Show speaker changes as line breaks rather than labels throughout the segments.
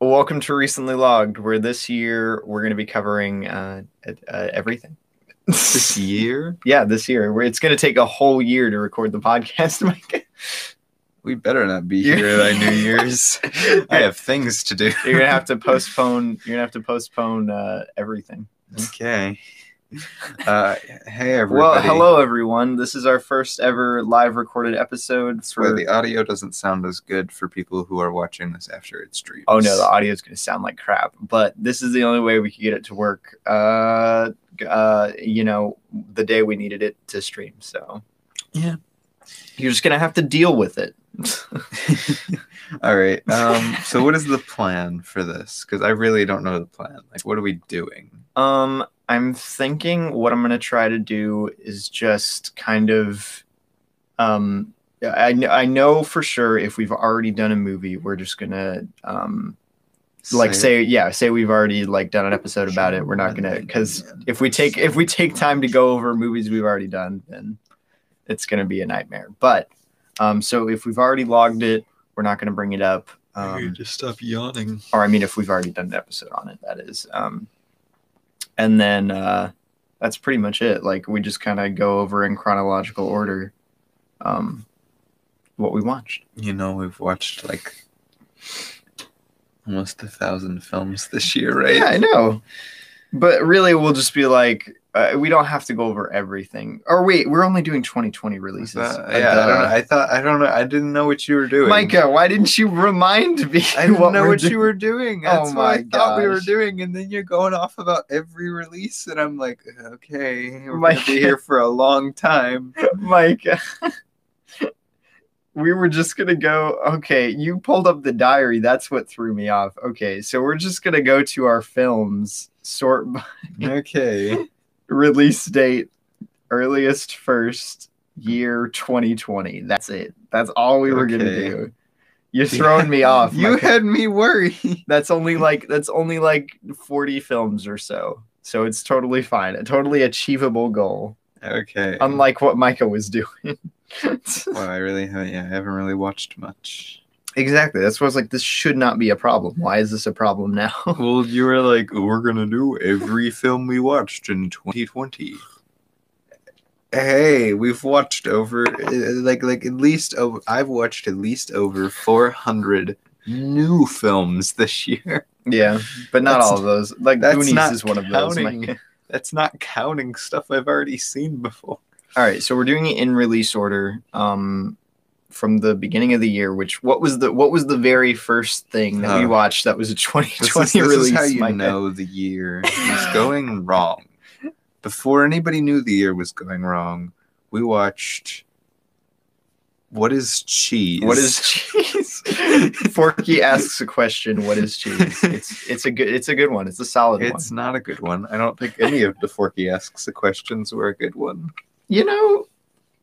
Well, welcome to Recently Logged, where this year we're going to be covering uh, uh, everything.
This year,
yeah, this year. Where it's going to take a whole year to record the podcast, Mike.
we better not be here by New Year's. I have things to do.
You're going to have to postpone. You're going to have to postpone uh, everything.
Okay. Uh, hey everybody.
Well, hello everyone. This is our first ever live recorded episode
Where
for.
the audio doesn't sound as good for people who are watching this after it streams.
oh no, the audio is going to sound like crap. But this is the only way we could get it to work. Uh, g- uh, you know, the day we needed it to stream. So
Yeah.
you're just going to have to deal with it.
All right. Um, so what is the plan for this? Because I really don't know the plan. Like, what are we doing?
Um, I'm thinking what I'm gonna try to do is just kind of, um, I kn- I know for sure if we've already done a movie, we're just gonna um like say yeah say we've already like done an episode about it. We're not gonna because if we take if we take time to go over movies we've already done, then it's gonna be a nightmare. But um, so if we've already logged it, we're not gonna bring it up. Um,
just stop yawning.
or I mean, if we've already done an episode on it, that is. Um, and then uh, that's pretty much it. Like we just kind of go over in chronological order um, what we watched.
You know, we've watched like almost a thousand films this year, right?
Yeah, I know. But really, we'll just be like, uh, we don't have to go over everything. Or wait, we're only doing 2020
I
releases.
thought-
Like,
yeah, I don't
uh,
know. I thought I don't know. I didn't know what you were doing.
Micah, why didn't you remind me?
I didn't
what
know
we're
what
doing?
you were doing.
Oh
That's what I
my
thought we were
gosh.
doing, and then you're going off about every release, and I'm like, okay, we're
Mike-
gonna be here for a long time.
Mike, we were just gonna go. Okay, you pulled up the diary. That's what threw me off. Okay, so we're just gonna go to our films, sort by
Okay,
release date, earliest first year 2020. That's it. That's all we were gonna
Okay.
do. You're throwing me off.
you
Mike.
had me worry.
that's only like that's only like 40 films or so. So it's totally fine. A totally achievable goal.
Okay,
Unlike what Micah was doing.
well, I really haven't. Yeah, I haven't really watched much.
Exactly. That's why I was like, this should not be a problem. Why is this a problem now?
Well, you were like, we're gonna do every film we watched in 2020. Hey, we've watched over uh, like like at least over, I've watched at least over 400 new films this year.
yeah, but not
That's-
all of those. Like
that's
Goonies
not
is one of those.
counting.
Mike.
That's not counting stuff I've already seen before.
All right, so we're doing it in release order. Um, from the beginning of the year, which what was the what was the very first thing that we
Oh.
watched that was a 2020
This, is, this
release?
is how you
Micah?
know the year is going wrong. Before anybody knew the year was going wrong, we watched What is Cheese?
What is cheese? Forky asks a question. What is cheese? It's it's a good it's a good one. It's a solid one.
It's not a good one. I don't think any of the Forky asks the questions were a good one.
you know,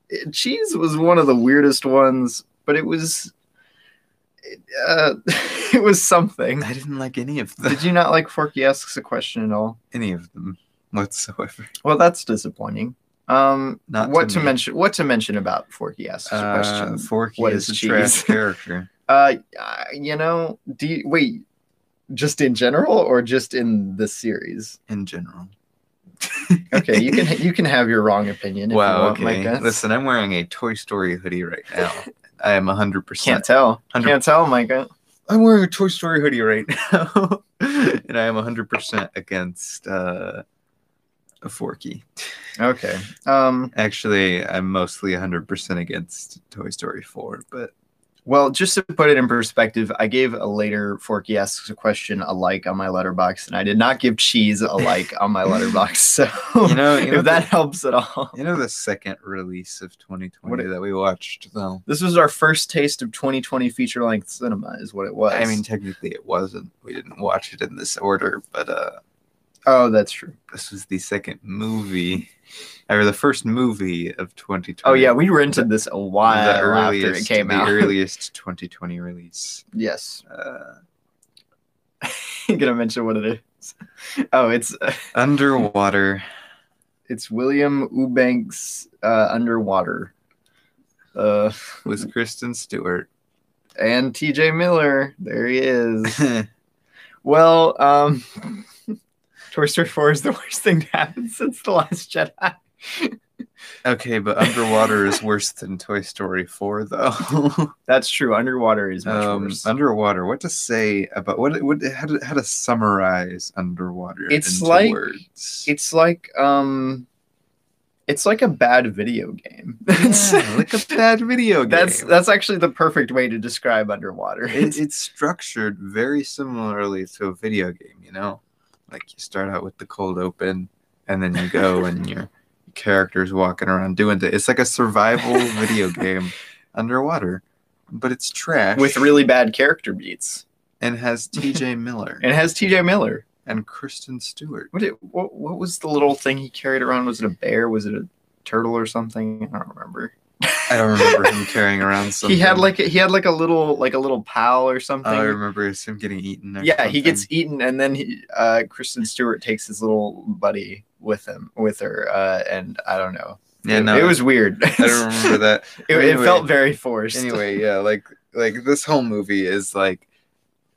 it- cheese was one of the weirdest ones, but it was, it, uh, it was something.
I didn't like any of them.
Did you not like Forky asks a question at all?
Any of them whatsoever.
Well, that's disappointing. Um,
Not
what to,
me.
mention? What to mention about Forky asks a
Uh,
question?
Forky
What
is,
is
a trash
cheese?
character.
Uh, uh, you know, do you, wait, just in general or just in the series?
in general.
Okay, you can you can have your wrong opinion. If you
Wow.
want,
Okay.
Micah.
Listen, I'm wearing a Toy Story hoodie right now. I am 100.
can't
percent
tell.
Hundred-
Can't tell, Micah.
I'm wearing a Toy Story hoodie right now, and I am 100 percent against uh, a Forky.
Okay. Um.
Actually, I'm mostly 100 percent against Toy Story 4, but
Well, just to put it in perspective, I gave a later Forky asks a question a like on my letterbox, and I did not give cheese a like on my letterbox. So
you know, you know
if that helps at all.
You know the second release of 2020
What-
that we watched, though.
This was our first taste of 2020 feature length cinema, is what it was.
I mean, technically it wasn't. We didn't watch it in this order, but uh,
oh, that's true.
this was the second movie, or the first movie of 2020.
Oh yeah, we rented this a while
the
after it
earliest,
came
the
out.
earliest 2020 release.
yes,
Uh,
I'm gonna mention what it is. Oh, it's
underwater.
it's William Eubanks uh, underwater, uh,
with Kristen Stewart.
and T.J. Miller. There he is.
and
Well, um, Toy Story 4 is the worst thing to happen since The Last Jedi.
Okay, but Underwater is worse than Toy Story 4, though.
That's true. Underwater is much
um,
worse.
underwater, what to say about what? what how, to, how to summarize Underwater?
It's
into
like-
words.
It's like um, it's like a bad video game.
Yeah, like a bad video game.
that's that's actually the perfect way to describe Underwater.
it, it's structured very similarly to a video game you know like you start out with the cold open and then you go and your characters walking around doing it it's like a survival video game underwater but it's trash
with really bad character beats.
and has tj miller
And it has T.J. Miller.
and kristen stewart
What, did, what what was the little thing he carried around? Was it a bear? Was it a turtle or something? I don't remember.
i don't remember him carrying around something
He had like a, he had like a little like a little pal or something.
oh, i remember it's him getting eaten or
yeah, he
something.
gets eaten, and then he, uh, Kristen Stewart takes his little buddy with him with her, uh, and I don't know.
yeah
it,
no
it was weird.
i don't remember that
it, it
Anyway.
felt very forced.
anyway yeah like like this whole movie is like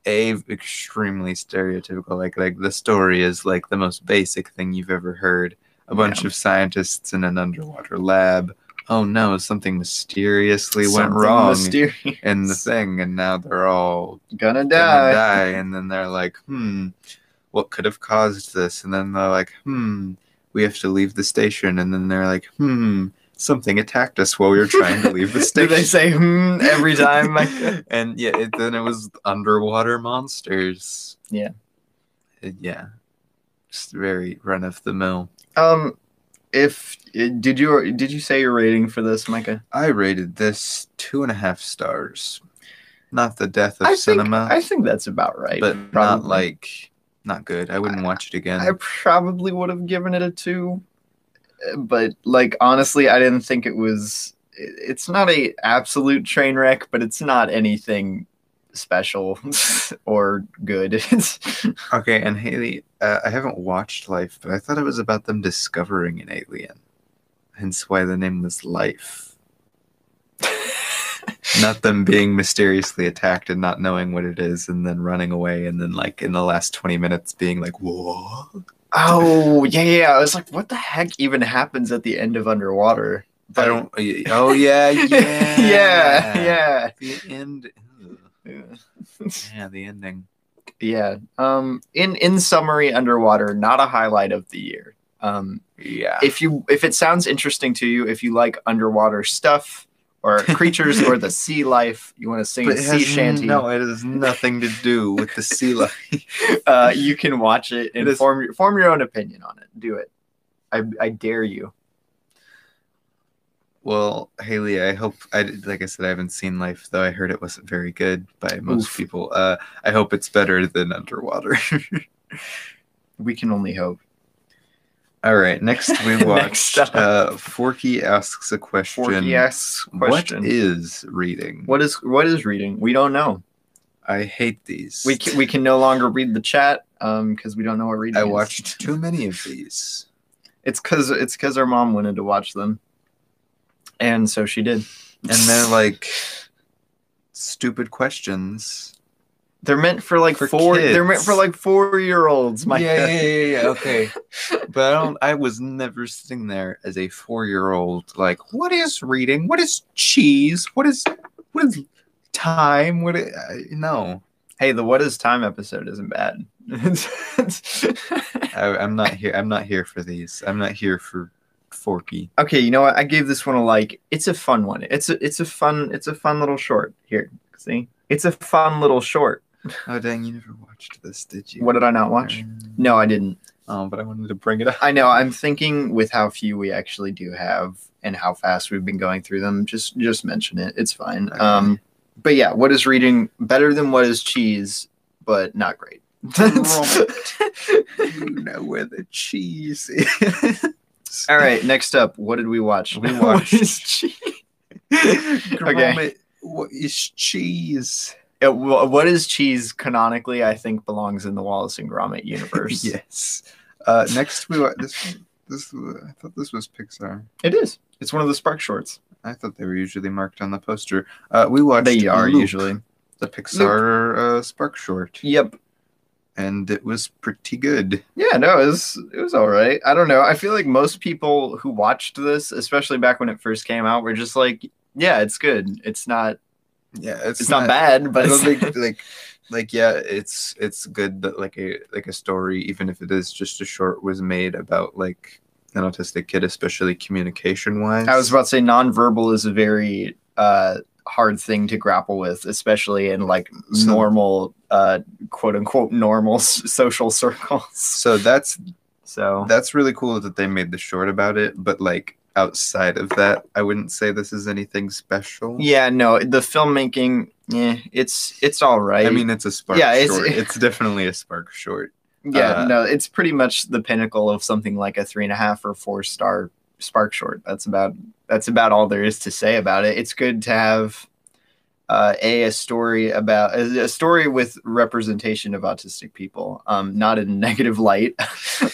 a extremely stereotypical like like the story is like the most basic thing you've ever heard a bunch of scientists in an underwater lab oh no something mysteriously
Something
went wrong
mysterious.
in the thing and now they're all
Gonna
gonna
die.
die and then they're like hmm what could have caused this and then they're like hmm we have to leave the station and then they're like hmm something attacked us while we were trying to leave the
Did
station
they say hmm every time? Like,
and yeah, it, then it was underwater monsters.
Yeah.
Uh, yeah, just very run of the mill.
um, if did you did you say your rating for this, Micah?
I rated this two and a half stars. Not the death of
I think
cinema,
I think that's about right.
but not
probably.
like not good. I wouldn't watch it again.
I probably would have given it a two, uh, but like honestly, I didn't think it was. it- It's not a absolute train wreck, but it's not anything special or good.
okay, and Haley, uh, I haven't watched Life, but I thought it was about them discovering an alien, hence why the name was Life. not them being mysteriously attacked and not knowing what it is and then running away and then like in the last 20 minutes being like whoa
oh yeah, yeah. I was like, what the heck even happens at the end of Underwater?
i don't oh yeah yeah
yeah,
the end ugh.
yeah,
yeah the ending
yeah. Um, in in summary, Underwater not a highlight of the year. Um,
yeah
if you if it sounds interesting to you, if you like underwater stuff or creatures or the sea life, you want to sing
but
a
it
sea
has,
shanty,
no it has nothing to do with the sea life
uh, you can watch it and
It is-
form your form your own opinion on it. Do it. I, I dare you.
well haley i hope i like i said i haven't seen life though i heard it wasn't very good by most
Oof.
people uh i hope it's better than underwater
We can only hope.
All right. Next, we
Next
watched
up.
uh, Forky asks a question.
Forky asks question.
What is reading?
what is what is reading? We don't know.
I hate these.
We can, we can no longer read the chat um because we don't know what reading.
I
is.
watched too many of these.
It's because it's because our mom wanted to watch them, and so she did.
And they're like stupid questions.
They're meant for like
For
four. They're
kids.
meant for like four year olds. My
yeah, yeah. Okay. but I don't I was never sitting there as a four year old like, what is reading? What is cheese? What is what is time? What is, uh, no.
Hey, the what is time episode isn't bad.
I, I'm not here. I'm not here for these. I'm not here for Forky.
okay, you know what? I gave this one a like. It's a fun one. It's a it's a fun it's a fun little short. Here, see, it's a fun little short.
Oh dang, you never watched this, did you?
What did I not watch? No, I didn't.
Um, but I wanted to bring it up.
I know. I'm thinking with how few we actually do have and how fast we've been going through them. Just just mention it. It's fine.
Okay.
Um, but yeah, what is reading better than what is cheese, but not great.
you know where the cheese is.
All right, next up, what did we watch?
We
What
watched-
is cheese?
Gromit, What is cheese?
Uh, wh- what is cheese canonically? I think belongs in the Wallace and Gromit universe.
Yes. Uh, next we watch this. This I thought this was Pixar.
it is. It's one of the Spark shorts.
I thought they were usually marked on the poster. Uh, we watched.
They are
Loop,
usually.
the Pixar uh, Spark short.
Yep.
and it was pretty good.
Yeah, no, it was it was all right. I don't know. I feel like most people who watched this, especially back when it first came out, were just like, "Yeah, it's good. It's not.
Yeah,
It's, not, bad, but
I don't
it's,
think like like yeah, it's it's good that like a like a story, even if it is just a short, was made about like an autistic kid, especially communication wise.
I was about to say nonverbal is a very uh, hard thing to grapple with, especially in like
So-
normal, uh, quote unquote, normal s- social circles.
so that's
So
that's really cool that they made the short about it, but like outside of that, I wouldn't say this is anything special.
yeah, no, the filmmaking, yeah, it's it's all right.
I mean it's a spark
Yeah, it's-
short. It's definitely a spark short.
yeah,
uh,
no, it's pretty much the pinnacle of something like a three and a half or four star spark short. That's about that's about all there is to say about it. It's good to have. Uh, a a story about a a story with representation of autistic people, um, not in negative light,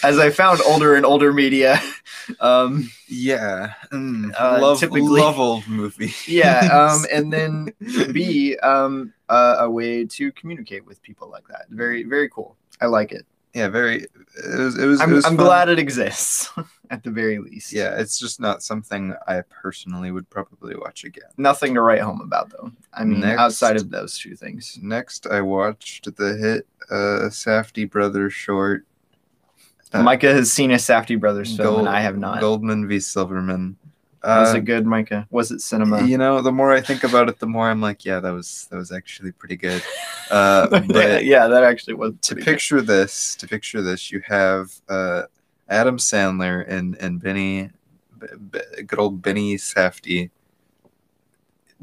as I found older and older media. Um,
Yeah. Mm,
Uh,
love
typically-
love old movies.
yeah, um, and then B, um, uh, a way to communicate with people like that. Very, very cool. I like it.
yeah, very it was it was it
I'm,
was
I'm
fun.
glad it exists at the very least.
Yeah, it's just not something I personally would probably watch again.
nothing to write home about though. I mean,
Next.
outside of those two things.
Next, I watched the hit uh, Safety Brothers short. Uh,
Micah has seen a Safety Brothers film,
Gold-
and I have not.
Goldman v. Silverman.
was
Uh,
it good, Micah? Was it cinema?
you know, the more I think about it, the more I'm like, yeah, that was that was actually pretty good. Uh, but
yeah, yeah, that actually was
to
pretty
picture this, to picture this, you have uh, Adam Sandler and and Benny, B- B- good old Benny Safdie,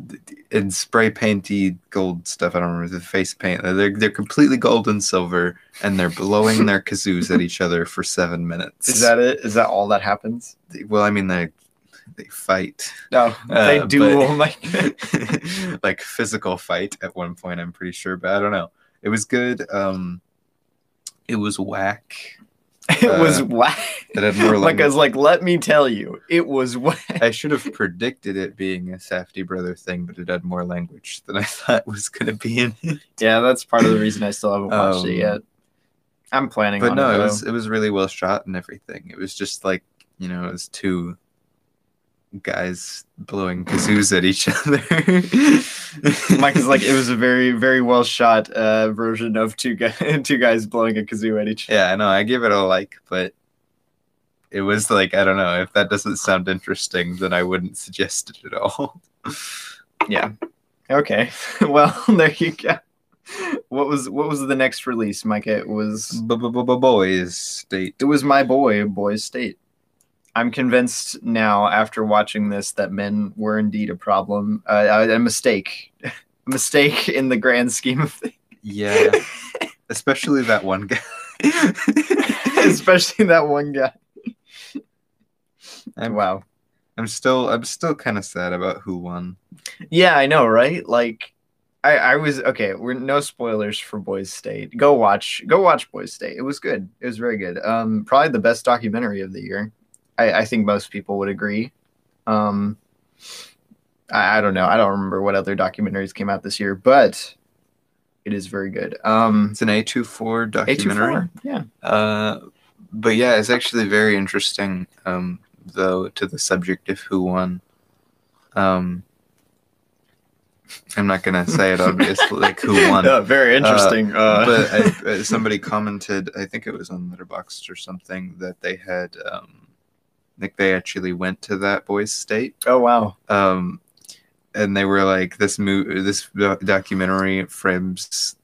d- d- in spray painty gold stuff. I don't remember the face paint. They're they're completely gold and silver, and they're blowing their kazoos at each other for seven minutes.
good. Is that it? Is that all that happens?
well? I mean, they they fight.
No, they
Uh,
do.
but-
Micah.
like physical fight at one point i'm pretty sure but i don't know it was good um it was whack
it was
Uh,
whack.
that had more like
Micah's like, let me tell you, it was whack.
i should have predicted it being a safety brother thing but it had more language than i thought was going to be in it
Yeah, that's part of the reason I still haven't watched
Um,
it yet. I'm planning
but
on
no
it.
it
though.
was it was really well shot and everything it was just like you know it was two guys blowing kazoos at each other
Mike is like, it was a very, very well shot uh, version of two guys, two guys blowing a kazoo at each.
Yeah, I know. I give it a like, but it was like I don't know. If that doesn't sound interesting, then I wouldn't suggest it at all.
Yeah. Okay. well, there you go. What was what was the next release, Mike? It was
Boys state.
it was my boy, Boys State. I'm convinced now after watching this that men were indeed a problem, uh, a a mistake, a mistake in the grand scheme of things,
Yeah, especially that one guy.
especially that one guy.
I'm,
Wow.
I'm still I'm still kind of sad about who won.
Yeah, I know, right? Like, I I was okay. We're no spoilers for Boys State. Go watch, go watch Boys State. It was good. It was very good. Um, probably the best documentary of the year. I I think most people would agree. Um, I, I don't know. I don't remember what other documentaries came out this year, but it is very good. Um,
It's an A24 documentary.
A24, yeah.
Uh, but yeah, it's actually very interesting, um, though, to the subject of who won. Um, I'm not gonna say it obviously, like who won.
Yeah, Oh, very interesting. Uh,
but I, uh, somebody commented, I think it was on Letterboxd or something, that they had, um, like, they actually went to that boys' state,
oh wow.
um, and they were like, this movie, this doc- documentary frames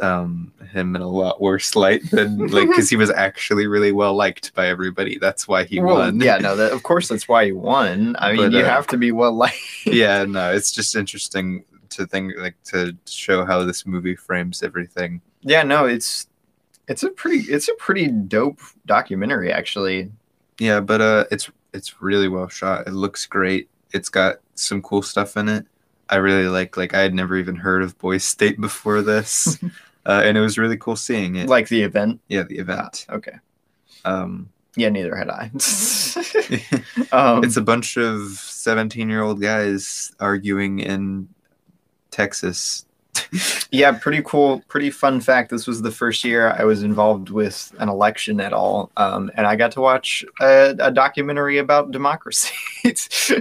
um him in a lot worse light than like because he was actually really well liked by everybody that's why he
Well,
won
yeah, no, that, of course that's why he won. I mean,
But,
you
uh,
have to be well liked.
yeah no it's just interesting to think like to show how this movie frames everything
yeah no it's it's a pretty it's a pretty dope documentary actually
Yeah, but uh, it's it's really well shot. It looks great. It's got some cool stuff in it. I really like. Like I had never even heard of Boys State before this, uh, and it was really cool seeing it.
like the event
yeah, the
Ah,
event.
okay
Um,
yeah neither had i
it's
um
a bunch of seventeen-year-old guys arguing in Texas
yeah, pretty cool, pretty fun fact. This was the first year I was involved with an election at all, um, and I got to watch a, a documentary about democracy. It's-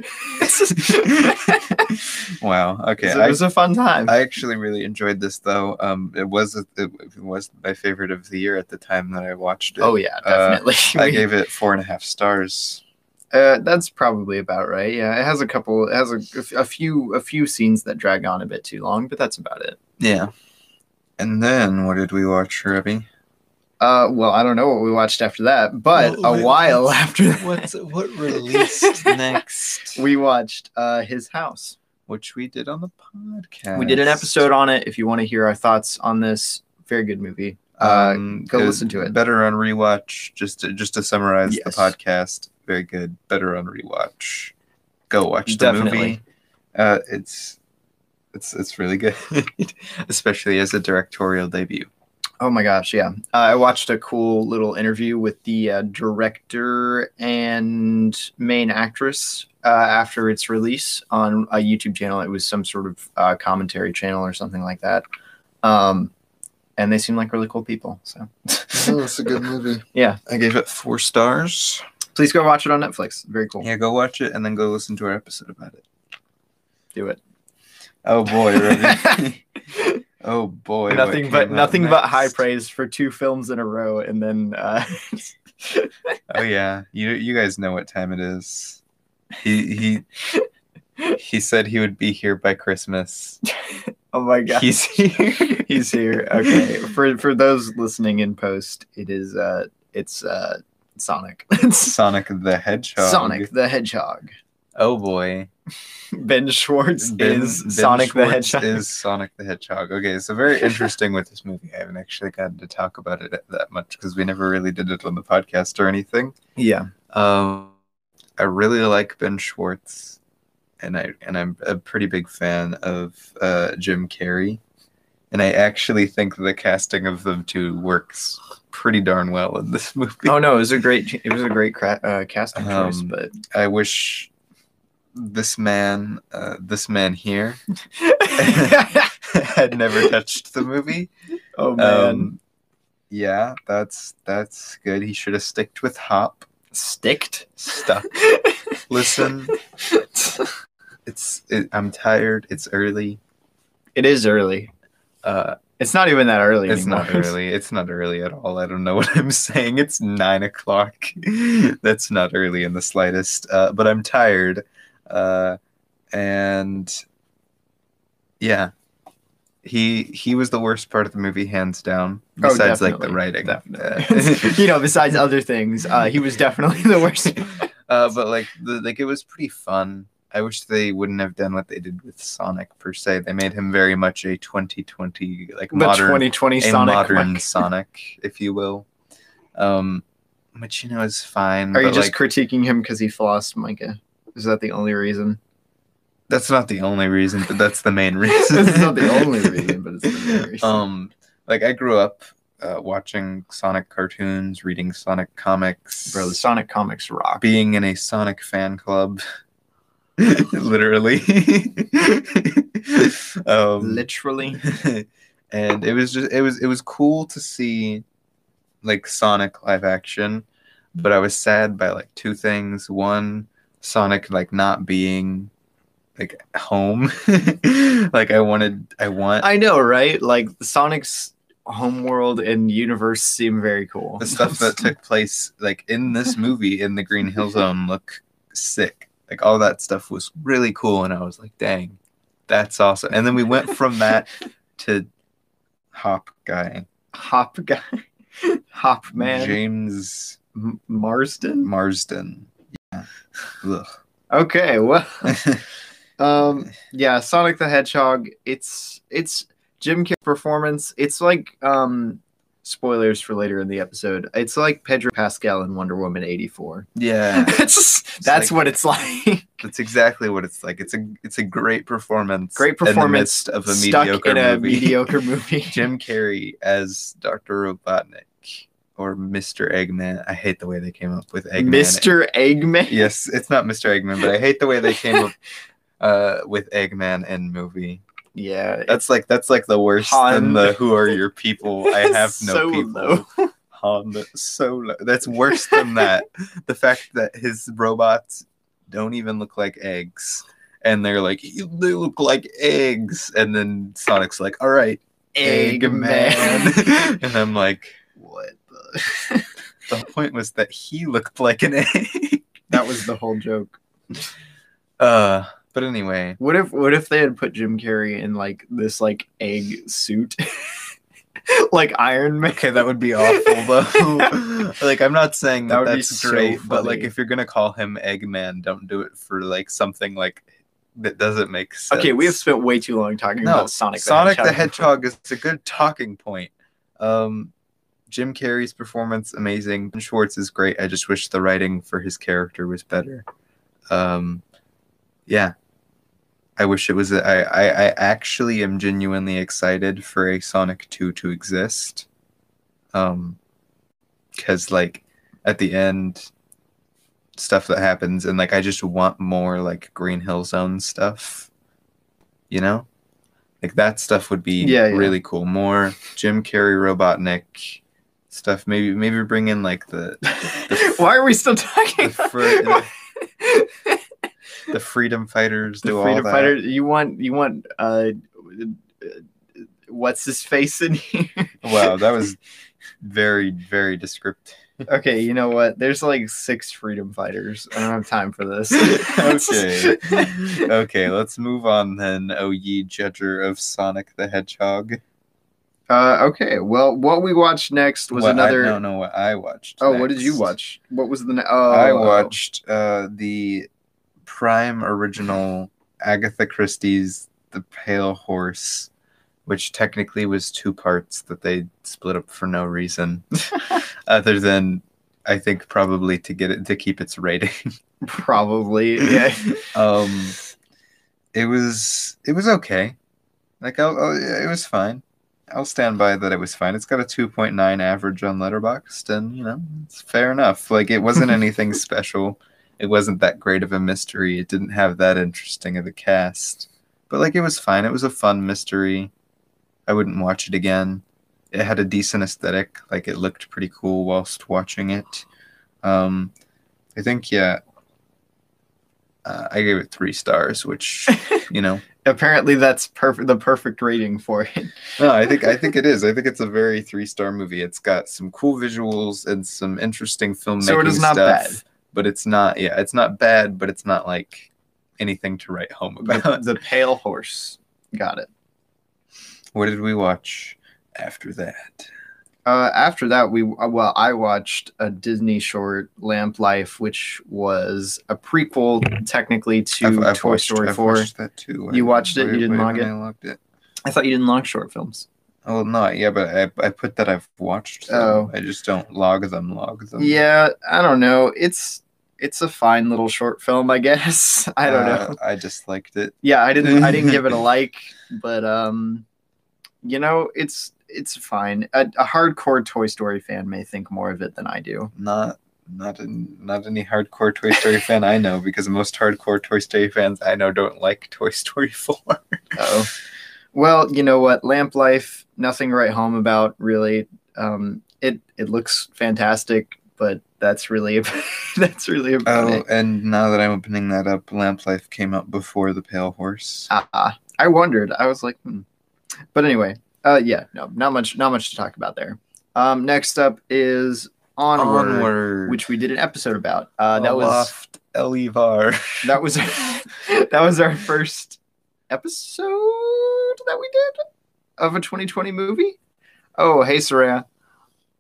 wow. Okay.
it was a fun time.
I actually really enjoyed this though. Um, it was it, it was my favorite of the year at the time that I watched it.
oh yeah,
Uh,
definitely.
I gave it four and a half stars.
Uh, that's probably about right. Yeah, it has a couple, it has a, a few, a few scenes that drag on a bit too long, but that's about it.
Yeah. And then what did we watch, Rebby?
Uh, well, I don't know what we watched after that, but
Well,
a
wait,
while
what's-
after that,
what
released
next?
we watched uh, his house.
Which we did on the podcast.
We did an episode on it. If you want to hear our thoughts on this, very good movie. Uh, go
Um, was
listen to it.
Better on rewatch. Just to, just to summarize the
Yes.
podcast. Very good. Better on rewatch. Go watch the
Definitely.
movie. Uh, it's it's it's really good, especially as a directorial debut.
Oh my gosh, yeah. Uh, I watched a cool little interview with the uh, director and main actress uh, after its release on a YouTube channel. It was some sort of uh, commentary channel or something like that. Um, and they seem like really cool people. So
Oh, it's a good movie.
Yeah.
I gave it four stars.
please go watch it on Netflix. Very cool.
Yeah, go watch it and then go listen to our episode about it.
Do it.
Oh boy, Ruby. oh boy. what
nothing but
came out
nothing but high
next?
praise for two films in a row, and then uh,
Oh yeah, you you guys know what time it is. He he he said he would be here by Christmas.
oh my gosh.
He's here.
He's here. Okay. For for those listening in post, it is uh it's uh Sonic. It's
Sonic the Hedgehog.
Sonic the Hedgehog.
Oh boy.
Ben Schwartz
Ben-
is
Ben
Sonic the
Schwartz
Hedgehog.
Is Sonic the Hedgehog. Okay, so very interesting with this movie. I haven't actually gotten to talk about it that much because we never really did it on the podcast or anything.
Yeah.
Um, I really like Ben Schwartz, and I and I'm a pretty big fan of uh, Jim Carrey, and I actually think the casting of them two works pretty darn well in this movie.
Oh no, it was a great it was a great cra- uh, casting choice,
Um,
but
I wish this man, uh, this man here, had never touched the movie.
oh man,
Um, yeah, that's that's good. He should have sticked with Hop.
sticked.
Stuck. Listen, it's it, I'm tired. It's early.
it is early.
Uh,
It's not even that early.
It's not
anymore.
early. It's not early at all. I don't know what I'm saying. It's nine o'clock. That's not early in the slightest. Uh, but I'm tired, uh, and yeah, he he was the worst part of the movie, hands down.
Oh,
Besides, like the
definitely,
writing,
definitely.
Uh,
you know, besides other things, uh, he was definitely the worst.
uh, but like the, like it was pretty fun. I wish they wouldn't have done what they did with Sonic per se. They made him very much a 2020 like
The
modern
2020
a
Sonic.
modern Sonic, if you will. Um, which you know is fine.
Are you
but,
just
like,
critiquing him because he flossed Micah? Is that the only reason?
that's not the only reason, but that's the main reason.
That's not the only reason, but it's the main reason.
Um, like I grew up uh, watching Sonic cartoons, reading Sonic comics,
Bro, the Sonic comics rock.
being in a Sonic fan club. Literally. um,
Literally.
and it was just it was it was cool to see like Sonic live action, but I was sad by like two things. One, Sonic like not being like home. like I wanted I want
I know, right? Like Sonic's homeworld and universe seem very cool.
the stuff that took place like in this movie in the Green Hill Zone look sick. Like all that stuff was really cool and I was like, dang, that's awesome. And then we went from that to Hop Guy.
Hop guy, Hop man,
James
M- Marsden.
Marsden. Yeah.
Okay, well,
Ugh.
um, yeah, Sonic the Hedgehog. It's it's Jim Carrey performance. It's like um, spoilers for later in the episode. It's like Pedro Pascal in Wonder Woman eighty four.
yeah.
that's
like-
that's what it's like.
That's exactly what it's like. It's a it's a great performance.
Great performance
in the midst of a
stuck
mediocre
in a
movie.
mediocre movie.
Jim Carrey as Dr. Robotnik or Mr. Eggman. I hate the way they came up with Eggman.
Mr. Eggman.
Yes, it's not Mr. Eggman, but I hate the way they came up uh, with Eggman in movie.
yeah,
That's like that's like the worst
Han.
than the who are your people? I have no
So
people.
low.
Han Solo. That's worse than that. the fact that his robots don't even look like eggs, and they're like "You- they look like eggs, and then Sonic's like, "All right, Eggman," and I'm like, "What?" The? the point was that he looked like an egg.
that was the whole joke.
Uh, but anyway,
What if what if they had put Jim Carrey in like this like egg suit, like Iron Man?
Okay, that would be awful though. like I'm not saying
That
that,
would be
that's
so
great, but like
funny.
if you're gonna call him Eggman, don't do it for like something like that doesn't make sense.
Okay, we have spent way too long talking
no
about Sonic. The
Sonic the
Hedgehog.
Hedgehog is a good talking point. Um, Jim Carrey's performance amazing. Ben Schwartz is great. I just wish the writing for his character was better. Um, yeah, I wish it was. I I I actually am genuinely excited for a Sonic Two to exist. Um, because like at the end stuff that happens and like i just want more like green hill zone stuff you know like that stuff would be
Yeah, yeah.
really cool more jim carrey robotnik stuff maybe maybe bring in like the
Why are we still
the,
talking?
fr-
about-
the, the freedom fighters
the
do all
freedom
that.
fighter you want you want uh uh, what's his face in here
wow that was very very descriptive
okay you know what there's like six freedom fighters i don't have time for this
okay okay let's move on then oh ye judger of sonic the hedgehog
uh okay well what we watched next was
What
another
I don't know what I watched.
oh what did you
next.
watch what was the ne- oh
I
oh.
watched uh, the prime original Agatha Christie's The Pale Horse, which technically was two parts that they split up for no reason, other than I think probably to get it to keep its rating.
probably yeah
um, it was it was okay. Like I'll, I'll, it was fine. I'll stand by that it was fine. It's got a 2.9 average on Letterboxd, and you know it's fair enough. Like it wasn't anything special. It wasn't that great of a mystery. It didn't have that interesting of a cast, but like it was fine. It was a fun mystery. I wouldn't watch it again. It had a decent aesthetic. Like it looked pretty cool whilst watching it. Um, I think yeah. Uh, I gave it three stars, which you know
apparently that's perfect the perfect rating for it
no, I think I think it is. I think it's a very three star movie. It's got some cool visuals and some interesting filmmaking.
So it is not
stuff,
bad.
but it's not. Yeah, it's not bad, but it's not like anything to write home
the,
about.
the pale horse got it
what did we watch after that?
Uh, after that, we uh, well, I watched a Disney short, Lamp Life, which was a prequel technically to
I've- I've
Toy
watched-
Story
I've
4.
watched that too.
You watched it? You didn't log
haven't I logged it.
I thought you didn't like short films.
Oh no, yeah, but I, I put that I've watched. Them.
Oh.
I just don't log them. Log them.
Yeah, I don't know. It's it's a fine little short film, I guess. I don't
Uh,
know.
I just liked it.
Yeah, I didn't I didn't give it a like, but um, you know, it's it's fine. A, a hardcore Toy Story fan may think more of it than I do.
not not an, not any hardcore Toy Story fan I know because most hardcore Toy Story fans I know don't like Toy Story Four.
Oh, well, you know what? Lamp Life, nothing to write home about, really. Um, it it looks fantastic, but that's really that's really about
Oh,
it.
and now that I'm opening that up, Lamp Life came out before The Pale Horse.
Ah, I wondered. I was like, hmm. but anyway, uh, yeah, no, not much, not much to talk about there. Um, next up is Onward, which we did an episode about. Uh,
Oh,
that was
Aloft Elivar.
that was that was our first episode that we did of a 2020 movie. Oh, hey Saraya.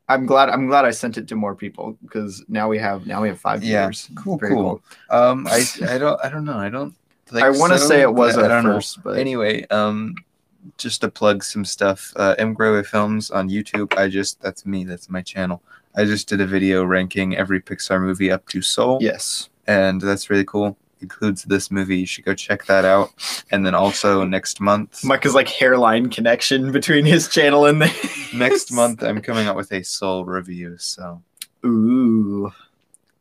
I'm glad I'm glad I sent it to more people because now we have now we have five
Yeah.
viewers.
Cool,
Very
cool. Um, I I don't I don't know I don't. Think
I want to
so.
say it was
I, I
our
don't know.
first, but
anyway, um, just to plug some stuff, uh, M. Grove Films on YouTube. I just that's me, that's my channel. I just did a video ranking every Pixar movie up to Soul,
yes.
and that's really cool. Includes this movie. You should go check that out. And then also next month,
Micah's like hairline connection between his channel and the
next month I'm coming out with a Soul review. So
Ooh.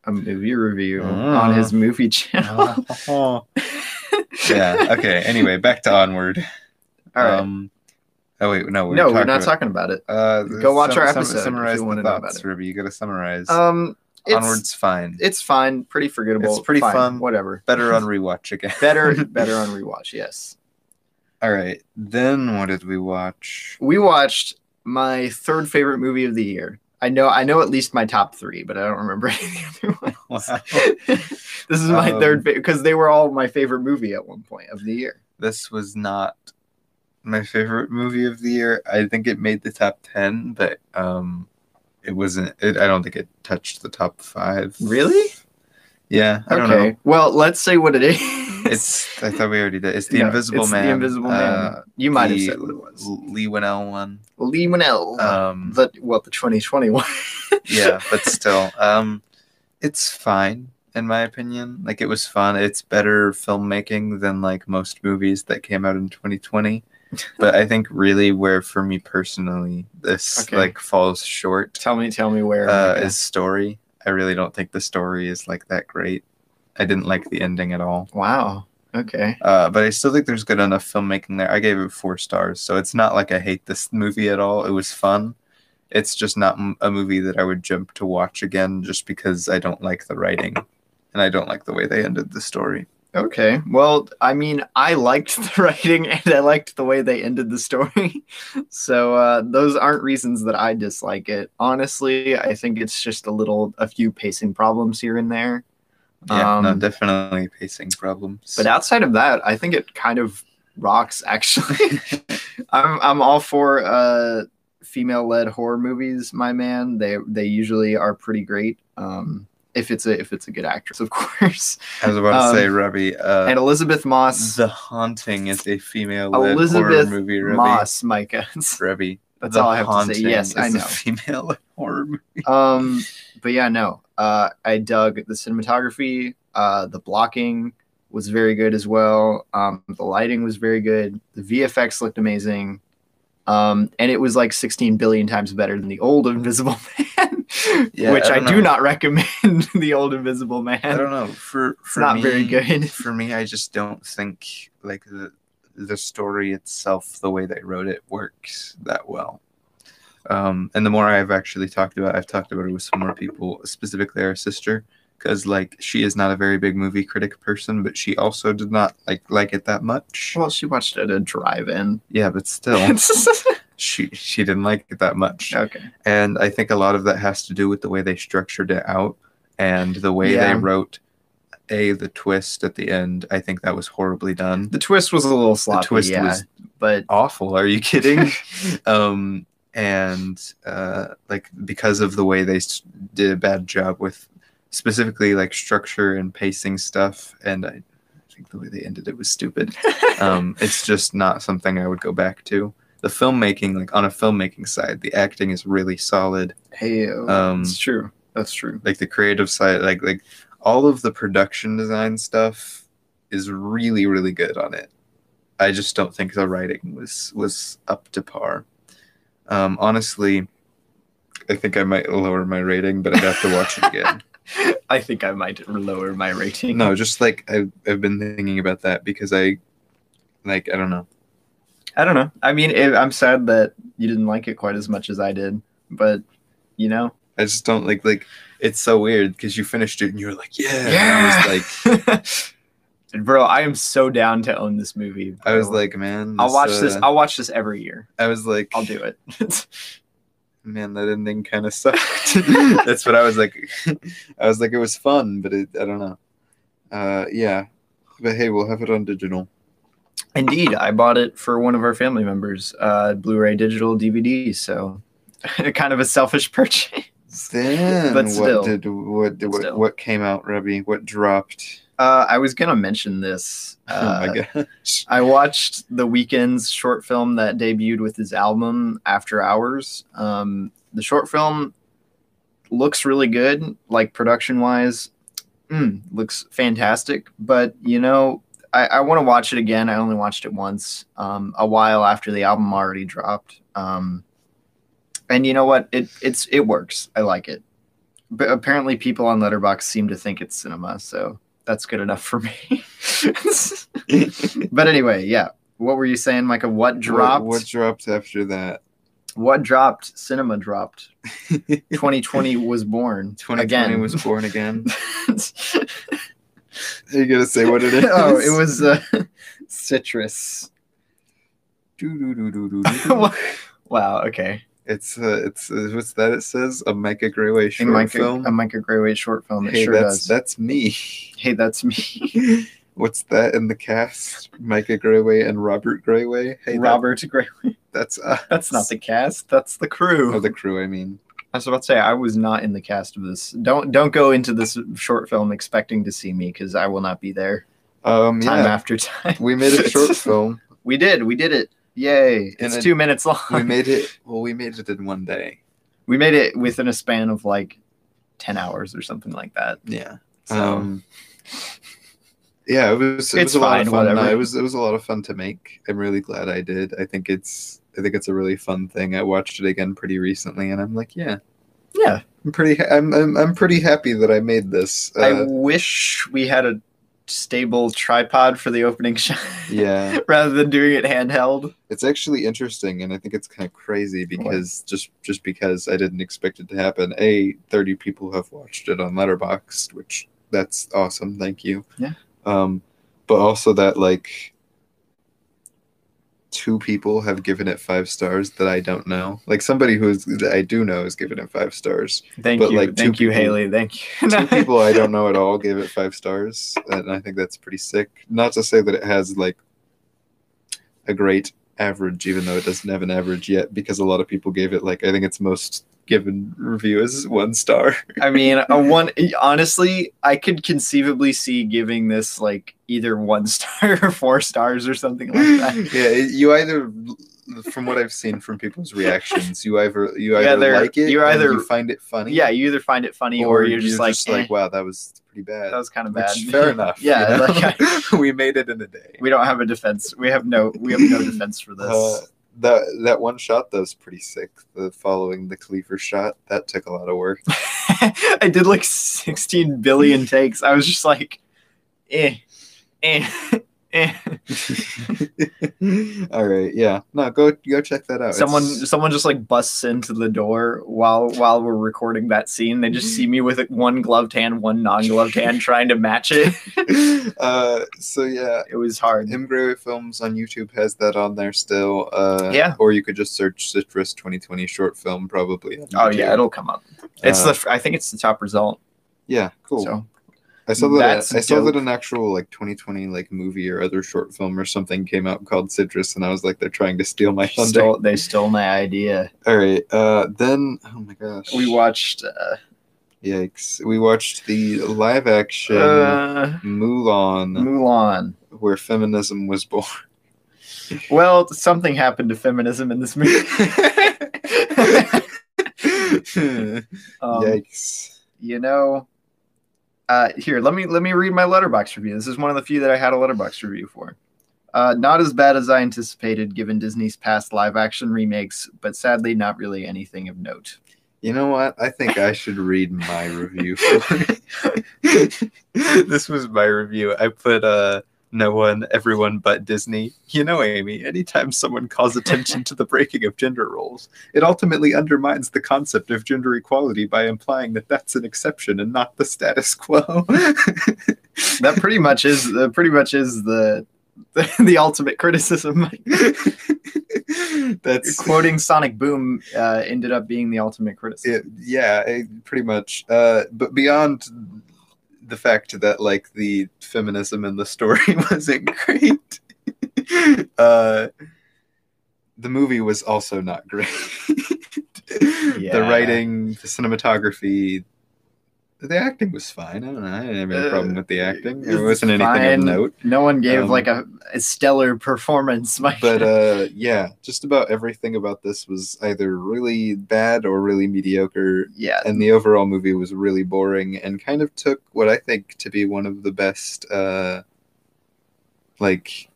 A movie review
Mm. Uh,
on his movie channel.
yeah. Okay. Anyway, back to onward.
All right.
Um, oh wait, no, we
no, we're
talked
not
about-
talking about it.
Uh,
Go watch our episode if
Summarize
you
the
wanna know about
thoughts,
it.
Ruby. You got to summarize.
Um, it's,
Onward's fine.
It's fine. Pretty forgettable.
It's pretty
fine,
fun.
Whatever.
Better on rewatch again.
Better, better on rewatch. Yes.
All right. Then what did we watch?
we watched my third favorite movie of the year. I know, I know at least my top three, but I don't remember any of the other ones. this is my
Um,
third favorite because they were all my favorite movie at one point of the year.
this was not my favorite movie of the year. I think it made the top ten, but um, it wasn't. It, I don't think it touched the top five.
Really?
Yeah. I
okay.
don't know.
Well, let's say what it is.
It's. I thought we already did. It's the
No,
Invisible
it's
Man.
The Invisible Man.
uh,
You might have
the
said what it was.
Lee Winnell one.
Lee Winnell.
Um,
the well, the 2020 one.
yeah, but still, um, it's fine in my opinion. Like it was fun. It's better filmmaking than like most movies that came out in 2020. But I think really where for me personally this
Okay. oh
like falls short
tell me, tell me where.
uh, is story. I really don't think the story is like that great. I didn't like the ending at all.
wow. Okay.
Uh, but I still think there's good enough filmmaking there. I gave it four stars, so it's not like I hate this movie at all. It was fun. It's just not m- a movie that I would jump to watch again, just because I don't like the writing, and I don't like the way they ended the story.
Okay. Well, I mean, I liked the writing and I liked the way they ended the story. So uh, those aren't reasons that I dislike it. Honestly, I think it's just a little, a few pacing problems here and there.
Yeah, no,
Um,
definitely pacing problems.
But outside of that, I think it kind of rocks. Actually, I'm I'm all for uh, female-led horror movies. My man, they they usually are pretty great. Um, if it's a if it's a good actress, of course.
I was about to
um,
say, Robbie, uh,
And Elizabeth Moss.
The Haunting is a female-led horror
Elizabeth
movie. Robbie.
Moss, Micah.
Robbie,
That's
The
all I have to say.
Haunting
Yes, I
is a
know.
female horror movie.
um, but yeah, no. Uh, I dug the cinematography. Uh, the blocking was very good as well. Um, the lighting was very good. The VFX looked amazing. Um, and it was like 16 billion times better than the old Invisible Man,
Yeah,
which
I
I,
don't
do
know.
not recommend. the old Invisible Man.
I don't know. For,
it's
for
not very
me-
good.
for me, I just don't think like the the story itself, the way they wrote it, works that well. Um, and the more I've actually talked about, I've talked about it with some more people, specifically our sister, because like she is not a very big movie critic person, but she also did not like like it that much.
Well, she watched it at a drive-in.
Yeah, but still,
okay.
she she didn't like it that much, and I think a lot of that has to do with the way they structured it out and the way
Yeah.
they wrote a the twist at the end. I think that was horribly done.
The twist was a little sloppy.
twist
yeah,
was-
but
awful. Are you kidding? um, and uh, like because of the way they s- did a bad job with specifically like structure and pacing stuff, and I, I think the way they ended it was stupid. Um, it's just not something I would go back to. The filmmaking, like on a filmmaking side, the acting is really solid.
Hey,
Um,
it's true. That's true.
Like the creative side, like like all of the production design stuff is really really good on it. I just don't think the writing was was up to par. Um, honestly, I think I might lower my rating, but I'd have to watch it again.
I think I might lower my rating.
no, just like I've, I've been thinking about that because I, like, I don't know.
I don't know. I mean, it, I'm sad that you didn't like it quite as much as I did, but you know,
I just don't like like it's so weird because you finished it and you were like, yeah. And I was
like, bro, I am so down to own this movie.
like, I was
bro.
like, man,
I'll watch this.
uh,
I'll watch this every year.
I was like,
I'll do it.
man, that ending kind of sucked. That's what I was like. I was like, it was fun, but it, I don't know. Uh, yeah, but hey, we'll have it on digital.
Indeed, I bought it for one of our family members, uh, Blu-ray, digital DVD. So, kind of a selfish purchase.
Then
But
what
still.
did what did, what,
Still.
what came out, Rebby? What dropped?
Uh, I was gonna mention this. Uh,
oh my gosh!
I watched The Weeknd's short film that debuted with his album After Hours. Um, the short film looks really good, like production wise, mm, looks fantastic. But you know, I, I want to watch it again. I only watched it once, um, a while after the album already dropped. Um, and you know what? It it's it works. I like it. But apparently, people on Letterbox seem to think it's cinema, so that's good enough for me. but anyway, yeah. what were you saying, Micah? What dropped?
What, what dropped after that?
what dropped? Cinema dropped. 2020 was born.
2020
again.
was born again.
oh,
Are you gonna say what it is?
it was uh, citrus.
Doo-doo-doo-doo-doo-doo-doo.
wow. Okay.
it's uh, it's uh, what's that? It says a Micah Grayway
A
short
Micah,
film.
a Micah Grayway short film. It
hey,
sure
that's
does.
that's me.
hey, that's me.
What's that in the cast? Micah Grayway and Robert Grayway. Hey, that-
Robert Grayway.
that's us.
That's not the cast. That's the crew.
Oh, the crew. I mean,
I was about to say I was not in the cast of this. Don't don't go into this short film expecting to see me because I will not be there
um,
time
yeah,
after time.
we made a short film.
we did. We did it. Yay!
And
It's
it-
two minutes long.
We made it. Well, we made it in one day.
we made it within a span of like 10 hours or something like that
Yeah.
so
Um, yeah, it was. It
It's
was a lot
fine,
of fun.
whatever.
It was. It was a lot of fun to make. I'm really glad I did. I think it's. I think it's a really fun thing. I watched it again pretty recently, and I'm like, yeah,
yeah
I'm pretty. Ha- I'm, I'm. I'm pretty happy that I made this.
i
Uh,
wish we had a stable tripod for the opening shot
yeah,
rather than doing it handheld
it's actually interesting, and I think it's kind of crazy because just just because I didn't expect it to happen. A, 30 people have watched it on Letterboxd, which that's awesome. Thank you.
Yeah.
Um, but also that like two people have given it five stars that I don't know. Like somebody who is that I do know is giving it five stars.
thank
But,
you
like, two
thank you
people-
haley thank you
Two people I don't know at all gave it five stars, and I think that's pretty sick. Not to say that it has like a great average, even though it doesn't have an average yet, because a lot of people gave it like I think its most given review is one star.
i mean a one honestly i could conceivably see giving this like either one star or four stars or something like
yeah,
that
it- you either, from what I've seen from people's reactions, you either you
Yeah,
either
they're-
like it,
you're
and
either-
you find it funny,
yeah you either find it funny or, you're, just like, "Eh,
wow, that was pretty bad.
that was kind of
Which,
bad
fair enough. you
Yeah,
know?
like,
we made it in a day.
we don't have a defense we have no we have no defense for this
Uh, that that one shot though is pretty sick. The following the Cleaver shot that took a lot of work.
I did like 16 billion takes. I was just like, eh, eh, eh.
All right, yeah, no, go go check that out.
Someone,
Oh, It's-
someone just like busts into the door while while we're recording that scene. They just see me with one gloved hand, one non-gloved hand, trying to match it.
uh, so yeah,
It was hard.
M Gray Films on YouTube has that on there still. Uh,
Yeah.
or you could just search Citrus 2020 short film probably. on
Oh
YouTube.
yeah, it'll come up. It's
Uh,
the I think it's the top result.
yeah, cool.
So
I saw that
That's
I saw
dope.
that an actual like 2020 like movie or other short film or something came out called Citrus, and I was like, they're trying to steal my thunder.
stole, they stole my idea.
All right, uh, then oh my gosh,
We watched uh,
yikes! We watched the live action
uh,
Mulan,
Mulan.
where feminism was born.
Well, something happened to feminism in this movie. Um,
yikes!
you know uh here let me let me read my letterbox review this is one of the few that i had a letterbox review for uh not as bad as i anticipated given disney's past live action remakes but sadly not really anything of note
You know what? I think I should read my review. For it. this was my review. I put uh, no one, everyone but Disney. You know, Amy. Anytime someone calls attention to the breaking of gender roles, it ultimately undermines the concept of gender equality by implying that that's an exception and not the status quo.
that pretty much is uh, pretty much is the the, ultimate criticism
that's
quoting sonic boom uh ended up being the ultimate criticism
it, yeah, it, pretty much. Uh, but beyond the fact that like the feminism in the story wasn't great, uh, the movie was also not great.
Yeah.
The writing, the cinematography, the acting was fine. I don't know. I didn't have any
Uh,
problem with the acting.
it's
There wasn't anything
fine.
of note.
no one gave
um,
like a, a stellar performance Mike.
But uh, yeah, just about everything about this was either really bad or really mediocre.
yeah
and the overall movie was really boring and kind of took what I think to be one of the best uh like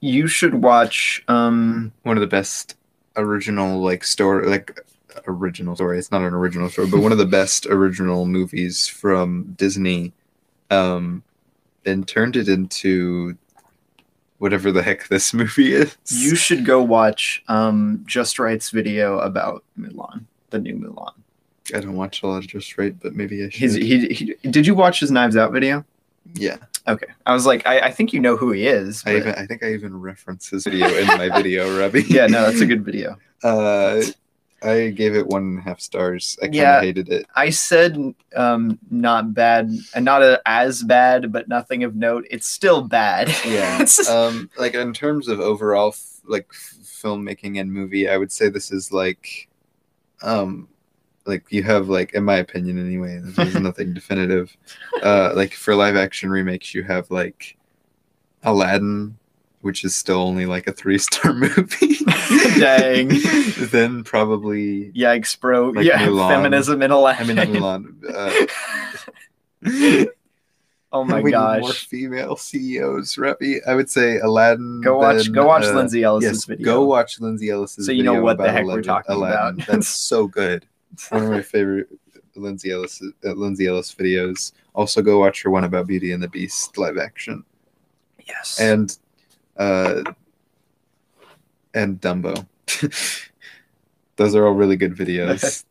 you should watch um
one of the best original like story like original story it's not an original story but one of the best original movies from Disney um and turned it into whatever the heck this movie is.
You should go watch um, Just Right's video about Mulan, the new Mulan.
I don't watch a lot of Just Right, but maybe I should.
His, he, he, did you watch his Knives Out video?
yeah,
Okay, I was like, I, I think you know who he is.
I
but-
even I think I even reference his video in my video, Robbie.
yeah, no, that's a good video.
Uh, I gave it one and a half stars. I kind of
Yeah.
hated it.
I said um, not bad, and not a, as bad, but nothing of note. It's still bad.
Yeah.
It's-
um, like in terms of overall f- like f- filmmaking and movie, I would say this is like, um, like you have like in my opinion anyway, there's nothing definitive. Uh, like for live action remakes, you have like Aladdin, which is still only like a three star movie.
Dang.
then probably
Yikes, bro.
Like
yeah,
Mulan.
feminism in a
I mean
Aladdin.
Mulan. Uh,
oh my
we need more
gosh.
female CEOs, Robbie. I would say Aladdin.
Go watch
then,
go watch
uh,
Lindsay Ellis's
yes,
video.
Go watch Lindsay Ellis's.
So you know
video
what the
about
heck we're
Aladdin-
talking
Aladdin.
about.
That's so good. One of my favorite Lindsay Ellis uh, Lindsay Ellis videos. Also, go watch her one about Beauty and the Beast live action
yes.
and uh and Dumbo. Those are all really good videos.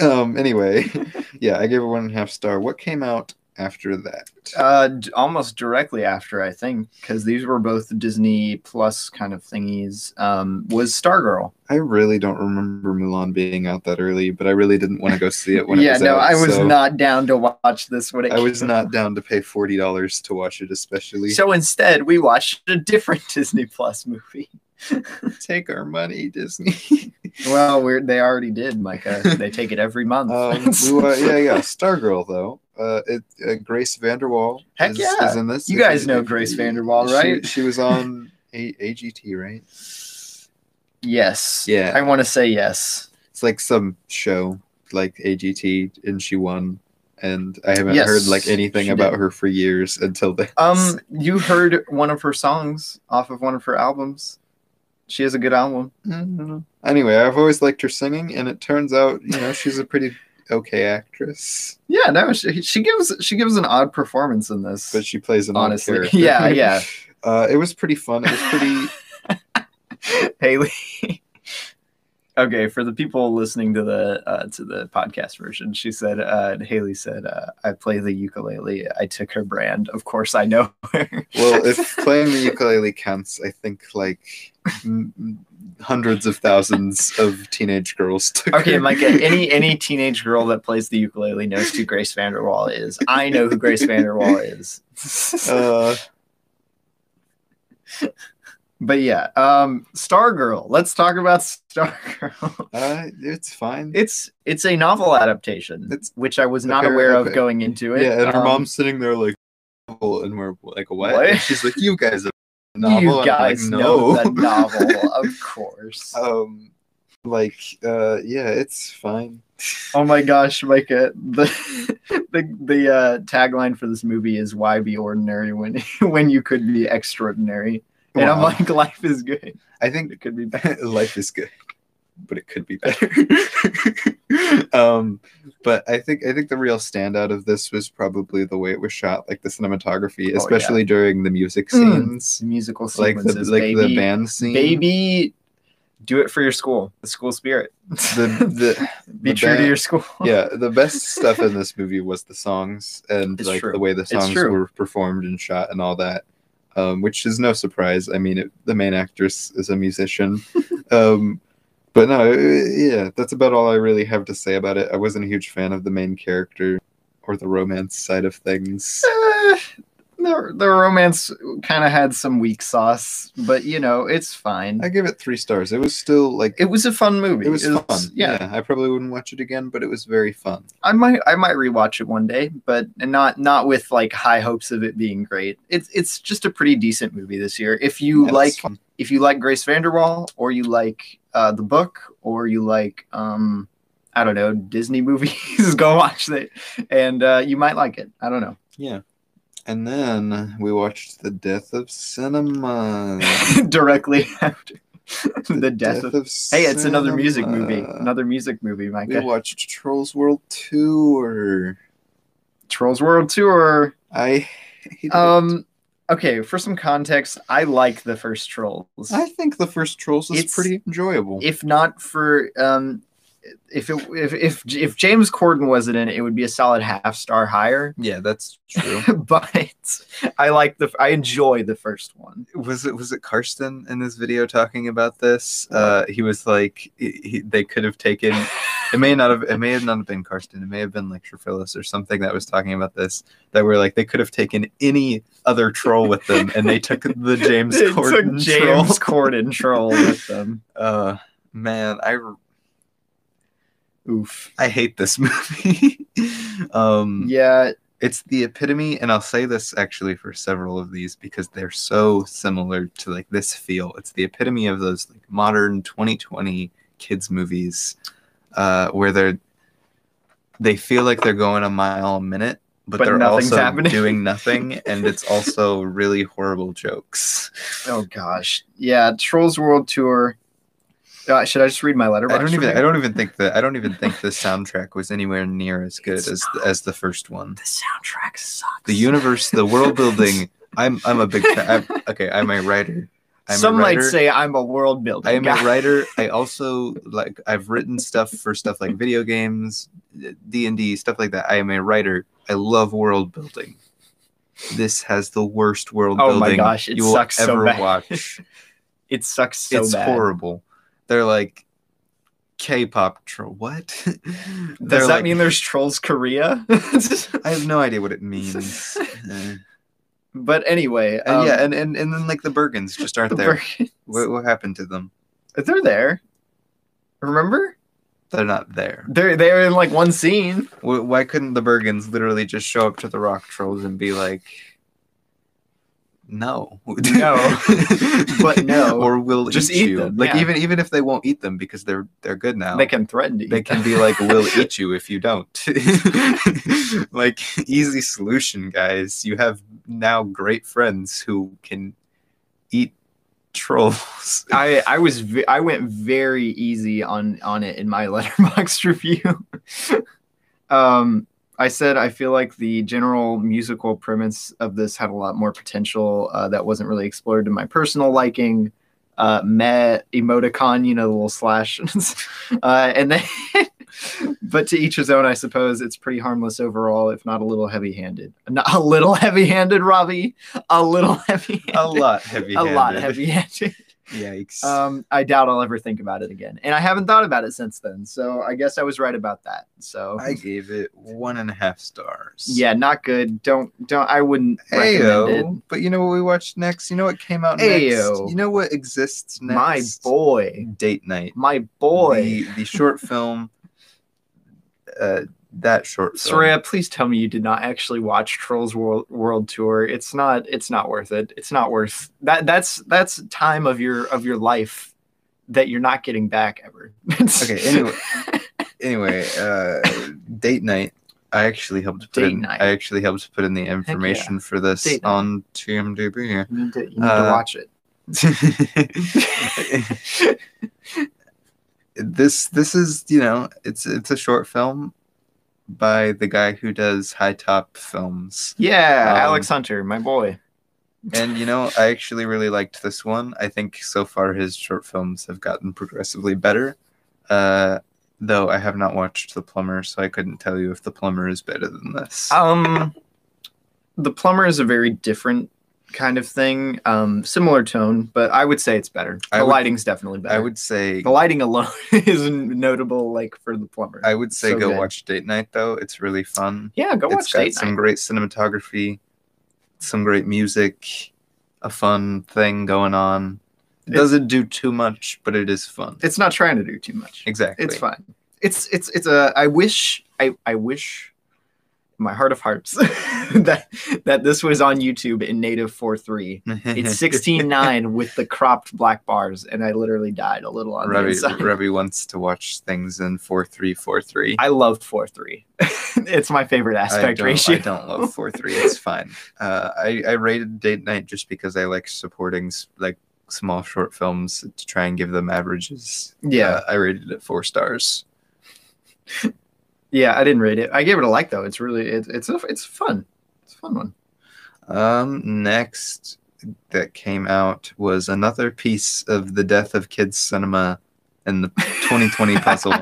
um. Anyway, yeah, I gave it one and a half star. What came out after that?
uh, d- almost directly after, I think, because these were both Disney Plus kind of thingies, um, was Stargirl.
I really don't remember Mulan being out that early, but I really didn't want to go see it when it
yeah,
was
no,
out,
I was
so
not down to watch this when it
I was
came
not down to pay forty dollars to watch it, especially.
So instead, we watched a different Disney Plus movie.
take our money, Disney.
Well, we're, they already did, Micah. They take it every month.
um, we wa- yeah, yeah, Stargirl though. Uh, it, uh, Grace Vanderwall
Heck
is,
yeah.
is in this.
You
If
guys know
if
Grace
you-
Vanderwall,
she-
right?
She, was on a- AGT, right?
yes.
Yeah.
I want to say yes.
It's like some show like AGT, and she won. And I haven't
Yes,
heard like anything
she
about
did.
her for years until then.
Um, you heard one of her songs off of one of her albums. She has a good album.
Mm-hmm. Anyway, I've always liked her singing, and it turns out, you know, she's a pretty okay actress,
Yeah, no, she, she gives she gives an odd performance in this.
but she plays an odd
Honestly,
character.
yeah, yeah.
Uh, it was pretty fun. It was pretty.
Haley. okay, for the people listening to the uh, to the podcast version, she said, uh, Haley said, uh, "I play the ukulele. I took her brand. Of course, I know her."
well, if playing the ukulele counts, I think like m- m- hundreds of thousands of teenage girls took.
okay,
her.
Micah, any any teenage girl that plays the ukulele knows who Grace Vanderwall is. I know who Grace Vanderwall is.
Uh,
but yeah, um, Stargirl. Let's talk about Stargirl.
uh, it's fine.
It's it's a novel adaptation,
It's
which I was not
apparent-
aware of
okay.
going into it.
yeah, and her
Um,
mom's sitting there like, "Oh," and we're like, "What?"
What?
And she's like, "You guys are a novel."
You
and I'm like,
guys know the novel, of course.
um like uh yeah it's fine
Oh my gosh, Micah! The the, the uh, tagline for this movie is "Why be ordinary when when you could be extraordinary?" And I'm
Wow.
like, life is good.
i think
It could be bad.
life is good but it could be better um but i think i think the real standout of this was probably the way it was shot like the cinematography
Oh, yeah.
especially during the music
Mm.
scenes
Musical
like the
sequences,
like
baby.
the band scene
Baby, do it for your school. The school spirit.
the the
be
the
true to
band-
your school.
yeah the best stuff in this movie was the songs and
It's
like
true.
the way the songs
true.
were performed and shot and all that um, which is no surprise i mean it, the main actress is a musician um, but no eh, yeah that's about all i really have to say about it i wasn't a huge fan of the main character or the romance side of things
Eh, the, the romance kind of had some weak sauce, but you know it's fine.
i give it three stars it was still like
it was a fun movie.
it was
It's-
fun
Yeah,
i probably wouldn't watch it again but it was very fun
I might I might rewatch it one day, but and not not with like high hopes of it being great. It's it's just a pretty decent movie this year. If you
Yeah, it's
like
fun.
if you like Grace Vanderwall or you like uh, the book or you like um I don't know Disney movies, go watch it, and uh, you might like it. I don't know.
yeah and then we watched the death of cinema
Directly after the death of Hey, it's another music movie.
cinema.
Another music movie,
We
Micah.
watched Trolls World Tour.
Trolls World Tour.
I hated it.
Um, okay, for some context, I like the first Trolls.
I think the first Trolls is
It's-
pretty enjoyable.
If not for um, if it if if if James Corden wasn't in it, it would be a solid half star higher.
yeah, that's true.
but I like the I enjoy the first one.
was it was it Karsten in this video talking about this? Uh, he was like, he, he- they could have taken. It may not have. It may have not have been Karsten. It may have been like Trephilis or something that was talking about this. That were like they could have taken any other troll with them, and they took the James
They
Corden
took
troll.
James Corden troll with them.
Uh, man, I r-
Oof.
I hate this movie. um,
Yeah,
it's the epitome and i'll say this actually for several of these because they're so similar to like this feel it's the epitome of those like modern 2020 kids movies uh where they're they feel like they're going a mile a minute but,
But
they're
nothing's
also
happening.
doing nothing and it's also really horrible jokes
Oh gosh, yeah, Trolls World Tour. Uh, should I just read my
i
letterbox?
don't even
review?
i don't even think that i don't even think the soundtrack was anywhere near as good
It's
as as the first one
The soundtrack sucks.
the universe, the world building. I'm I'm a big fan. I'm, okay, I'm a writer. I'm a
Some might
writer.
say I'm a world builder.
I am
guy.
a writer. I also like I've written stuff for stuff like video games, D and D stuff like that. I am a writer. I love world building. This has the worst world
Oh my
building
gosh, it
you will
sucks so
ever
bad.
watch.
It sucks so
it's
bad.
horrible. They're like K-pop troll. What? They're
Does that
like-
mean there's Trolls Korea?
I have no idea what it means. Uh,
but anyway,
and
um,
yeah, and, and and then like the Bergens just aren't
the
there.
Berg-
What, what happened to them?
they're there. Remember?
They're not there.
They're they're in like one scene.
Wh- Why couldn't the Bergens literally just show up to the Rock Trolls and be like, "No,
No. But no.
or we'll
Just
just
eat
eat, you."
them,
Like
yeah.
even even if they won't eat them because they're they're good now,
They can threaten to eat
they can be like, "We'll eat you if you don't." like easy solution, guys. You have now great friends who can eat trolls.
I I was ve- I went very easy on on it in my letterbox review. um, I said I feel like the general musical premise of this had a lot more potential uh, that wasn't really explored to my personal liking. Uh, meh emoticon, you know, the little slash, uh, and then. but to each his own, I suppose. It's pretty harmless overall, if not a little heavy-handed. Not a little heavy-handed, Robbie. A little heavy-handed.
a lot heavy.
A lot heavy-handed.
Yikes.
Um, I doubt I'll ever think about it again, and I haven't thought about it since then. So I guess I was right about that. So
I gave it one and a half stars.
yeah, not good. Don't don't. I wouldn't recommend
Ayo. But you know what we watched next? You know what came out
Ayo.
next? You know what exists
it. My
next?
boy,
Date Night.
my boy.
The, the short film. Uh, that short film.
Soraya, uh, please tell me you did not actually watch Trolls World, World Tour. It's not. It's not worth it. It's not worth that. That's that's time of your of your life that you're not getting back ever.
Okay, anyway. anyway, uh, Date Night. I actually helped put
Date
in,
Night.
I actually helped put in the information for this
Date Night.
on TMDB.
you need to, you need to
Uh,
watch it.
this this is you know it's it's a short film by the guy who does high top films
Yeah,
um,
Alex Hunter, my boy.
and you know i actually really liked this one i think so far his short films have gotten progressively better uh though i have not watched the plumber so i couldn't tell you if the plumber is better than this
Um, the plumber is a very different kind of thing. Um, similar tone, but I would say it's better. The
I would-
lighting's definitely better.
i would say
The lighting alone is notable, like for the plumber.
i would say
so
go
good.
watch date night though it's really fun
yeah, go
It's
watch
got
Date
some
Night.
great cinematography, some great music, a fun thing going on. It
It-
doesn't do too much, but it is fun.
It's not trying to do too much.
exactly.
It's fine. It's it's it's a. I wish I I wish, in my heart of hearts, that that this was on YouTube in native four three. It's sixteen nine with the cropped black bars, and I literally died a little on the
Robbie,
inside.
Robbie wants to watch things in four three four three.
I love four three. it's my favorite aspect
don't,
ratio.
I don't love four three. It's fine. Uh, I I rated Date Night just because I like supporting s- like small short films to try and give them averages.
Yeah,
Uh, I rated it four stars.
yeah. I didn't rate it. I gave it a like though. It's really it's it's a, it's fun. It's a fun one.
Um, next that came out was another piece of the death of kids cinema and the 2020 puzzle.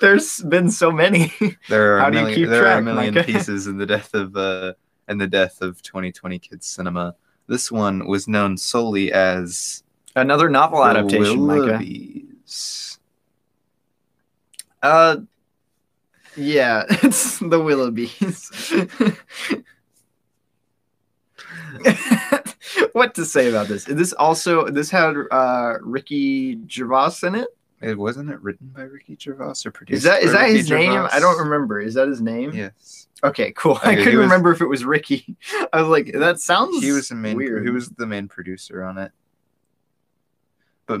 There's been so many.
There are
How
a
do you
million,
keep
there are a
track,
million
Micah?
pieces in the death of uh, in the death of 2020 kids cinema. This one was known solely as
Another novel
the
adaptation, Micah.
Willoughbys.
Uh, yeah, it's the Willoughbys. what to say about this? This also this had uh, Ricky Gervais in it.
It wasn't it written by Ricky Gervais or produced?
Is that is
by
that
Ricky
his name?
Gervais?
I don't remember. Is that his name?
Yes,
Okay, cool. I
Okay, he
couldn't
was-
remember if it was Ricky. I was like, that sounds.
he was the main.
Weird.
He was the main producer on it. But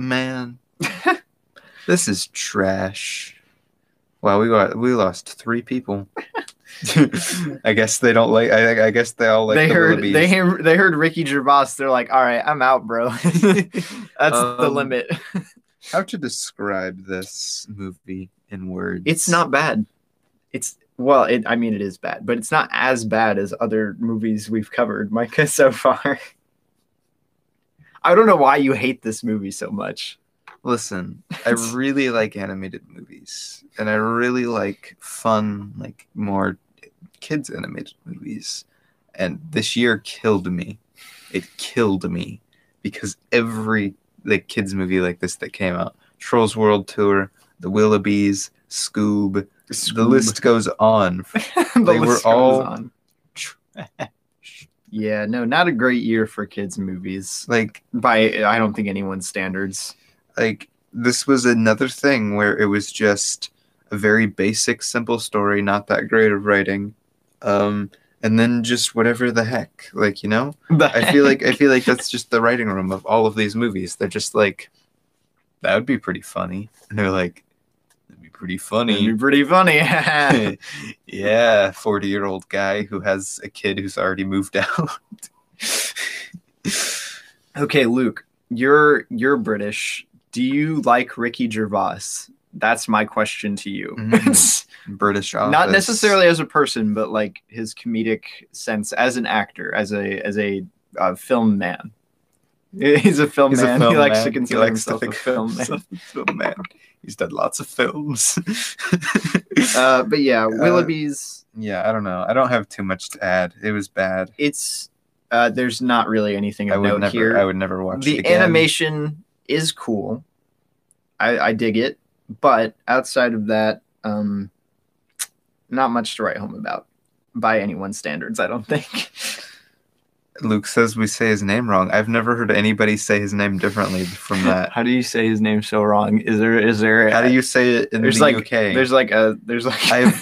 man, this is trash. Wow, we got we lost three people. I guess they don't like. I, I guess they all like.
they
the
heard
Willoughbys.
they hear, they heard Ricky Gervais. They're like, all right, I'm out, bro. That's the
Um,
limit.
How to describe this movie in words?
It's not bad. It's well, it, I mean, it is bad, but it's not as bad as other movies we've covered, Micah, so far. I don't know why you hate this movie so much.
Listen, I really like animated movies, and I really like fun, like more kids animated movies. And this year killed me. It killed me because every like kids movie like this that came out, Trolls World Tour, The Willoughbys, Scoob, the list goes on.
the
they were
list goes
all
on. Yeah, no, not a great year for kids' movies.
Like
By I don't think anyone's standards.
like this was another thing where it was just a very basic simple story not that great of writing um and then just whatever the heck like you know i feel like i feel like that's just the writing room of all of these movies they're just like that would be pretty funny and they're like that'd be pretty
It'd be
funny
pretty funny. yeah,
yeah 40 year old guy who has a kid who's already moved out
Okay, Luke, you're you're British. Do you like Ricky Gervais? That's my question to you.
Mm, british office.
Not necessarily as a person, but like his comedic sense as an actor, as a as a uh, film man. He's a film
He's a
man.
film
he likes
man.
to
He
consider
likes to
himself
think
a film man.
himself a film man. He's done lots of films.
Uh, but yeah, Willoughby's.
yeah, I don't know. I don't have too much to add. It was bad.
it's uh, there's not really anything
I
of
would
note
never.
here.
I would never watch
the
it again.
animation is cool. I, I dig it, but outside of that, um, not much to write home about by anyone's standards. I don't think.
Luke says we say his name wrong. I've never heard anybody say his name differently from that.
How do you say his name so wrong? Is there is there
How do you say it in
There's
the
like
UK?
there's like a there's like
I've-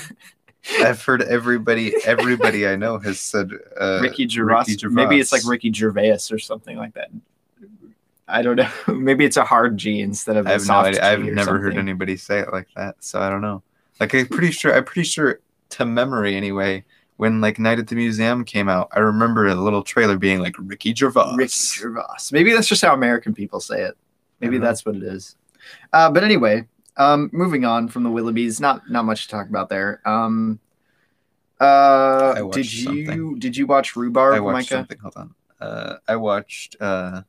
I've heard everybody. Everybody I know has said uh,
Ricky, Gervais.
Ricky Gervais.
Maybe it's like Ricky Gervais or something like that. I don't know. Maybe it's a hard G instead of
I
a
have no
soft
idea. I've
G or
never heard
something.
anybody say it like that, so I don't know. Like I'm pretty sure. I'm pretty sure to memory anyway. When like Night at the Museum came out, I remember a little trailer being like Ricky Gervais.
Ricky Gervais. Maybe that's just how American people say it. Maybe
Uh-huh.
that's what it is. Uh, but anyway, um, moving on from the Willoughbys, not not much to talk about there. Um, uh,
I watched
did you
something.
did you watch Rhubarb,
I watched
Micah?
something. Hold on. Uh, I watched. Uh,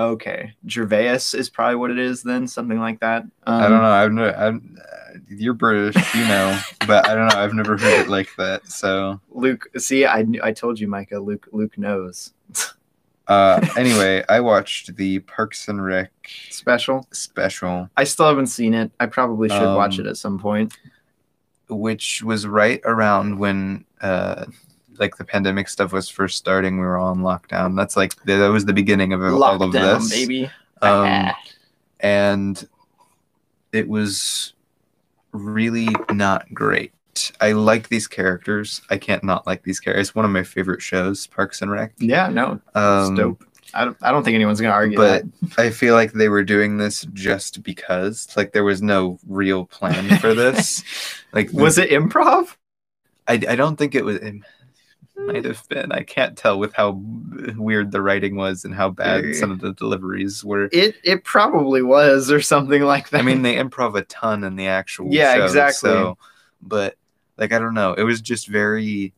Okay, Gervais is probably what it is then, something like that. Um,
I don't know. I've never. I'm, uh, you're British, you know, but I don't know. I've never heard it like that. So
Luke. See, I knew, I told you, Micah. Luke Luke knows
uh, anyway, I watched the Parks and Rec
special.
special.
I still haven't seen it. I probably should watch
Um,
it at some point.
which was right around when uh like the pandemic stuff was first starting we were all in lockdown that's like that was the beginning of all of
Lockdown,
this
baby.
um and it was really not great i like these characters i can't not like these characters it's one of my favorite shows parks and rec
yeah, no, it's
um
dope. I don't, I don't think anyone's gonna argue that.
but I feel like they were doing this just because, like, there was no real plan for this. like,
Was it improv?
I, I don't think it was. It might have been. I can't tell with how weird the writing was and how bad some of the deliveries were.
It it probably was or something like that.
I mean, they improv a ton in the actual
Yeah,
show,
exactly.
So, but like, I don't know. It was just very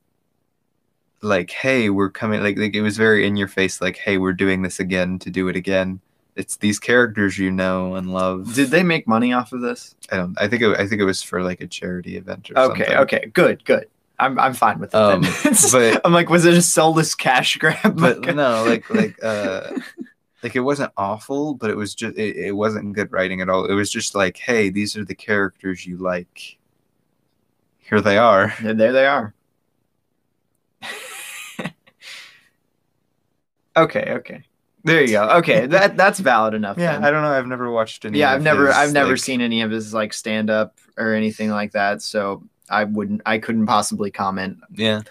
like hey we're coming like, like it was very in your face like hey we're doing this again to do it again it's these characters you know and love
Did they make money off of this?
i don't i think it, i think it was for like a charity event or
Okay,
something.
okay, good, good. I'm I'm fine with it.
Um,
then. It's-
but-
I'm like, was it a soulless cash grab?
but
Like,
no like like uh like it wasn't awful but it was just it, it wasn't good writing at all it was just like hey these are the characters you like here they are
Yeah, there they are. okay, okay. There you go. Okay, that that's valid enough.
yeah
then.
i don't know i've never watched any
yeah,
of
I've never
his,
I've never
like-
seen any of his like stand up or anything like that, so I wouldn't I couldn't possibly comment.
yeah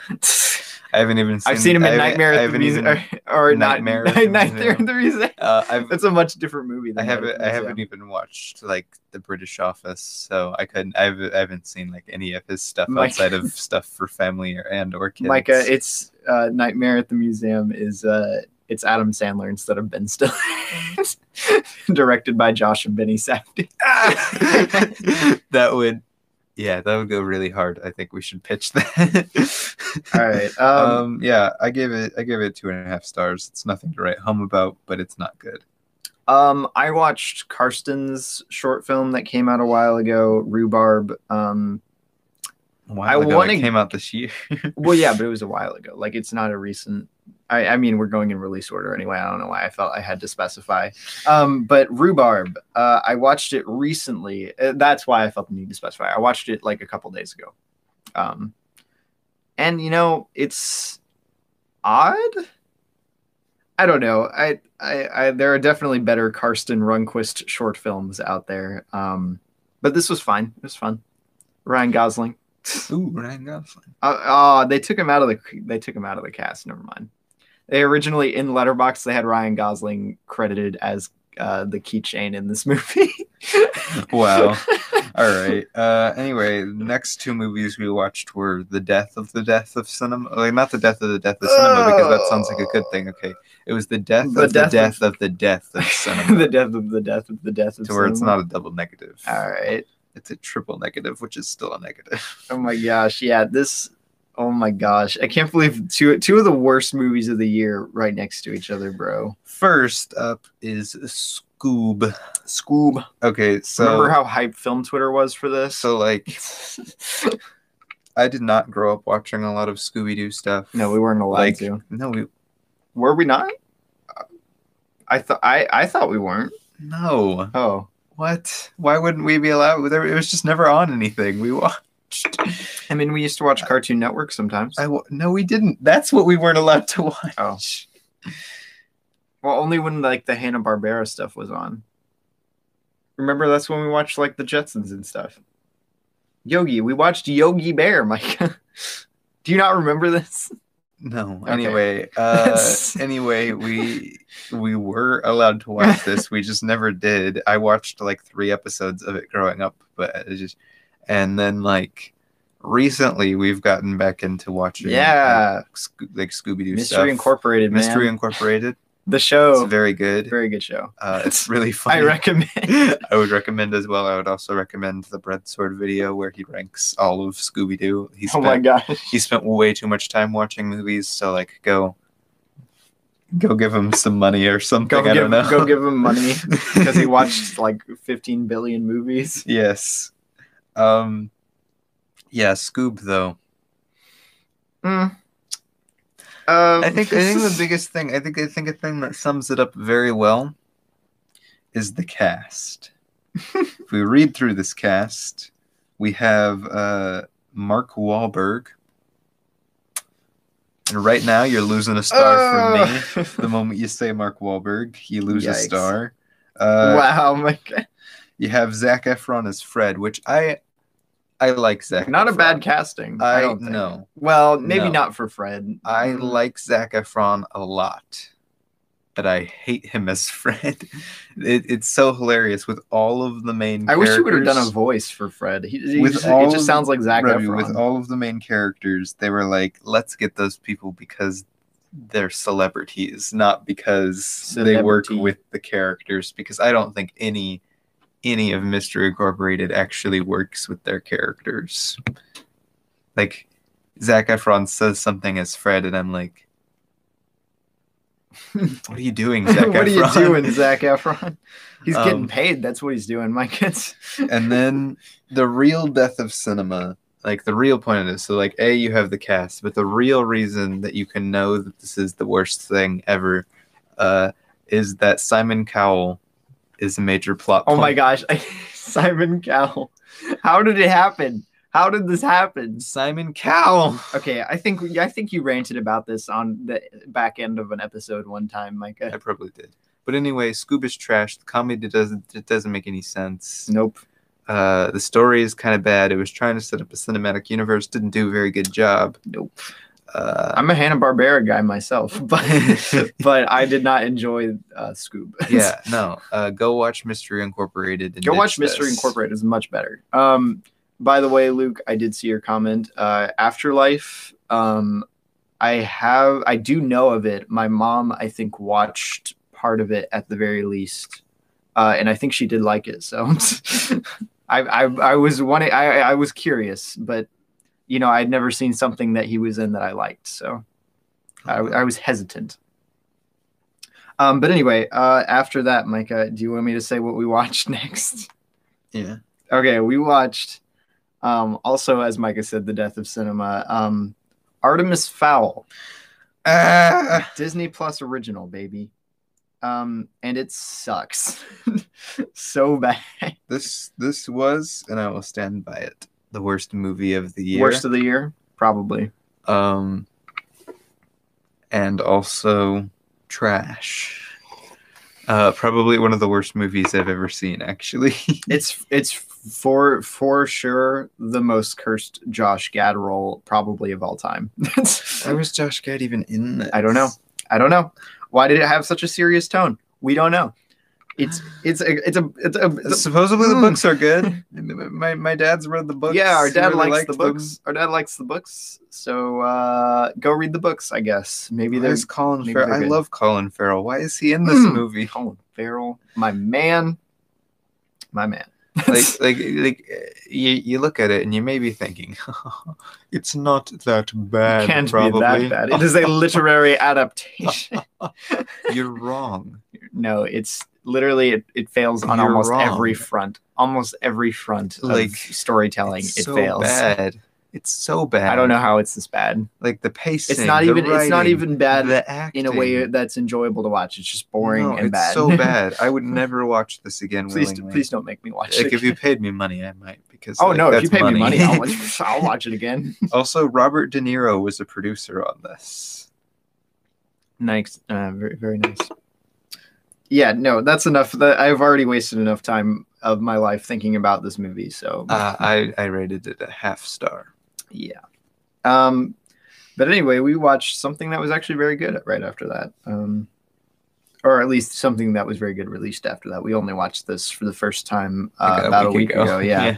i haven't even seen
I've seen him in
I haven't-
Nightmare
I
at the
haven't
Museum
even-
or, or not
Nightmare
Nightmare
at the
at
Museum.
the Museum.
uh, I've,
That's a much different movie than
I
Nightmare at
haven't
the
I
Museum.
haven't even watched like the British Office, so I couldn't I've I haven't seen like any of his stuff
Mike-
outside of stuff for family or and or kids.
Micah, it's uh, Nightmare at the Museum is uh, it's Adam Sandler instead of Ben Stiller, directed by Josh and Benny Safdie.
that would yeah, that would go really hard. I think we should pitch that.
All right,
Um,
um,
yeah, I gave it I gave it two and a half stars. It's nothing to write home about, but it's not good.
um, I watched Karsten's short film that came out a while ago, Rhubarb. Um,
Why
I
I want
wanna-
it came out this year.
well, yeah, but it was a while ago. Like, it's not a recent. I, I mean, we're going in release order anyway. I don't know why I felt I had to specify. Um, but Rhubarb, uh, I watched it recently. Uh, That's why I felt the need to specify. I watched it like a couple days ago. Um, and you know, it's odd. I don't know. I, I, I there are definitely better Karsten Runquist short films out there. Um, but this was fine. It was fun. Ryan Gosling.
Ooh, Ryan Gosling.
Uh, oh, they took him out of the they took him out of the cast. Never mind. They originally in Letterbox they had Ryan Gosling credited as uh, the keychain in this movie.
Wow. All right. Uh, anyway, the next two movies we watched were The Death of the Death of Cinema. Like, not The Death of the Death of Cinema, because that sounds like a good thing. Okay. It was The Death
The
of
Death
the Death
of-
of, the Death of Cinema.
the death of the death of the death of
to where it's not
cinema.
a double negative.
All right.
It's a triple negative, which is still a negative.
Oh my gosh. Yeah. This. Oh my gosh. I can't believe two two of the worst movies of the year right next to each other, bro.
First up is Scoob.
Scoob.
Okay, so.
Remember how hype film Twitter was for this?
so, like, I did not grow up watching a lot of Scooby Doo stuff.
no, we weren't allowed
Like-
to.
No, we.
Were we not? Uh, I thought I I thought we weren't.
No.
Oh.
What? Why wouldn't we be allowed? There- It was just never on anything. We watched.
I mean, we used to watch Cartoon Network sometimes.
I wa- no, we didn't. That's what we weren't allowed to watch.
well, only when like the Hanna Barbera stuff was on. Remember, that's when we watched like the Jetsons and stuff. Yogi, we watched Yogi Bear, Micah. Do you not remember this?
No.
Okay.
Anyway, uh, anyway, we we were allowed to watch this. We just never did. I watched like three episodes of it growing up, but it just and then like recently we've gotten back into watching
Yeah,
like, Sco- like Scooby Doo stuff.
Mystery Incorporated, man.
Mystery Incorporated.
the show,
It's
very,
very good.
good show.
Uh, it's really funny.
I recommend.
I would recommend as well. I would also recommend the bread sword video where he ranks all of Scooby Doo. He
oh
spent
my gosh,
he spent way too much time watching movies, so like go go give him some money or something.
go
I
give
don't know.
go give him money because he watched like 15 billion movies.
yes. Um. Yeah, Scoob though.
Mm. Um,
Hmm. I think I think the biggest thing I think I think a thing that sums it up very well is the cast. if we read through this cast, we have uh, Mark Wahlberg, and right now you're losing a star from me.
Oh.
The moment you say Mark Wahlberg, you lose a
Yikes.
star. Uh,
wow, Micah.
You have Zach Efron as Fred, which I I like Zach.
Not a
Efron.
bad casting. I,
I-
don't think.
no.
Well, maybe
No.
not for Fred.
I
Mm.
like Zach Efron a lot, but I hate him as Fred. It, it's so hilarious with all of the main.
I wish you would have done a
characters-
voice for Fred. He, he
With
just,
all
it just sounds like Zach
Robbie,
Efron.
With all of the main characters, they were like, "Let's get those people because they're celebrities, not because they work
Celebrity.
with the characters." Because I don't think any any of Mystery Incorporated actually works with their characters. Like Zach Efron says something as Fred, and I'm like, "What are you doing, Zach
what are you
Efron?"
doing, Zach Efron? He's getting
Um,
paid. That's what he's doing, my kids.
and then the real death of cinema like the real point of this so like a you have the cast but the real reason that you can know that this is the worst thing ever uh, is that simon cowell is a major plot
Oh my
point.
gosh, Simon Cowell. How did it happen? How did this happen?
simon cowell
Okay, I think I think you ranted about this on the back end of an episode one time,
i
Micah.
probably did but anyway scuba's trash the comedy doesn't it doesn't make any sense
Nope.
uh, the story is kind of bad it was trying to set up a cinematic universe didn't do a very good job
Nope.
uh,
I'm a Hanna Barbera guy myself, but but I did not enjoy uh, Scoob.
yeah no uh, go watch mystery incorporated and
Go watch
ditch
Mystery
this.
Incorporated is much better. Um, by the way, Luke, I did see your comment. Uh, Afterlife, um, I have, I do know of it. My mom, I think, watched part of it at the very least, uh, and I think she did like it. So, I, I, I was one, I, I was curious, but you know, I'd never seen something that he was in that I liked, so I, I was hesitant. Um, but anyway, uh, after that, Micah, do you want me to say what we watched next?
yeah
okay we watched um also as micah said the death of cinema um artemis fowl
Ah,
disney plus original baby um and it sucks so bad
this this was, and I will stand by it, the worst movie of the year.
worst of the year probably
um, and also trash. Uh, probably one of the worst movies I've ever seen. Actually,
it's it's for for sure the most cursed josh gad role probably of all time
why was Josh Gad even in this?
I don't know. I don't know. Why did it have such a serious tone? We don't know. It's it's a it's a it's a, it's a
Supposedly the
Mm.
books are good. my my dad's read the books.
yeah, our
He
dad
really
likes
liked
the
them.
books. Our dad likes the books. So uh, go read the books, I guess. Maybe
Why
there's
is Colin
maybe
Farrell?
they're
I
good.
love Colin Farrell. Why is he in this
Mm.
movie?
Colin Farrell, my man, my man.
like like like uh, you, you look at it and you may be thinking it's not that bad
it can't
probably
be that bad. It is a literary adaptation.
you're wrong
No, it's literally it, it fails on
You're
almost every
wrong.
front. Almost every front
Like,
of storytelling,
it's
it
so
fails.
bad it's so bad
I don't know how it's this bad.
like the pacing
It's not
the
even. it's not
writing,
even bad
the acting.
in a way that's enjoyable to watch. It's just boring
No,
and
it's
bad.
so bad i would never watch this again
please,
willingly.
please don't make me watch
like
it.
if you paid me money i might because
oh
like,
no, if
that's
you pay me money, I'll watch, I'll watch it again.
also robert de niro was a producer on this
Nice, uh, very, very nice. Yeah, no, that's enough. That I've already wasted enough time of my life thinking about this movie. So
uh, i i rated it a half star
yeah. Um, but anyway, we watched something that was actually very good right after that. Um, or at least something that was very good released after that. We only watched this for the first time uh,
like
about a week ago. Yeah.
yeah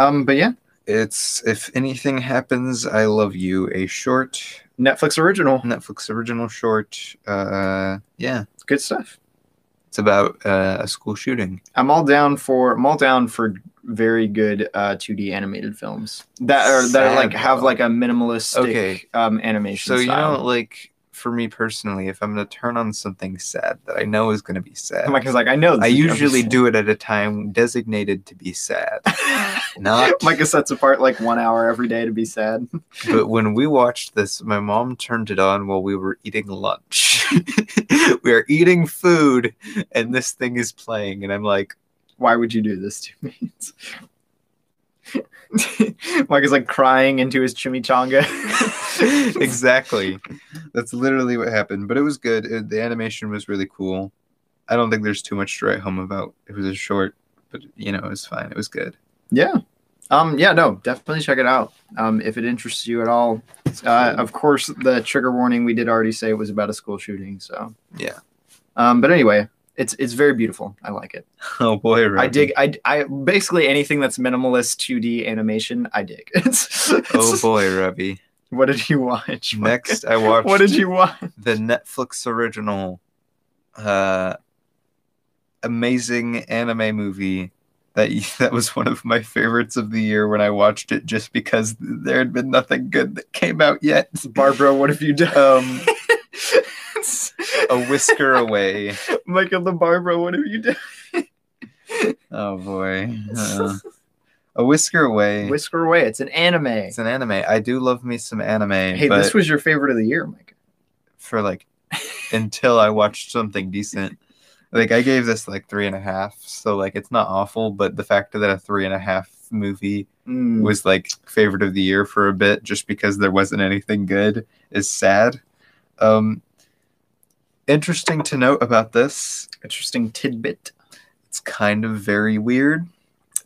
Um, but yeah,
It's If Anything Happens, I Love You, a short
Netflix original,
Netflix original short. Uh, yeah,
good stuff.
it's about uh, a school shooting.
I'm all down for I'm all down for very good uh, 2D animated films that are that are like
Sad,
have
though.
like a minimalistic
Okay.
um, animation
So, you
style.
know, like for me personally, if I'm going to turn on something sad that I know is going to be sad,
Micah's like I know. Oh This
I
is
usually
interesting."
do it at a time designated to be sad. Not,
Micah sets apart like one hour every day to be sad.
but when we watched this, my mom turned it on while we were eating lunch. we are eating food, and this thing is playing, and I'm like,
Why would you do this to me? Micah's like crying into his chimichanga.
exactly. That's literally what happened. But it was good. It- the animation was really cool. I don't think there's too much to write home about. It was a short, but you know, it was fine. It was good.
Yeah. Um, yeah, no, definitely check it out. Um, if it interests you at all. Uh, of course, the trigger warning we did already say was about a school shooting. So,
Yeah.
um, but anyway, it's it's very beautiful. I like it.
Oh boy, Robbie.
I dig. I, I basically anything that's minimalist 2D animation. I dig. It's,
Oh boy, Robbie.
What did you watch?
Next, I watched
What did you watch?
the Netflix original, uh, amazing anime movie, that that was one of my favorites of the year when I watched it, just because there had been nothing good that came out yet.
Barbara, what have you done?
Um, a whisker away.
Michael and Barbara, what have you done?
Oh boy, Uh, a whisker away.
Whisker away. It's an anime.
it's an anime. I do love me some anime.
hey,
but
this was your favorite of the year, Micah.
for like until I watched something decent. Like I gave this like three and a half, so like it's not awful, but the fact that a three and a half movie
Mm.
was like favorite of the year for a bit just because there wasn't anything good is sad. Um interesting to note about this.
Interesting tidbit.
It's kind of very weird.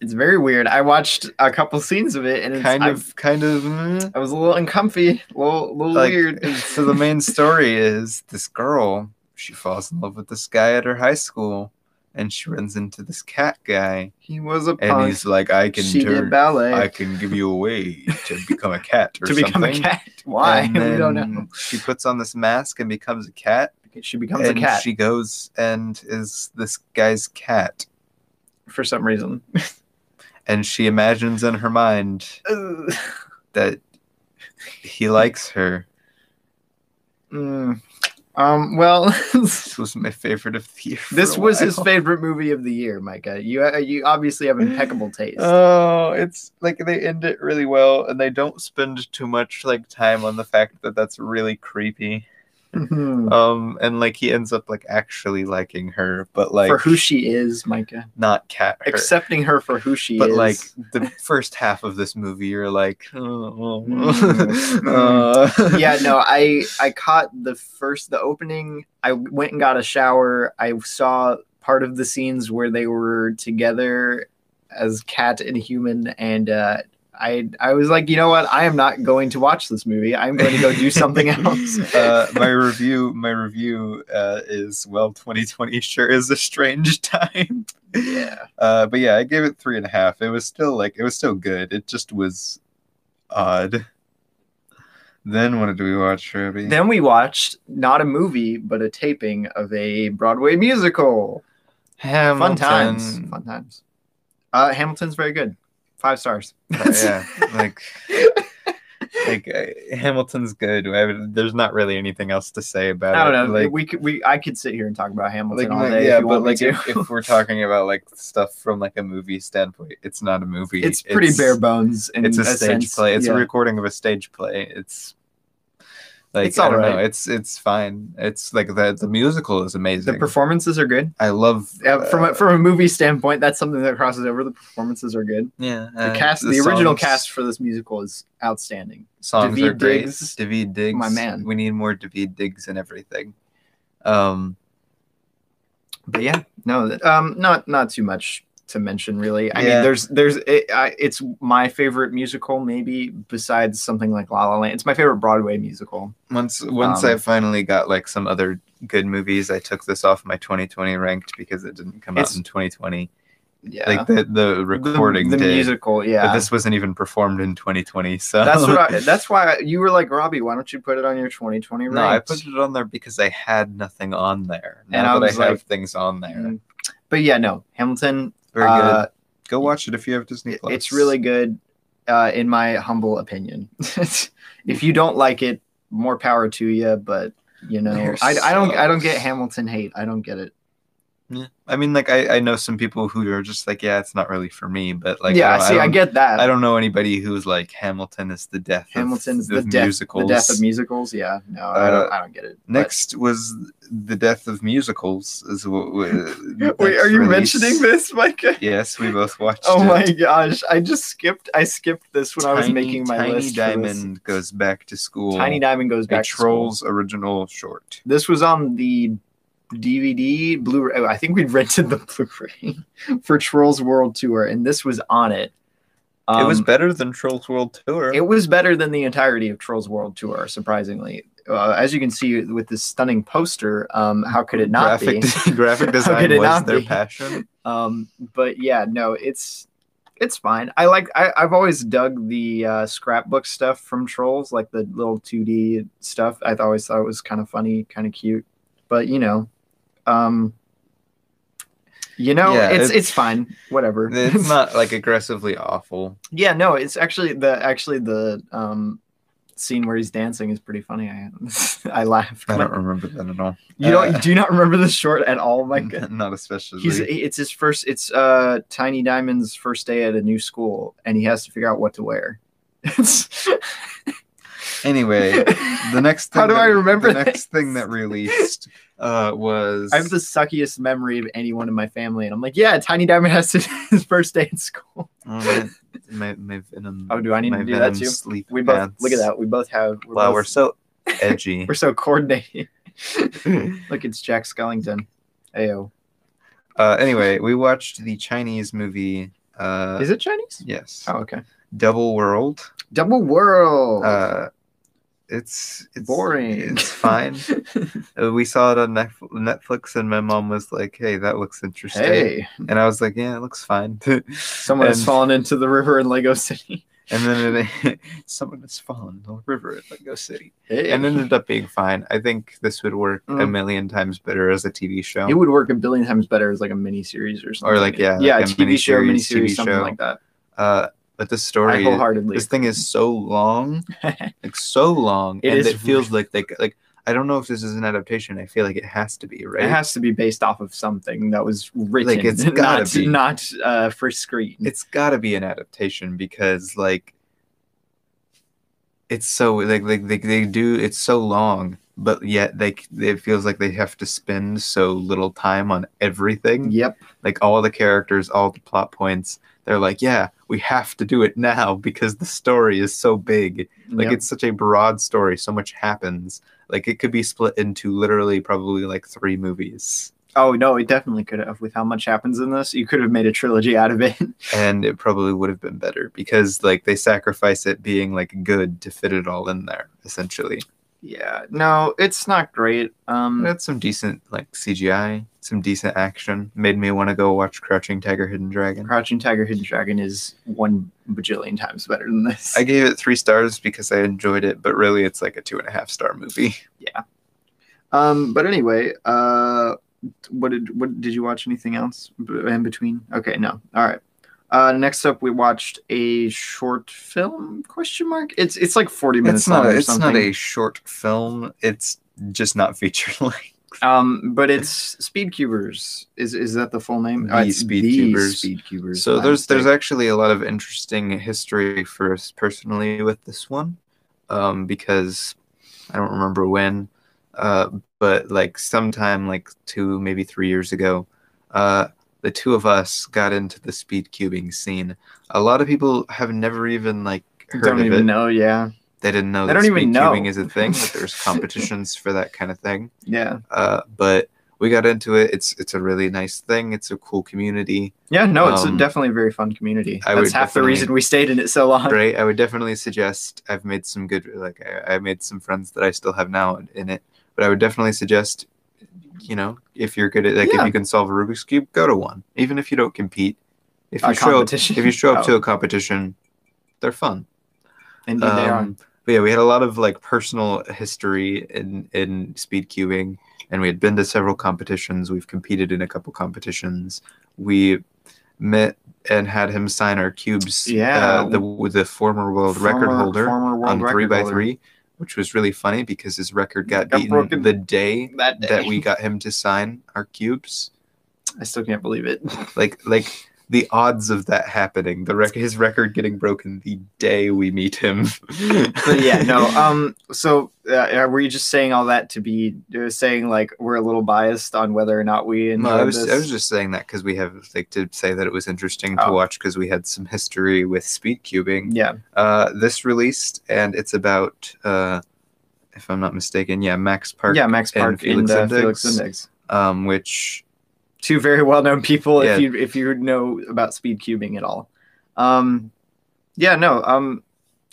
It's very weird. I watched a couple scenes of it, and it's,
Kind
I-
of kind of mm,
I was a little uncomfy, a little, little
like,
weird.
so the main story is this girl, she falls in love with this guy at her high school and she runs into this cat guy
he was a
and
punk.
he's like, I can
Oh, she did
turn,
ballet
I can give you away to become a cat or
to become
something.
a cat. Why?
And
We don't
then
know.
She puts on this mask and becomes a cat.
She becomes
and
a cat
She goes and is this guy's cat,
for some reason.
and she imagines in her mind that he likes her.
Mm. Um. Well,
This was my favorite of the year. for
this
a
was his
while.
favorite movie of the year, Micah. You uh, you obviously have
Uh,
impeccable taste.
Oh, it's like they end it really well, and they don't spend too much like time on the fact that that's really creepy.
Mhm.
Um, and like he ends up like actually liking her, but like
for who she is, Micah.
not cat her.
Accepting her for who she
but
is.
like the first half of this movie, you're like, oh, uh,
yeah, no, I I caught the first the opening. I went and got a shower. I saw part of the scenes where they were together as cat and human, and uh, I I was like, you know what? I am not going to watch this movie. I'm going to go do something else.
uh, my review, my review uh, is well, 2020 sure is a strange time.
yeah,
Uh, but yeah, I gave it three and a half. It was still like it was still good. It just was odd. Then what did we watch, Ruby?
then we watched not a movie but a taping of a Broadway musical. Fun
Hamilton.
times, fun times. Uh, Hamilton's very good. Five stars.
yeah, like like uh, Hamilton's good. I would- there's not really anything else to say about
I
it.
don't know.
Like,
we could, we I could sit here and talk about Hamilton
like
all
like,
day.
yeah,
if you
but
want
like
me
if,
to.
if we're talking about like stuff from like a movie standpoint, it's not a movie.
it's pretty bare bones. In
It's a, stage
sense.
play. It's
yeah.
a recording of a stage play. It's like
It's
I don't know.
alright.
It's it's fine. It's like the the musical is amazing.
the performances are good.
I love
Yeah, from
uh,
a, from a movie standpoint, that's something that crosses over. The performances are good.
yeah
The cast, the, original
uh, songs-
cast for this musical is outstanding.
songs
Daveed
are great.
Diggs,
David Diggs,
my man.
We need more David Diggs and everything. Um,
But yeah, no, that- um, not not too much to mention really. I mean,
Yeah.
there's there's it, I, it's my favorite musical maybe besides something like La La Land. It's my favorite Broadway musical.
once once
Um,
I finally got like some other good movies, I took this off my 2020 ranked because it didn't come out
It's-
in 2020.
Yeah,
Like the the
The-
recording
the,
did,
musical. Yeah,
but this wasn't even performed in 2020. So
That's what. I, that's why you were like Robbie. Why don't you put it on your 2020
No, I
ranked?"
put it on there because I had nothing on there.
And I
Now that I
was
have
like-
things on there,
Mm. But yeah, no, Hamilton.
very
uh,
good. Go watch it if you have Disney
it-
Plus.
It's really good, uh, in my humble opinion. if you don't like it, more power to you. But you know,
There
I, I don't. I don't get
sucks.
Hamilton hate. I don't get it.
Yeah. I mean, like I, I know some people who are just like, yeah, it's not really for me, but like,
yeah,
I,
see, I,
don't-
get that.
I don't know anybody who's like Hamilton is the death.
Hamilton's
of,
the
of
death,
musicals. Uh,
the death of musicals. Yeah, no, I don't. I don't get it. But-
Next was the death of musicals. Is what? wa-
wait,
that's
are you
released.
mentioning this, Micah?
Yes, we both watched.
Oh
it.
my gosh, I just skipped. I skipped this when I was
Tiny-
making my
Tiny
list. for this.
Diamond goes back to school.
Tiny Diamond goes
a
back to school.
Trolls original short.
This was on the DVD Blu-ray. Oh, I think we rented the Blu-ray for Trolls World Tour, and this was on it.
it was
Um,
better than Trolls World Tour.
It was better than the entirety of Trolls World Tour, surprisingly. Uh, as you can see with this stunning poster, um, how could it not
graphic,
be?
graphic design
could it
was
not
their
be?
passion.
Um, but yeah, no, it's it's fine. I like. I, I've always dug the uh, scrapbook stuff from Trolls, like the little two D stuff. I always thought it was kind of funny, kind of cute. But you know, um, You know,
Yeah,
it's, it's
it's-
fine. Whatever.
It's not like aggressively awful.
yeah, no, it's actually the actually the um scene where he's dancing is pretty funny. I I laughed.
I don't remember that at all.
you don't
uh,
do you not remember the short at all, Mike?
Not especially.
He's it's his first it's uh Tiny Diamond's first day at a new school and he has to figure out what to wear. It's
Anyway, the next thing
How do
that-
I remember
the next
this?
thing that released uh, was
I have the suckiest memory of anyone in my family, and I'm like, yeah, Tiny Diamond has to his first day at school.
Oh, my, my, my venom.
Oh, do I need
my
to do that
venom
too?
Sleep
We both
pants.
look at that. We both have. We're
Wow,
both-
we're so edgy.
we're so coordinated. look, it's Jack Skellington. Ayo,
uh, anyway, we watched the Chinese movie. Uh,
is it Chinese?
yes,
Oh, okay.
Double World.
Double World.
Uh, it's, it's
Boring.
It's fine. Uh, we saw it on Netf- Netflix, and my mom was like, "Hey, that looks interesting,"
hey,
and I was like, "Yeah, it looks fine."
someone has
And-
fallen into the river in Lego City.
And then it, someone has fallen in the river at Lego City.
Hey,
and ended up being fine. I think this would work a
Mm.
million times better as a TV show.
it would work a billion times better as like a mini series or something.
like, yeah,
yeah,
like a
TV show, mini
miniseries,
series,
TV
something
show.
like that.
uh, but
I
the story,
wholeheartedly.
this thing is so long, like so long,
It
and
is
it feels like they c- like. I don't know if this is an adaptation. I feel like it has to be, right?
It has to be based off of something that was written.
Like, it's gotta
not,
be.
not uh, for screen.
it's got to be an adaptation because like it's so like like they, they do it's so long, but yet they c- it feels like they have to spend so little time on everything.
yep.
like all the characters, all the plot points. They're like, yeah, we have to do it now because the story is so big. Like
yep.
it's such a broad story, so much happens. Like it could be split into literally probably like three movies,
oh no, it definitely could have. With how much happens in this, you could have made a trilogy out of it.
and it probably would have been better because like they sacrifice it being like good to fit it all in there essentially.
yeah. No, it's not great. Um,
It had some decent like CGI, some decent action. Made me want to go watch Crouching Tiger, Hidden Dragon.
Crouching Tiger, Hidden Dragon is one bajillion times better than this.
I gave it three stars because I enjoyed it, but really it's like a two and a half star movie.
um, but anyway, uh, what did what did you watch? Anything else b- in between? Okay, no. All right. Uh, next up, we watched a short film? Question mark. It's it's like forty minutes
it's not
long.
a,
or
it's
something.
not a short film it's just not feature length
Um, but it's Speedcubers. Is is that the full name? Uh,
The
it's
Speedcubers.
The Speedcubers.
so
my
there's there's
mistake.
actually a lot of interesting history for us personally with this one um because i don't remember when uh but like sometime like two maybe three years ago uh the two of us got into the speed cubing scene a lot of people have never even like heard
don't
of
even
it
know. Yeah,
they didn't know
They
that
don't even
speed
know.
cubing is a thing that there's competitions for that kind of thing
yeah,
uh, but we got into it. It's it's a really nice thing. It's a cool community,
yeah. No, it's a,
Um,
definitely a very fun community.
I
That's
would
half the
definitely-
reason we stayed in it so long.
right? I would definitely suggest. I've made some good, like I, I made some friends that I still have now in- in it. But I would definitely suggest, you know, if you're good at like
Yeah.
if you can solve a Rubik's cube, go to one. Even if you don't compete, if
A
you show up,
competition.
if you show up to
Oh.
a competition, they're fun.
Indeed, they are.
Um, but yeah, we had a lot of like personal history in in speed cubing, and we had been to several competitions. We've competed in a couple competitions. We met and had him sign our cubes.
Yeah.
uh, the with the former world record
Former-
holder
former world
on
record
three by
holder.
three, which was really funny because his record got,
Got
beaten
broken
the day
That day.
that we got him to sign our cubes.
I still can't believe it.
Like like. The odds of that happening, the rec- his record getting broken the day we meet him.
But yeah, no. Um. So, uh, were you just saying all that to be uh, saying like we're a little biased on whether or not we enjoyed
No, I was
this?
I was just saying that because we have like to say that it was interesting to
Oh.
watch because we had some history with speed cubing.
yeah.
Uh, this released and it's about, uh, if I'm not mistaken, yeah, Max Park,
yeah, Max
and
Park and,
Felix
uh,
Index.
Felix Index.
um, which
two very well known people
Yeah.
if you if you know about speed cubing at all. Um, yeah, no, um,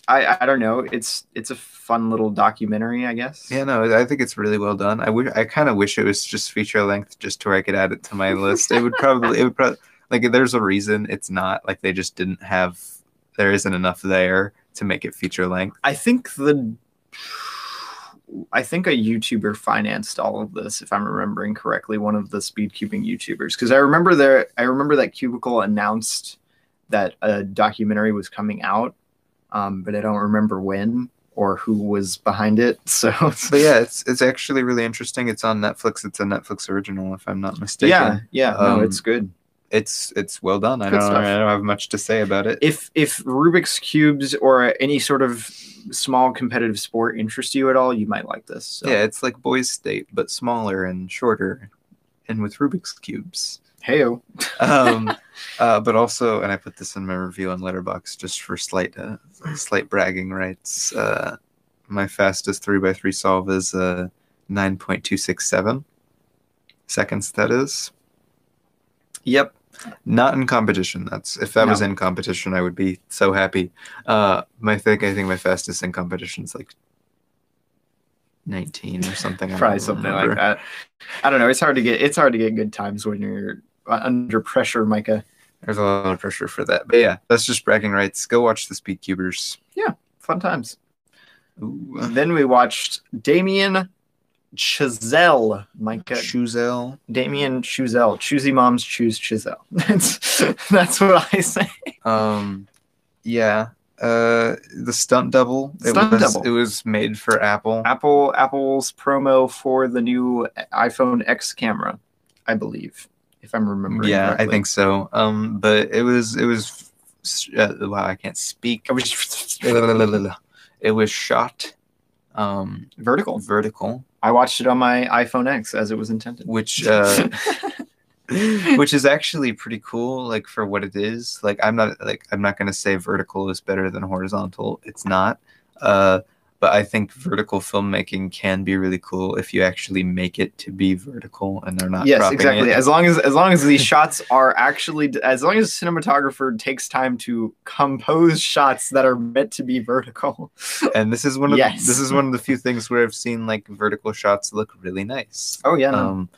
I I don't know. It's it's a fun little documentary, I guess.
yeah, no, I think it's really well done. I wish I kind of wish it was just feature length just to where I could add it to my list. It would probably it would probably like there's a reason it's not like they just didn't have there isn't enough there to make it feature length.
I think the I think a YouTuber financed all of this, if I'm remembering correctly, one of the speedcubing YouTubers. Because I remember there, I remember that Cubicle announced that a documentary was coming out, um, but I don't remember when or who was behind it. So
But yeah, it's it's actually really interesting. It's on Netflix. It's a Netflix original, if I'm not mistaken.
yeah, yeah,
Um,
no, it's good.
it's it's well done. I
Good
don't
stuff.
I don't have much to say about it.
if if Rubik's cubes or any sort of small competitive sport interest you at all, you might like this. So.
Yeah, it's like Boys State, but smaller and shorter, and with Rubik's cubes.
Heyo.
Um, uh, but also, and I put this in my review on Letterbox just for slight uh, slight bragging rights. Uh, my fastest three x three solve is uh, nine point two six seven seconds. That is. Yep. Not in competition. That's if that was in competition, I would be so happy. Uh, my think I think my fastest in competition is like nineteen or something. I
Probably
don't
something
remember.
like that. I don't know. It's hard to get it's hard to get good times when you're uh, under pressure, Micah.
There's a lot of pressure for that. But yeah, that's just bragging rights. Go watch the Speedcubers.
Fun times.
Ooh.
Then we watched Damien Chazelle. Micah
Chuzel.
Damien Chazelle. Choosy moms choose Chazelle. That's that's what I say.
Um, yeah. Uh, the stunt double. It
Stunt
was,
double.
It was made for Apple.
Apple Apple's promo for the new iPhone X camera, I believe, if I'm remembering.
yeah, I
correctly.
think so. Um, but it was it was. Uh, wow, I can't speak.
I was
It was shot um,
vertical.
vertical,
I watched it on my iPhone X as it was intended.
which uh, which is actually pretty cool like for what it is like i'm not like i'm not going to say vertical is better than horizontal it's not uh but i think vertical filmmaking can be really cool if you actually make it to be vertical and they're not
yes,
propping
exactly.
it.
As long as as long as these shots are actually, as long as cinematographer takes time to compose shots that are meant to be vertical.
and this is one of
Yes.
this is one of the few things where i've seen like vertical shots look really nice
Oh yeah, no.
um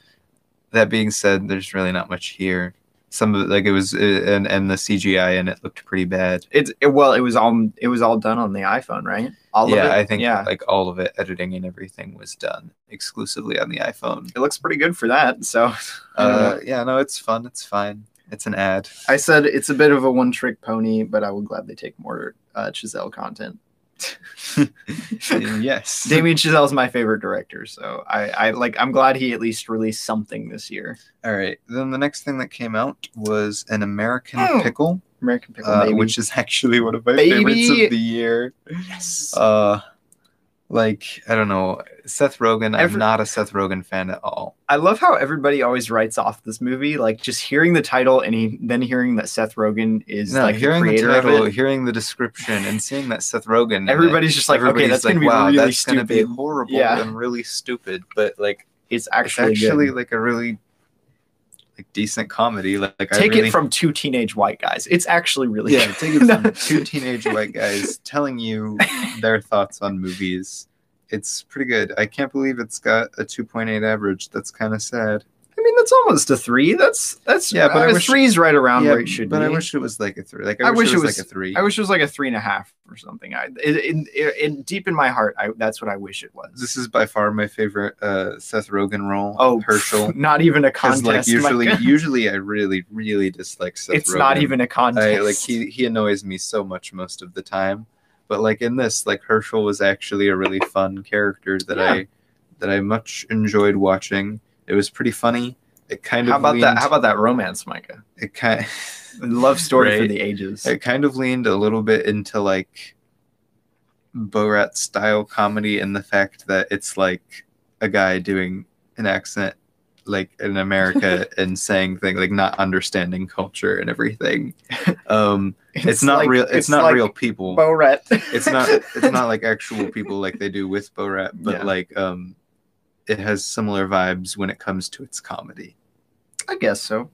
that being said there's really not much here some of it, like it was uh, and and the cgi in it looked pretty bad
it's it, well, it was all it was all done on the iPhone, right? All
yeah,
of it.
I think
yeah.
like all of it, editing and everything was done exclusively on the iPhone.
It looks pretty good for that. So, I don't know.
Uh, yeah, no, it's fun. It's fine. It's an ad.
I said it's a bit of a one trick pony, but I will gladly take more uh, Chiselle content.
yes.
Damien Chazelle is my favorite director, so I, I like. I'm glad he at least released something this year.
all right. Then the next thing that came out was an American
Mm.
Oh, Pickle,
American Pickle
uh,
Baby,
which is actually one of my
Baby.
favorites of the year.
yes,
Uh, like I don't know, Seth Rogen.
Every-
I'm not a Seth Rogen fan at all.
I love how everybody always writes off this movie. Like just hearing the title and he, then hearing that Seth Rogen is
No,
like the
hearing the
creator
title,
of it.
hearing the description, and seeing that Seth Rogen. in it,
Everybody's just like, okay,
everybody's
that's
like,
gonna be
wow,
really
that's
stupid.
gonna be horrible
Yeah.
and really stupid. But like,
it's actually,
it's actually
good.
like a really like decent comedy. Like, like
take
I really,
it from two teenage white guys. It's actually really
yeah,
good.
take it from two teenage white guys telling you their thoughts on movies. It's pretty good. I can't believe it's got a 2.8 average. That's kind of sad.
I mean, that's almost a three. That's that's
Yeah, but I
uh,
wish-
three's right around
Yeah,
where it should
but
be.
I wish it was like a three. Like I,
I
wish,
wish
it was,
it
like a three.
I wish it was like a three and a half or something. I in, in, in deep in my heart, I that's what I wish it was.
this is by far my favorite uh, Seth Rogen role.
oh,
Herschel.
not even a
Because
contest.
like usually,
Micah.
usually I really, really dislike Seth
it's not
Rogen.
even a contest.
I like he he annoys me so much most of the time. But like in this, like Herschel was actually a really fun character that I that I much enjoyed watching. It was pretty funny. It kind
how
of
about that?
leaned-
How about that romance, Micah?
it kind
Love story for
Right.
the ages.
it kind of leaned a little bit into like Borat style comedy and the fact that it's like a guy doing an accent like in America and saying things like not understanding culture and everything. Um it's, not
like-
real it's, not
like
real people.
Borat.
it's not it's not like actual people like they do with Borat, but
Yeah.
like um it has similar vibes when it comes to its comedy.
I guess so.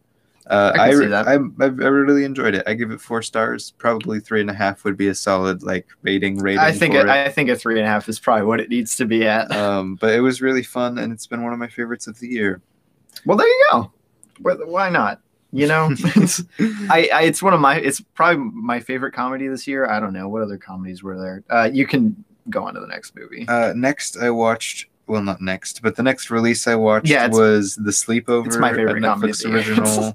Uh,
I can
I,
see
re-
that.
I, I I really enjoyed it. I give it four stars. Probably three and a half would be a solid like rating rating.
I think
for
a,
it.
I think a three and a half is probably what it needs to be at.
um, but it was really fun, and it's been one of my favorites of the year.
well, there you go. Wh- Why not? You know, it's, I, I it's one of my it's probably my favorite comedy this year. I don't know what other comedies were there. Uh, you can go on to the next movie.
Uh, next, I watched. Well, not next, but the next release I watched
Yeah, it's-
was The Sleepover.
it's my
a
favorite comedy.
Netflix original.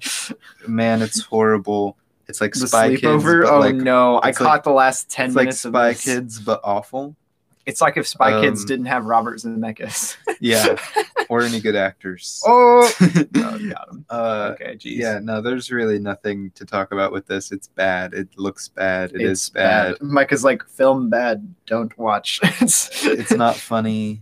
Man, it's horrible. It's like
the
Spy
sleepover.
Kids, but
oh
like
no, I
it's
caught
like-
the last ten
it's like
minutes
Spy
of this.
Kids, but awful.
It's like if Spy Kids
Um,
didn't have Robert Zemeckis.
Yeah, or any good actors.
oh, no, got him.
uh,
Okay, geez.
yeah, no, there's really nothing to talk about with this. It's bad. It looks bad. it's
it's
bad.
bad. Mike is like, film bad, don't watch. it's,
it's not funny.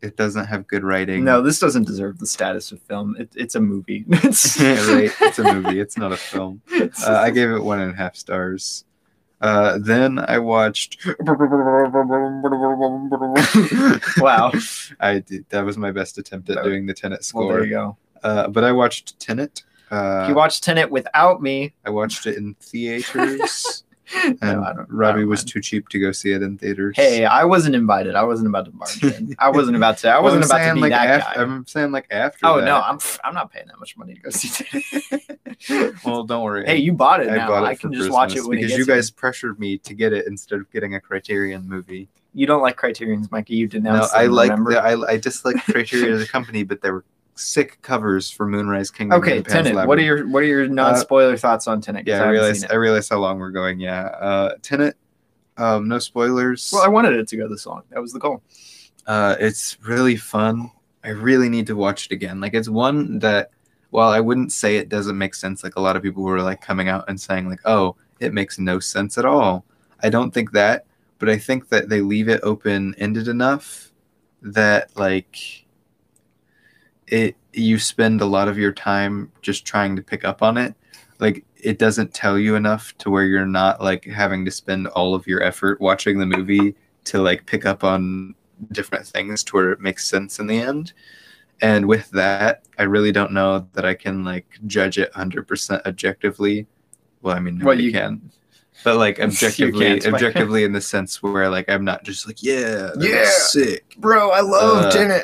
It doesn't have good writing.
No, this doesn't deserve the status of film. It, it's a movie. It's,
Yeah, right. It's a movie. It's not a film. Uh, I gave it one and a half stars. Uh, then I watched.
wow.
I did, that was my best attempt at doing the Tenet
Well,
score.
there you go.
uh, but I watched Tenet. Uh,
He watched Tenet without me.
I watched it in theaters,
No,
and
I don't- I
Robbie
don't
was
mind.
too cheap to go see it in theaters.
Hey, I wasn't invited. I wasn't about to barge in. I wasn't about to. I
Well,
wasn't
I'm
about to
saying,
be
like,
that
af-
guy.
I'm saying like after.
oh
that.
no, I'm pff, I'm not paying that much money to go see Tenet.
Well, don't worry.
hey, you bought it
I
now. I,
bought it
can
for
just watch
Christmas
it when it
because
gets
you guys
here.
pressured me to get it instead of getting a Criterion movie.
You don't like Criterion's, Mikey. You
No,
denounced.
I
them,
like
remember?
the, I, I dislike Criterion as a company, but they were sick covers for Moonrise Kingdom.
Okay,
and Pan's
Tenet. What are
Labyrinth.
your what are your non-spoiler thoughts on Tenet? 'Cause
Yeah, I,
haven't
realize
seen
I
it.
realize how long we're going. Yeah, uh, Tenet. Um, no spoilers.
Well, I wanted it to go this long. That was the goal.
uh, it's really fun. I really need to watch it again. Like it's one that, while I wouldn't say it doesn't make sense, like a lot of people were like coming out and saying like, "Oh, it makes no sense at all." I don't think that, but I think that they leave it open ended enough that like it you spend a lot of your time just trying to pick up on it. Like it doesn't tell you enough to where you're not like having to spend all of your effort watching the movie to like pick up on different things to where it makes sense in the end. And with that, I really don't know that I can like judge it 100% objectively. Well, I mean,
Well,
nobody
you-
can. But like
You can't,
objectively,
Spike.
objectively in the sense where like I'm not just like yeah, that's
Yeah.
sick
Bro, I
love Uh,
Tenet.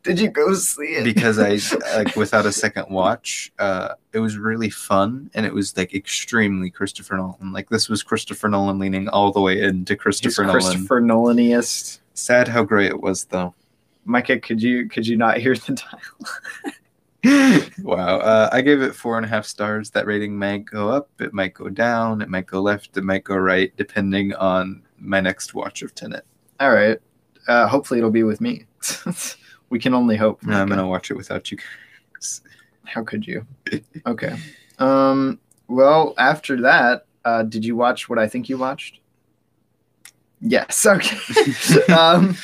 Did you go see it?
because I like without a second watch, uh, it was really fun and it was like extremely Christopher Nolan. Like this was Christopher Nolan leaning all the way into
He's
Christopher Nolan.
Christopher Nolaniest.
Sad how great it was though.
Micah, could you could you not hear the dialogue?
wow. Uh, I gave it four and a half stars. That rating might go up, it might go down, it might go left, it might go right, depending on my next watch of Tenet.
All right. Uh, hopefully, it'll be with me. we can only hope.
No, I'm
Micah.
gonna watch it without you.
How could you? Okay. Um. Well, after that, uh, did you watch what I think you watched? Yes. Okay. um,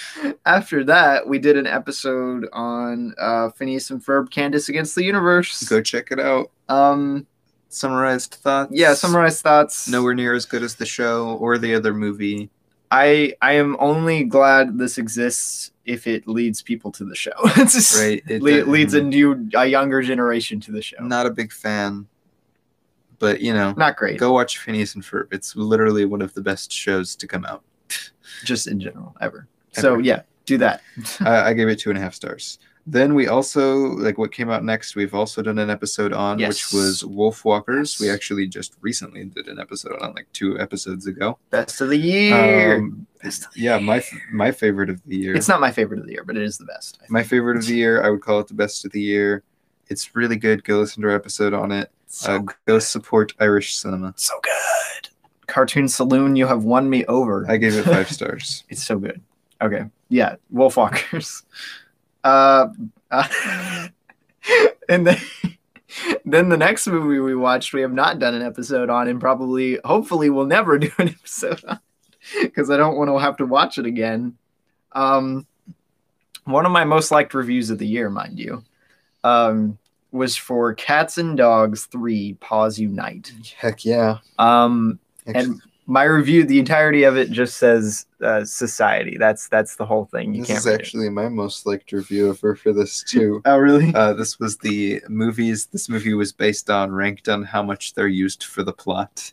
after that, we did an episode on uh, Phineas and Ferb, Candace Against the Universe.
Go check it out.
Um.
Summarized thoughts.
Yeah. Summarized thoughts.
Nowhere near as good as the show or the other movie.
I I am only glad this exists if it leads people to the show. It's just-
Right? It
le-
doesn't-
leads a new, a younger generation to the show.
Not a big fan, but you know,
Not great.
go watch Phineas and Ferb. It's literally one of the best shows to come out.
just in general ever. So
Ever.
yeah, do that.
I, I gave it two and a half stars. Then we also like what came out next. We've also done an episode on
Yes.
which was Wolf Walkers. We
Yes.
actually just recently did an episode on like two episodes ago.
Best of the year.
Um,
Best of the
yeah, my
year.
my favorite of the year.
It's not my favorite of the year, but it is the best.
my favorite of the year. I would call it the best of the year. It's really good. Go listen to our episode on it.
So,
uh, go support Irish cinema.
so good. Cartoon Saloon, you have won me over.
I gave it five stars.
it's so good. Okay. Yeah, Wolfwalkers. Uh, uh and then then the next movie we watched, we have not done an episode on, and probably, hopefully, we'll never do an episode on because I don't want to have to watch it again. Um, one of my most liked reviews of the year, mind you, um, was for Cats and Dogs 3 Pause Unite.
Heck yeah.
Um, and my review, the entirety of it just says uh, society. That's that's the whole thing. You
this
can't
is
read it.
actually my most liked review ever for this too.
Oh really?
Uh, this was the movies. This movie was based on, ranked on how much they're used for the plot.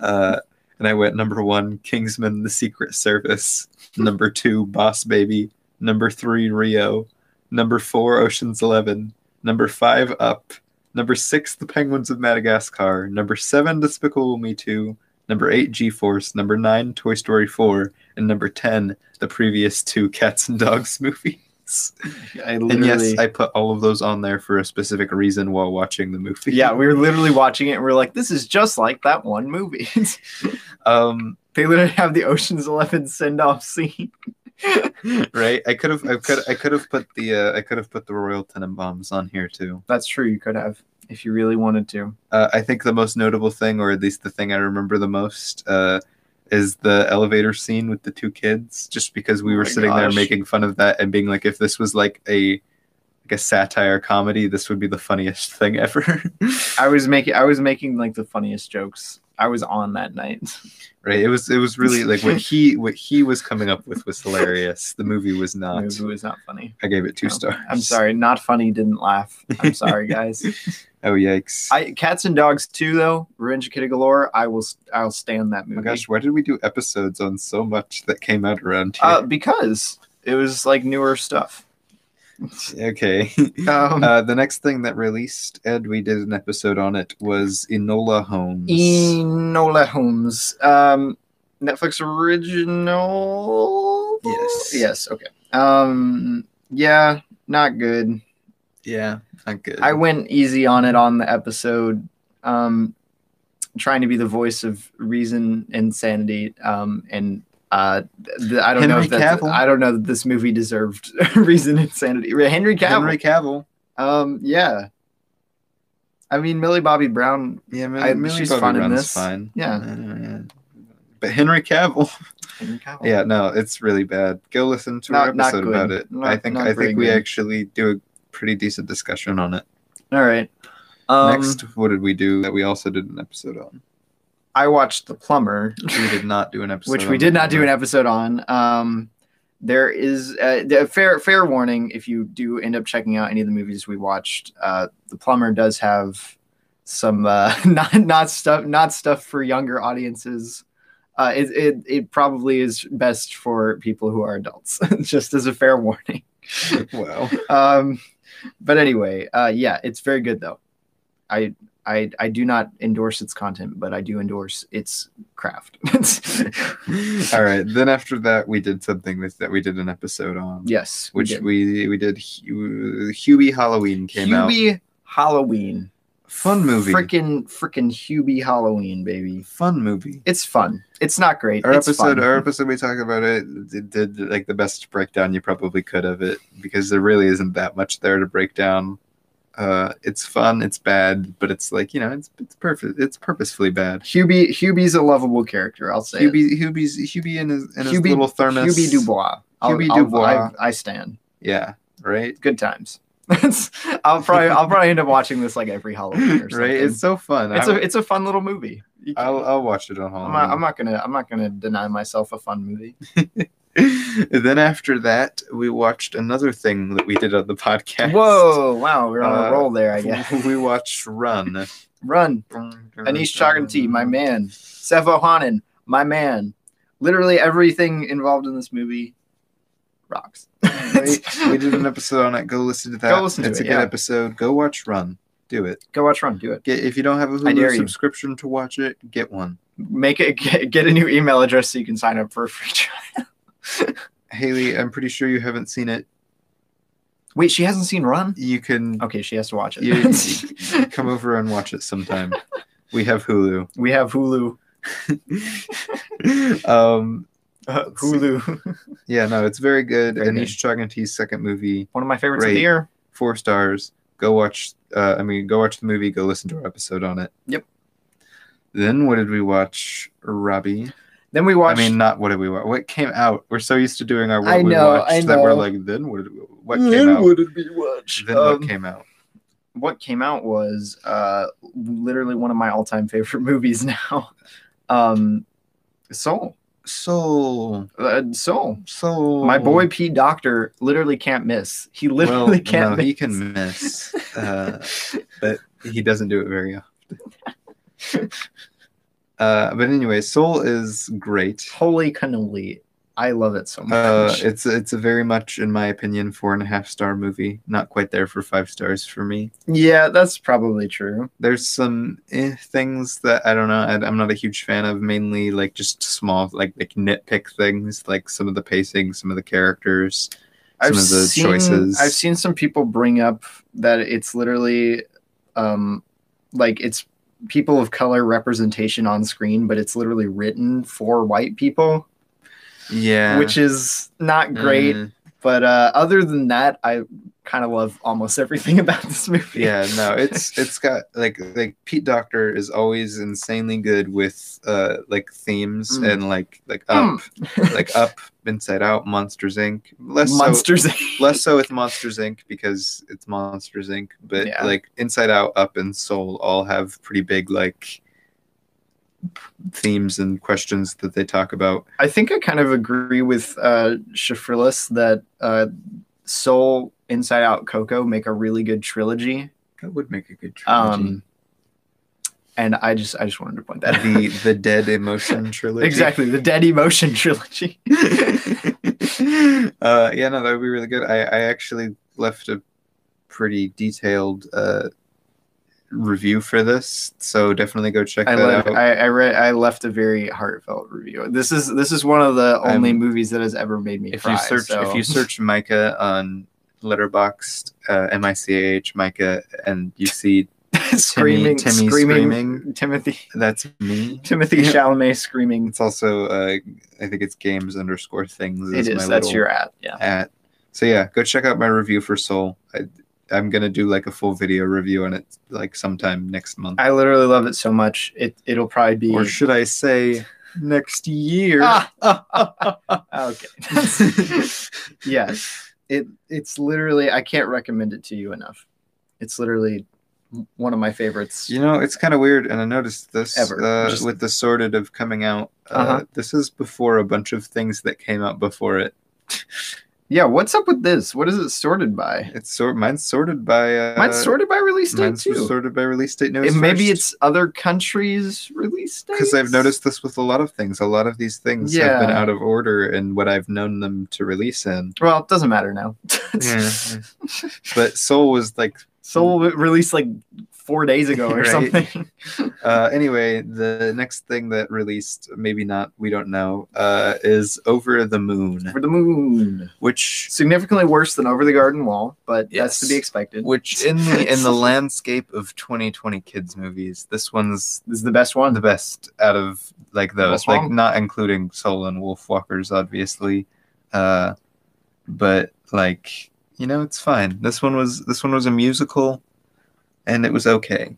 Uh, and I went number one, Kingsman: The Secret Service. Number two, Boss Baby. Number three, Rio. Number four, Ocean's Eleven. Number five, Up. Number six, The Penguins of Madagascar. Number seven, Despicable Me Two. Number eight, G Force. Number nine, Toy Story Four. and number 10, the previous two Cats and Dogs movies.
I
And
literally,
yes, I put all of those on there for a specific reason while watching the movie.
yeah, we were literally watching it and we are like, this is just like that one movie.
Um,
they literally have the Ocean's Eleven send off scene.
right. I could have. I could. I could have put the. Uh, I could have put the Royal Tenenbaums on here too.
That's true. You could have if you really wanted to.
Uh, I think the most notable thing, or at least the thing I remember the most, uh, is the elevator scene with the two kids. Just because we
Oh
were
my
sitting there
gosh.
making fun of that and being like, if this was like a like a satire comedy, this would be the funniest thing ever.
I was making I was making like the funniest jokes. I was on that night.
right? It was. It was really like what he what he was coming up with was hilarious. The movie was
The
not.
movie was not funny.
I gave it two
No.
stars.
Oh, I'm sorry, not funny. Didn't laugh. I'm sorry, guys.
Oh yikes!
I Cats and Dogs too though. Revenge of Kitty Galore. I will I'll stand that
oh
movie.
my gosh, why did we do episodes on so much that came out around here?
Uh, because it was like newer stuff.
okay.
Um,
Uh, the next thing that released, and we did an episode on it, was Enola Holmes.
E Enola Holmes. Um, Netflix original.
Yes.
Yes. Okay. Um, yeah, not good.
yeah, not good.
I went easy on it on the episode. Um, trying to be the voice of reason and sanity. Um, and uh, th- I don't know
Henry
if that's,
Cavill.
I don't know that this movie deserved reason and sanity. Henry Cavill.
Henry Cavill.
Um, yeah. I mean, Millie Bobby Brown.
Yeah,
I- she's fun in
Brown's
this.
Fine.
Yeah.
Uh, But Henry Cavill.
Henry Cavill.
Yeah, no, it's really bad. Go listen to our
Not- not
episode
good.
about it.
Not-
I think
not
I
very
think we
good.
actually do a pretty decent discussion on it.
All right. Um,
Next, what did we do that we also did an episode on?
I watched The Plumber,
We did not do an episode.
which
on
we
the
did not do an
plumber.
episode on. Um, there is uh, the- fair fair warning if you do end up checking out any of the movies we watched. Uh, the Plumber does have some uh, not not stuff not stuff for younger audiences. Uh, it, it it probably is best for people who are adults, just as a fair warning.
Wow.
um, but anyway, uh, yeah, it's very good though. I I I do not endorse its content, but I do endorse its craft.
All right. Then after that, we did something with that we did an episode on,
yes,
which
did.
we we did. Hu- Huey Halloween came out.
Hubie Halloween,
Fun movie.
Freaking freaking Hubie Halloween, baby.
Fun movie.
It's fun. It's not great.
Our
it's
episode,
fun.
our episode, we talked about it. it Did like the best breakdown you probably could of it because there really isn't that much there to break down. Uh, it's fun. It's bad, but it's like you know, it's it's perfect. It's purposefully bad.
Hubie Hubie's a lovable character. I'll say.
Hubie, Hubie's Hubie and his and his
Hubie-
little thermos.
Hubie Dubois. I'll-
Hubie
I'll-
Dubois.
I, I stand.
Yeah. Right.
Good times. I'll probably I'll probably end up watching this like every Halloween or something.
Right. It's so fun.
it's
I,
a it's a fun little movie. You can-
I'll I'll watch it on
I'm
Halloween.
not, I'm not gonna I'm not gonna deny myself a fun movie.
then after that, we watched another thing that we did on the podcast.
Whoa! Wow, we're on
Uh,
a roll there. I guess.
We watched Run.
Run, Anish Chaganti, my man. Seth Ohanan, my man. Literally everything involved in this movie rocks.
We did an episode on it. Go listen to that.
Go listen to
it's
it,
a good
yeah.
episode. Go watch Run. Do it.
Go watch Run. Do it.
Get if you don't have a
I dare
Hulu
you.
subscription to watch it, get one.
Make it get, get a new email address so you can sign up for a free trial.
Haley, I'm pretty sure you haven't seen it.
Wait, she hasn't seen Run.
You can
Okay, she has to watch it.
You- come over and watch it sometime. we have Hulu.
we have Hulu.
um,
Uh,
Let's see.
Hulu.
yeah, no, it's very good.
Very
Anish Chaganti's second movie.
One of my favorites of
Great.
the year.
four stars. Go watch. Uh, I mean, go watch the movie. Go listen to our episode on it.
Yep.
Then what did we watch, Robbie?
Then we watched.
I mean, not what did we watch? What came out? We're so used to doing our what
I
we
know,
watched
I
that we're
know.
like, then what? Did we, what came out?
would it be watched? um,
Then what came out?
what came out was uh, literally one of my all-time favorite movies now. Um, Soul,
Soul,
uh, Soul.
soul.
My boy P Doctor literally can't miss. He literally
Oh. Well,
can't.
no,
miss.
he can miss, uh, but he doesn't do it very often. Uh, but anyway, Soul is great.
Holy cannoli! I love it so much.
Uh, it's it's a very much, in my opinion, four and a half star movie. Not quite there for five stars for me.
yeah, that's probably true.
There's some eh, things that I don't know. I, I'm not a huge fan of. Mainly like just small, like like nitpick things, like some of the pacing, some of the characters. Some
I've
of the
seen,
choices.
I've seen some people bring up that it's literally, um, like it's people of color representation on screen, but it's literally written for white people,
Yeah,
which is not great.
Mm,
But uh, other than that, I kind of love almost everything about this movie.
yeah, no, it's it's got like like Pete Doctor is always insanely good with uh like themes
Mm.
and like like up
Mm.
like up Inside Out, Monsters Inc. Less so-
Monsters.
less so with Monsters Inc. because it's Monsters Inc. But
Yeah.
like Inside Out, Up, and Soul all have pretty big like themes and questions that they talk about.
I think I kind of agree with uh, Shafrilis that uh, Soul, Inside Out, Coco make a really good trilogy,
That would make a good trilogy.
Um, and I just I just wanted to point that out.
the the Dead Emotion trilogy.
exactly the Dead Emotion trilogy.
uh, yeah, no, that would be really good. I, I actually left a pretty detailed uh, review for this, so definitely go check
I,
that
love,
out.
I, I read I left a very heartfelt review. This is this is one of the only
I'm-
movies that has ever made me
if
cry.
you search
so-
if you search Micah on Letterboxd, uh, M I C A H Micah, and you see
screaming,
Timmy
screaming,
screaming.
Timothy
that's me.
Timothy
Yeah.
Chalamet screaming.
It's also uh, I think it's games underscore things.
It is
my
that's
little
your ad. Yeah.
at. So yeah, go check out my review for Soul. I, I'm gonna do like a full video review on it like sometime next month,
I literally love it so much. It it'll probably be
or should I say next year?
Ah, ah, ah, ah, ah. okay. yeah. It it's literally I can't recommend it to you enough. It's literally one of my favorites.
You know, it's kind of weird, and I noticed this
Ever.
Uh,
Just-
with the sorted of coming out. Uh,
Uh-huh.
This is before a bunch of things that came out before it.
Yeah, what's up with this? What is it sorted by?
It's sort mine's sorted by uh,
Mine's sorted by release date
mine's
too.
sorted by release date. No,
And maybe it's other countries' release dates.
because I've noticed this with a lot of things. A lot of these things have been
Yeah.
out of order in what I've known them to release in.
Well, it doesn't matter now.
Mm-hmm. but Soul was like
Soul released like four days ago or
Right.
something.
Uh, anyway, the next thing that released, maybe not, we don't know, uh, is Over the Moon,
For the moon,
which
significantly worse than Over the Garden Wall, but that's to be
Yes.
expected.
which in the in the landscape of 2020 kids movies, this one's
This is the best one.
the best out of like those,
What's
like
wrong?
not including Soul and Wolf Walkers, obviously, uh, but like you know, it's fine. This one was this one was a musical, and it was okay.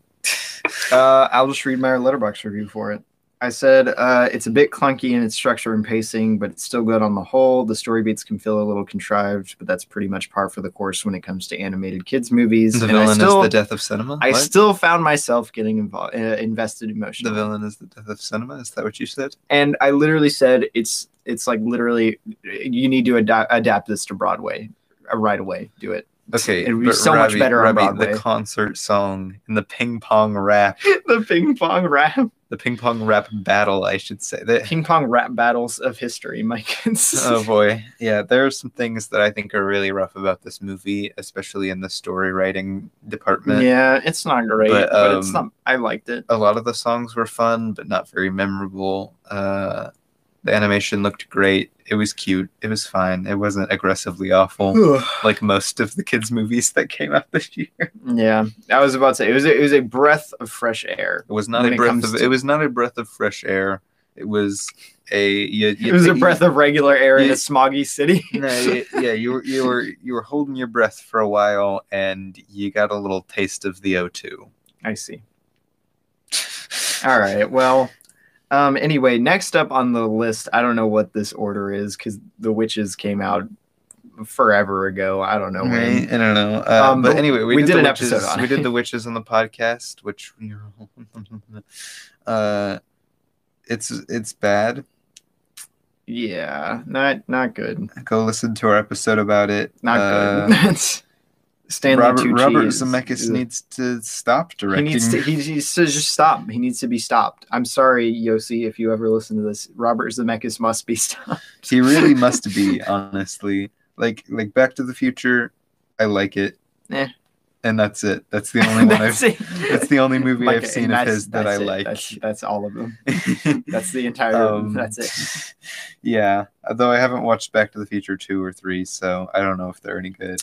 Uh, I'll just read my letterbox review for it. I said uh, it's a bit clunky in its structure and pacing, but it's still good on the whole. The story beats can feel a little contrived, but that's pretty much par for the course when it comes to animated kids movies.
The
and I
villain
still,
is the death of cinema.
I
What?
still found myself getting involved, uh, invested
the
emotionally,
villain is the death of cinema. Is that what you said?
and I literally said it's it's like literally you need to ada- adapt this to Broadway uh, right away. Do it.
Okay,
It would be
but
so much better on Broadway.
The concert song and the ping pong rap,
the ping pong rap,
the ping pong rap battle, I should say. That,
ping pong rap battles of history, my kids.
oh boy, yeah, there are some things that I think are really rough about this movie, especially in the story writing department.
Yeah, it's not great,
But,
but, it's
um,
not. I liked it.
A lot of the songs were fun, but not very memorable. Uh, the animation looked great. It was cute. It was fine. It wasn't aggressively awful like most of the kids' movies that came out this year.
yeah, I was about to say it was. A, it was a breath of fresh air.
It was not
when
a
it
breath
comes
of.
to-
it was not a breath of fresh air. It was a. You,
It
you-
was a
you-
breath of regular air in
you-
a smoggy city.
No, you, yeah, you were you were you were holding your breath for a while, and you got a little taste of the O2.
I see. All right. Well. Um, anyway, next up on the list, I don't know what this order is because The Witches came out forever ago. I don't know when.
I don't know. Uh,
Um,
but
the-
anyway, we,
we
did,
did
the
an
witches,
episode on
We
it.
did the witches on the podcast, which we uh, it's it's bad.
Yeah, not not good.
Go listen to our episode about it.
Not
Uh,
good. Stanley
Robert,
Tucci.
Robert
is-
Zemeckis needs to stop
He
directing.
needs to. He needs to just stop. He needs to be stopped. I'm sorry, Yossi, if you ever listen to this. Robert Zemeckis must be stopped.
he really must be honestly like like back to the future i like it
Eh.
and that's it that's the only one i've
that's it.
that's the only movie
Like,
i've
and
seen of
that's-
his that i
that's it.
like
That's, that's all of them. That's the entire.
Um,
that's it.
yeah although i haven't watched back to the future two or three so i don't know if they're any good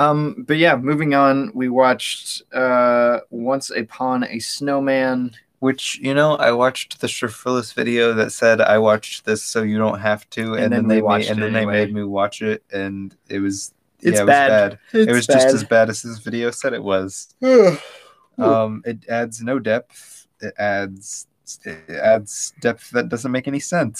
Um, but yeah, moving on. We watched uh, Once Upon a Snowman.
which you know i watched the Shriftless video that said i watched this so you don't have to and,
then
then,
we
they made,
watched
and
it
then
anyway.
they made me watch it and it was
It's
yeah, it
bad.
was bad it was just as bad as his video said it was. um, it adds no depth. It adds it adds depth that doesn't make any sense.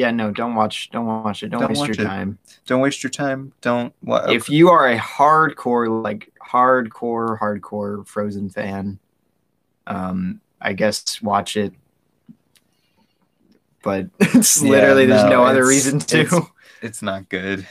yeah. No, don't watch. Don't watch it. Don't,
Don't
waste
watch
your
it.
time.
Don't waste your time. Don't wa-
If you are a hardcore, like hardcore, hardcore Frozen fan, um, I guess watch it. But it's
Yeah,
literally there's
no,
no other
it's-
reason to.
it's- it's not good.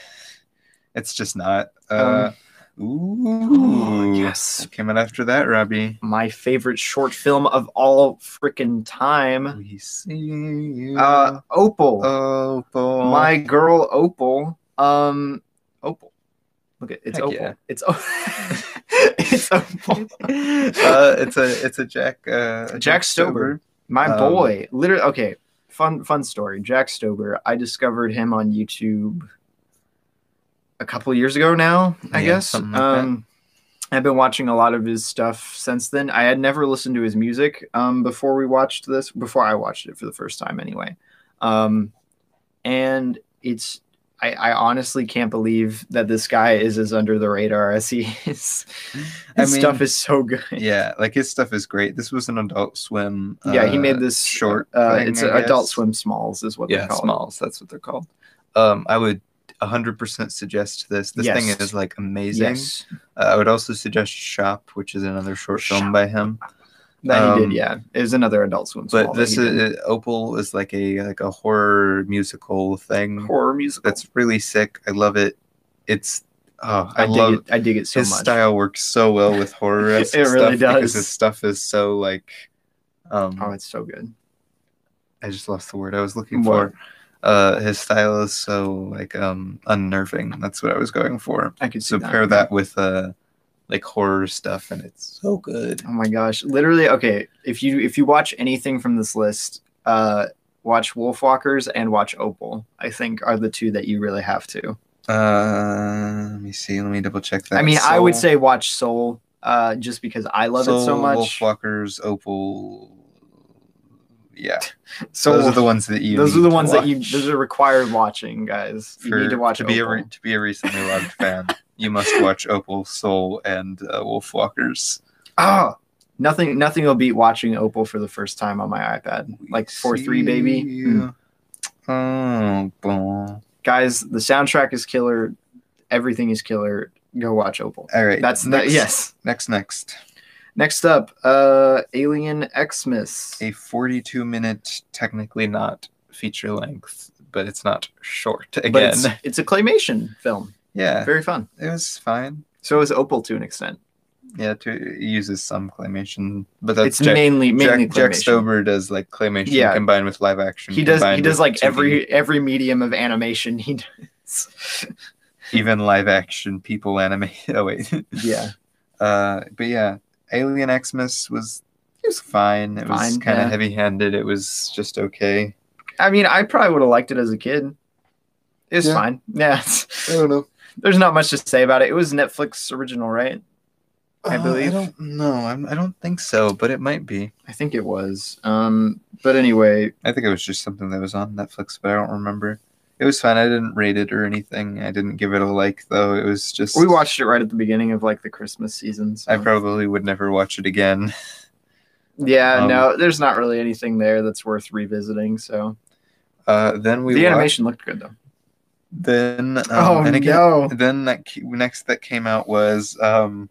It's just not. Uh, ooh,
Um, Ooh, Oh, yes,
What came out after that, Robbie.
my favorite short film of all freaking time.
We see you.
Uh, Opal.
oh, boy.
my girl Opal. Um, Opal. Look at it's
Heck
Opal.
yeah.
It's Opal. it's Opal.
uh, it's a it's a Jack uh, a
Jack Stober. My
um,
boy. Literally. Okay. Fun fun story. Jack Stober. I discovered him on YouTube a couple years ago now. I
Yeah,
guess.
something like that.
um, I've been watching a lot of his stuff since then. I had never listened to his music um, before we watched this. Before I watched it for the first time, anyway. Um, and it's I, I honestly can't believe that this guy is as under the radar as he is.
I
His
mean-
stuff is so good.
Yeah, like his stuff is great. This was an Adult Swim.
Yeah, he
uh,
made this
short
Uh,
thing,
it's
I
Adult
guess.
Swim Smalls is what
yeah,
they're called.
smalls. That's what they're called. Um, I would 100% suggest this. This
Yes.
thing is like amazing.
Yes,
Uh, I would also suggest Shop, which is another short film
Shop.
by him.
that he
Um,
did. Yeah, it was another Adult Swim.
But
Small that
this
he did.
is uh, Opal is like a like a horror musical thing.
horror musical.
uh, That's really sick. I love it. It's oh, I,
I, dig
love
it. I dig it so
his
much.
style works so well with horror.
It
stuff
really
because
does.
his stuff is so like. Um,
Oh, it's so good.
I just lost the word I was looking
What?
for. Uh, his style is so like um unnerving. That's what I was going for.
I could see
So
that.
pair that with uh like horror stuff, and it's so good.
Oh my gosh! Literally, okay. If you if you watch anything from this list, uh, watch Wolfwalkers and watch Opal. I think are the two that you really have to.
Uh, let me see. Let me double check that.
I mean, I would
Soul-
say watch Soul, uh, just because I love it so
Soul,
much.
Wolfwalkers, Opal. Yeah,
Soul-
those are the ones that you.
those are
need
the
to
ones that you
watch
those are required watching, guys. you need
for-
to watch
to be a
Opal.
re- to be a recently loved fan. You must watch Opal, Soul, and uh, Wolfwalkers.
Oh, nothing, nothing will beat watching Opal for the first time on my iPad. Like four three baby,
See
Mm.
you. Oh, boom.
guys. The soundtrack is killer. Everything is killer. Go watch Opal.
All right.
That's
next,
that. Yes.
Next, next.
Next up, uh, Alien Xmas.
A 42 minute, technically not feature length, but it's not short
But
again.
it's, it's a claymation film.
Yeah,
Very fun.
it was fine.
So is Opal to an extent.
Yeah, to, it uses some claymation, but that's
it's
Jack,
mainly mainly
Jack, Jack
claymation.
Stober does like claymation
Yeah.
combined with live action.
he does. He
combined
does
with
like
2D.
every every medium of animation. He does.
even live action people anime. Oh wait,
yeah.
Uh, but yeah, Alien Xmas was it was fine. It was
Fine,
kind of
yeah.
heavy handed. It was just okay.
I mean, I probably would have liked it as a kid. It's
Yeah.
fine. Yeah.
don't know.
There's not much to say about it. It was Netflix original, right? I believe.
Uh, I don't know. I'm, I don't think so, but it might be.
I think it was. Um, but anyway,
I think it was just something that was on Netflix, but I don't remember. It was fine. I didn't rate it or anything. I didn't give it a like though. It was just
we watched it right at the beginning of like the Christmas season. So.
I probably would never watch it again.
yeah,
um,
no, there's not really anything there that's worth revisiting. So
Uh, then we
the
wa-
animation Oh, looked good though.
Then um, and again,
no!
then that ca- next that came out was um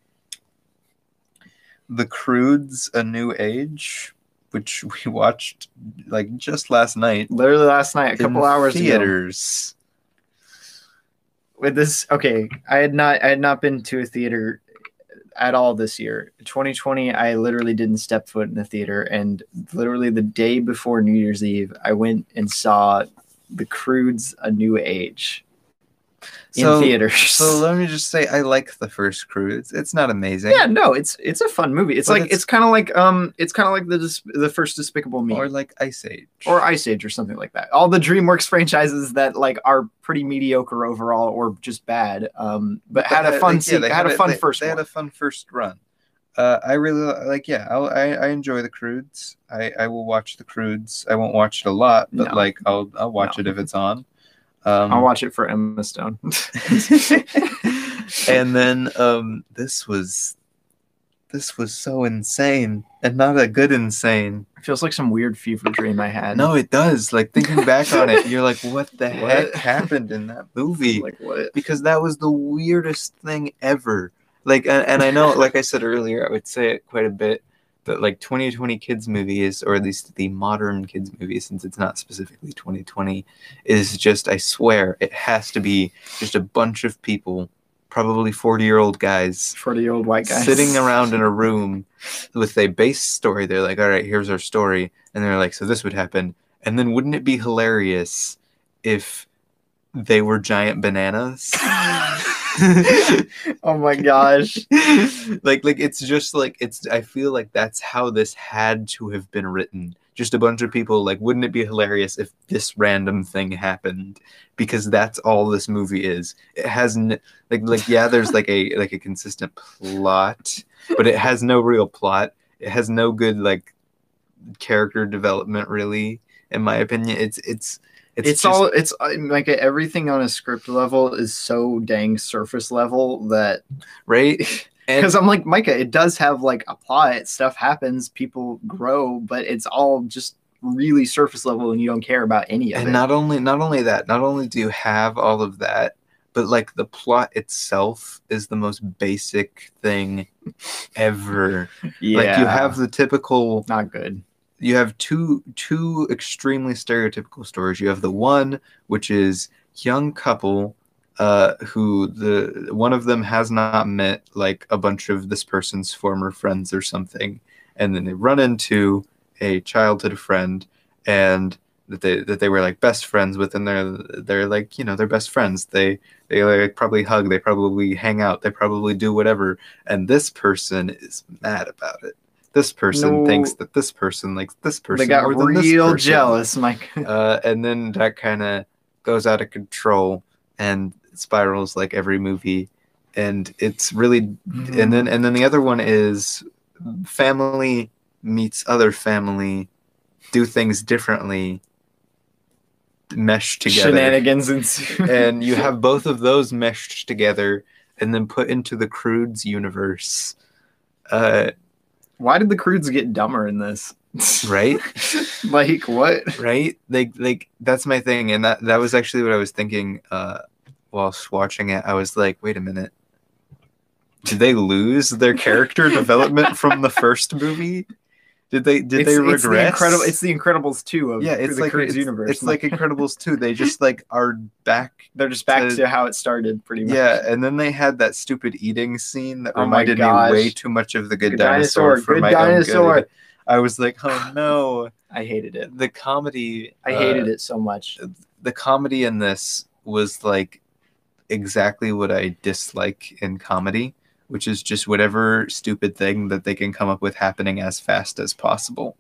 the crudes a new age which we watched like just last night
Literally last night, a couple
in
hours ago.
theaters
with this okay i had not i had not been to a theater at all this year 2020 i literally didn't step foot in the theater and literally the day before new year's eve i went and saw the crudes a new age in
So-
theaters
So let me just say, I like the first crew. It's, it's not amazing.
yeah no it's it's a fun movie it's
But
like it's,
it's-
kind of like um it's kind of like the dis- the first despicable me
Or
or,
like Ice Age.
ice age or something like that all the dreamworks franchises that like are pretty mediocre overall or just bad um but, had a fun
like, yeah,
se-
they
had, a fun
they-
first
They
one.
had a fun first run. Uh, I really li- like. Yeah, I'll, I I enjoy the Crudes. I I will watch the Crudes. I won't watch it a lot, but
No.
like I'll I'll watch
No.
it if it's on. Um,
I'll watch it for Emma Stone.
and then um, this was this was so insane and not a good insane.
it feels like some weird fever dream I had.
No, it does. Like thinking back on it, you're like, what the
What?
heck happened in that movie?
like what?
because that was the weirdest thing ever. Like, and, and I know, like I said earlier, I would say it quite a bit that like 2020 kids movies, or at least the modern kids movies, since it's not specifically 2020, is just, I swear, it has to be just a bunch of people, probably 40 year old guys,
Forty old white guy
sitting around in a room with a base story. They're like, all right, here's our story. And they're like, so this would happen. And then wouldn't it be hilarious if they were giant bananas?
oh my gosh!
like like it's just like it's I feel like that's how this had to have been written. Just a bunch of people like wouldn't it be hilarious if this random thing happened because that's all this movie is. It has n- like like yeah there's like a like a consistent plot, but it has no real plot. It has no good like character development really in my opinion. It's it's
It's,
it's, just-
all it's uh, like everything on a script level is so dang surface level that
right? And-
because I'm like Micah, it does have like a plot, stuff happens, people grow, but it's all just really surface level, and you don't care about any of
and
it.
not only not only that not only do you have all of that but like the plot itself is the most basic thing ever
yeah,
like you have the typical
not good.
you have two two extremely stereotypical stories you have the one which is young couple uh who the one of them has not met like a bunch of this person's former friends or something and then they run into a childhood friend and that they that they were like best friends with and they're they're like you know they're best friends they they like probably hug they probably hang out they probably do whatever and this person is mad about it this person
No.
thinks that this person likes this person
They got
more than this
real
person.
jealous, Mike.
uh, and then that kind of goes out of control and spirals like every movie and it's really and then and then the other one is family meets other family do things differently mesh together
shenanigans ensue.
and you have both of those meshed together and then put into the crudes universe uh,
Why did the crudes get dumber in this?
right
like what?
right like like that's my thing and that that was actually what i was thinking uh whilst watching it i was like wait a minute did they lose their character development from the first movie did they did they
it's the
regress Oh,
incredible it's the Incredibles 2 of
yeah it's
the
like
Crudes
it's,
universe.
it's like incredibles 2 they just like are back
they're just back
to-
to how it started pretty much.
yeah and then they had that stupid eating scene that
Oh my
reminded me
gosh.
way too much of the good,
Good
dinosaur,
Dinosaur,
for
Good
my own
Dinosaur.
good i was like oh no
I hated it.
the comedy
I
uh,
hated it so much.
the comedy in this was like exactly what I dislike in comedy, which is just whatever stupid thing that they can come up with happening as fast as possible.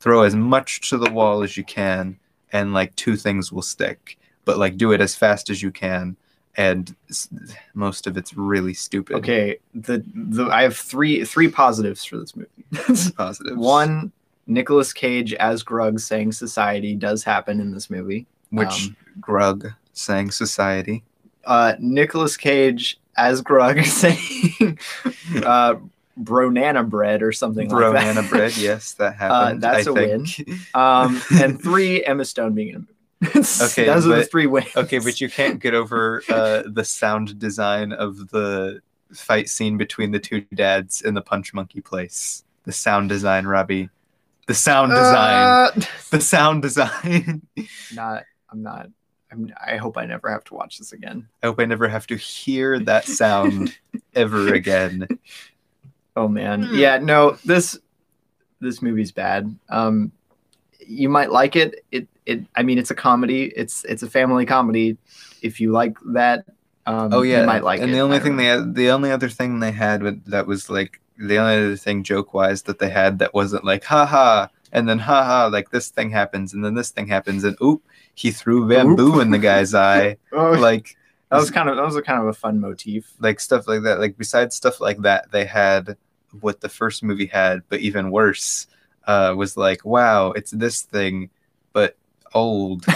Throw as much to the wall as you can, and like two things will stick, but like do it as fast as you can. And s- most of it's really stupid.
Okay, the the I have three three positives for this movie.
Positives.
One, Nicolas Cage as Grug saying society does happen in this movie.
which
um,
Grug sang Society.
Uh Nicolas Cage as Grug saying uh Bronana bread or something
Bro,
like that. Uh,
Nana Bread. Yes, that happened.
that's
I
a win.
think.
Um, and three, Emma Stone being in a movie. okay, those are the
but-
three wins.
Okay, but you can't get over uh, the sound design of the fight scene between the two dads in the Punch Monkey place. The sound design, Robbie. The sound design.
Uh,
The sound design.
not. I'm not. I'm, I hope I never have to watch this again.
I hope I never have to hear that sound ever again.
Oh man, yeah, no, this this movie's bad. Um, you might like it. It it. I mean, it's a comedy. It's it's a family comedy. If you like that, um,
Oh yeah,
you might like
and
it.
the only
I don't
thing
know.
they had, the only other thing they had with, that was like the only other thing joke wise that they had that wasn't like ha ha and then ha ha like this thing happens and then this thing happens and oop he threw bamboo in the guy's eye
Oh,
like
that was kind of that was a kind of a fun motif.
like stuff like that like besides stuff like that they had what the first movie had but even worse uh, was like wow it's this thing but old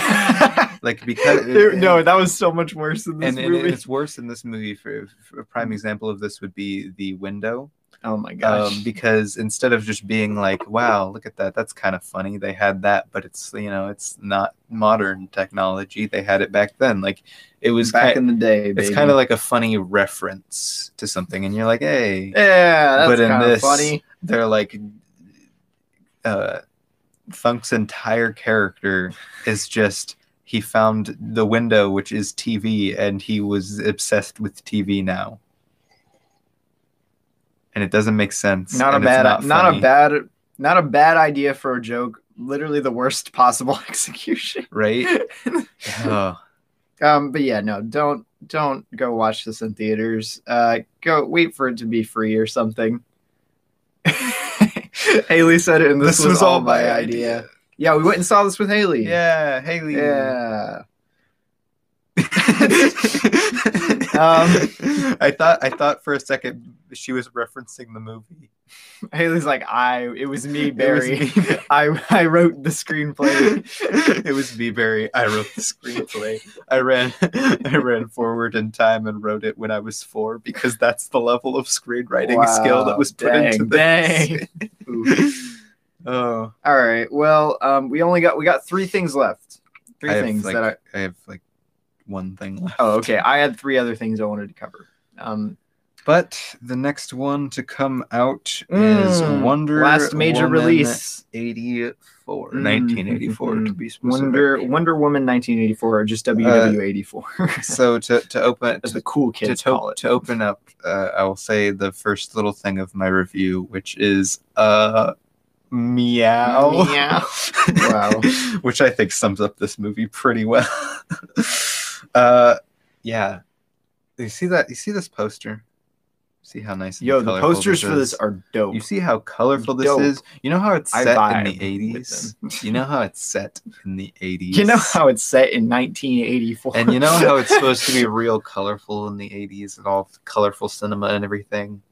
like because
There- no, that was so much worse than this
and, and
movie.
it's worse in this movie. For, for a prime example of this would be the window,
oh my gosh.
um, because instead of just being like, "Wow, look at that, that's kind of funny," they had that, but it's you know, it's not modern technology. They had it back then. Like it was
back
ki-
in the day.
it's kind of like a funny reference to something, and you're like, "Hey,"
yeah,
but
that's
in
kind of
this-
funny.
they're like, uh, Funk's entire character is just. He found the window, which is TV, and he was obsessed with TV now. And it doesn't make sense.
Not a
and it's
bad, not,
funny.
a bad, not a bad idea for a joke. Literally the worst possible execution.
right? oh,
um, but yeah, no, don't don't go watch this in theaters. Uh, go wait for it to be free or something. Haley said it, and this, was, all my idea. Yeah, we went and saw this with Haley.
Yeah, Haley.
yeah. Um,
I thought I thought for a second she was referencing the movie.
Haley's like, I. It was me,
It was
Barry. I I wrote the screenplay.
it was me, Barry. I wrote the screenplay. I ran, I ran forward in time and wrote it when I was four because that's the level of screenwriting skill that
Wow,
was put
dang,
into this. Dang. oh,
All right. Well, um, we only got we got three things left. Three
I have,
things
like,
that I.
I have like one thing left.
Oh, okay. I had three other things I wanted to cover. Um,
But the next one to come out is
Mm,
Wonder
last major
Woman
release.
84,
Mm,
1984 to be specific.
Wonder Wonder Woman 1984 or just
Uh,
WW 84
So to to open
as the cool kids
to, to-
call it.
to open up, uh, I will say the first little thing of my review, which is uh, meow.
Meow. Wow.
which I think sums up this movie pretty well. uh, yeah. You see that? You see this poster? See how nice. and
Yo, the
colorful
posters for this
is?
are dope.
You see how colorful this
Dope.
is? You know how it's
I
set in
vibe
the
with
80s? You know how it's set in the 80s?
You know how it's set in 1984.
And you know how it's supposed to be real colorful in the 80s and all colorful cinema and everything?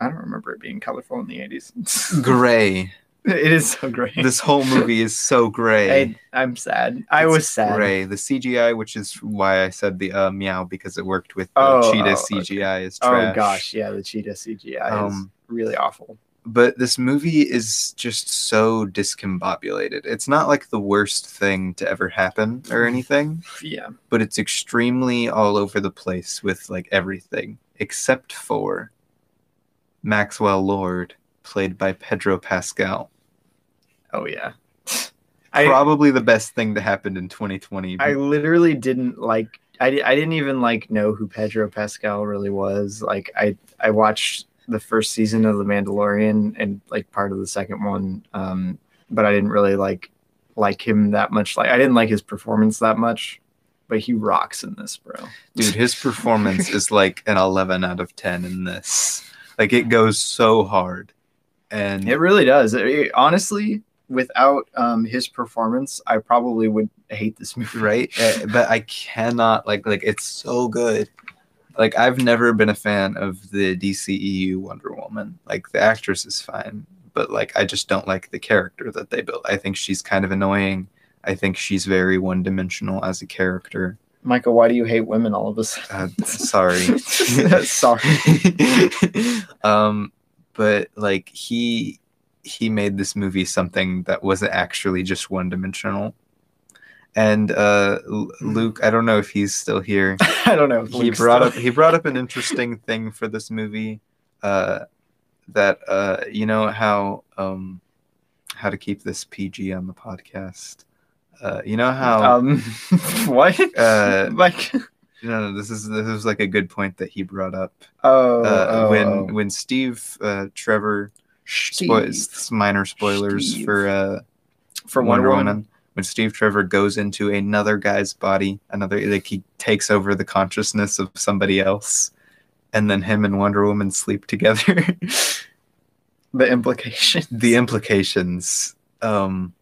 I don't remember it being colorful in the 80s.
Gray.
it is so great.
This whole movie is so gray.
I, I'm sad. I
It's
was sad.
Gray. The CGI, which is why I said the uh, meow because it worked with the
Oh,
cheetah
oh, okay.
CGI is trash.
Oh gosh, yeah, the cheetah CGI is
Um,
really awful.
but this movie is just so discombobulated. It's not like the worst thing to ever happen or anything,
Yeah.
but it's extremely all over the place with like everything except for Maxwell Lord, played by Pedro Pascal.
Oh yeah. I
Probably the best thing to happen in 2020.
I literally didn't like. I, di- I didn't even like know who Pedro Pascal really was. Like I I watched the first season of The Mandalorian and like part of the second one, um, but I didn't really like like him that much. Like I didn't like his performance that much, but he rocks in this, bro.
Dude, his performance is like an 11 out of 10 in this. Like it goes so hard. And
It really does. It- it- honestly, without um, his performance, I probably would hate this movie.
right Uh, but i cannot like like it's so good like i've never been a fan of the dceu wonder woman like the actress is fine but like i just don't like the character that they built i think she's kind of annoying i think she's very one-dimensional as a character
Michael, why do you hate women all of a
uh,
sudden?
sorry
Sorry.
um but like he he made this movie something that wasn't actually just one dimensional and uh L- luke i don't know if he's still here
I don't know. if
he
Hmm. Luke's
brought
still-
up he brought up an interesting thing for this movie uh that uh you know how um how to keep this pg on the podcast Uh, you know how?
Um, what?
Uh,
like,
no, no, this is this is like a good point that he brought up.
oh,
uh,
oh,
when
oh.
when Steve uh, Trevor
Steve,
spoils minor spoilers
Steve.
for uh,
for Wonder, Woman.
When Steve Trevor goes into another guy's body, another like he takes over the consciousness of somebody else, and then him and Wonder Woman sleep together.
the implication.
the implications. Um,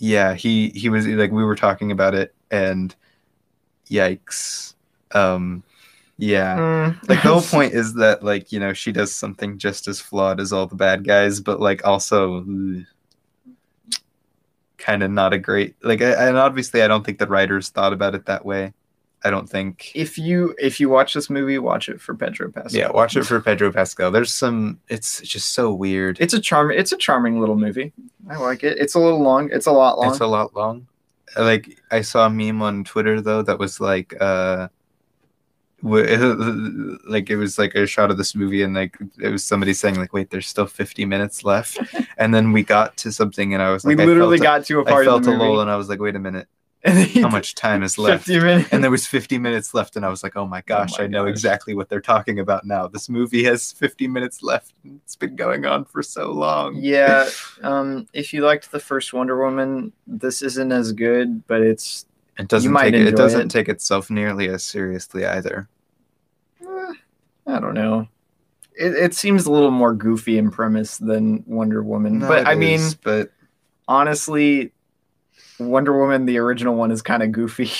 yeah, he he was like we were talking about it, and yikes. Um, yeah,
Mm.
like the whole point is that like you know she does something just as flawed as all the bad guys but like also kind of not a great like I- and obviously i don't think the writers thought about it that way i don't think
If you if you watch this movie, watch it for Pedro Pascal.
yeah watch it for pedro pascal there's some it's just so weird
It's a charm. It's a charming little movie. I like it. It's a little long. It's a lot long.
it's a lot long like i saw a meme on twitter though that was like uh w- like it was like a shot of this movie and like it was somebody saying like wait there's still 50 minutes left and then we got to something and i was like
we
I
literally
felt
got to a
a, I
part of
felt
the
a
movie.
lull and i was like wait a minute
and then
how much time is left
Fifty minutes.
and there was 50 minutes left and i was like oh my gosh
my
i know
gosh.
exactly what they're talking about now this movie has 50 minutes left and it's been going on for so long
yeah um if you liked the first wonder woman this isn't as good but it's
it doesn't
might
take it,
enjoy
it doesn't
it.
take itself nearly as seriously either
eh, i don't know it, it seems a little more goofy in premise than wonder woman
No,
but
it
i mean
is, but
honestly wonder woman the original one is kind of goofy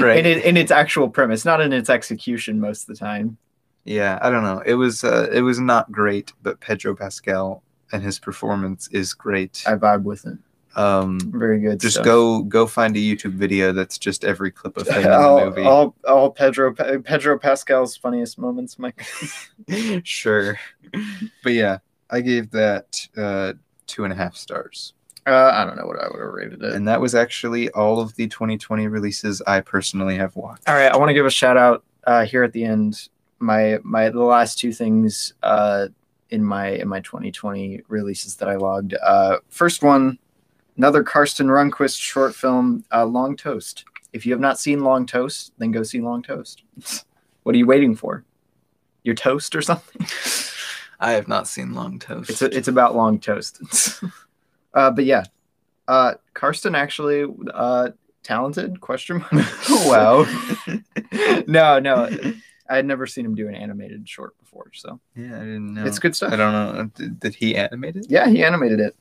right
in, it, in its actual premise not in its execution most of the time
yeah i don't know it was uh, it was not great but pedro pascal and his performance is great
i vibe with it
um
very good
just
stuff.
go go find a YouTube video that's just every clip of him in the
all,
movie.
all, all Pedro Pa- Pedro Pascal's funniest moments, Mike. oh.
Sure, but yeah, I gave that uh, two and a half stars,
Uh, I don't know what I would have rated it.
and that was actually all of the 2020 releases I personally have watched.
All right, I want to give a shout out uh, here at the end. My my the last two things uh, in my in my 2020 releases that I logged. Uh, first one, another Karsten Runquist short film, uh, Long Toast. If you have not seen Long Toast, then go see Long Toast. what are you waiting for? Your toast or something?
I have not seen Long Toast.
It's it's about long toast. uh, but yeah, uh, Karsten actually uh, talented question mark.
wow.
no, no, I had never seen him do an animated short before, so
yeah, I didn't know.
it's good stuff.
I don't know. Did, did he animate it?
Yeah, he animated it.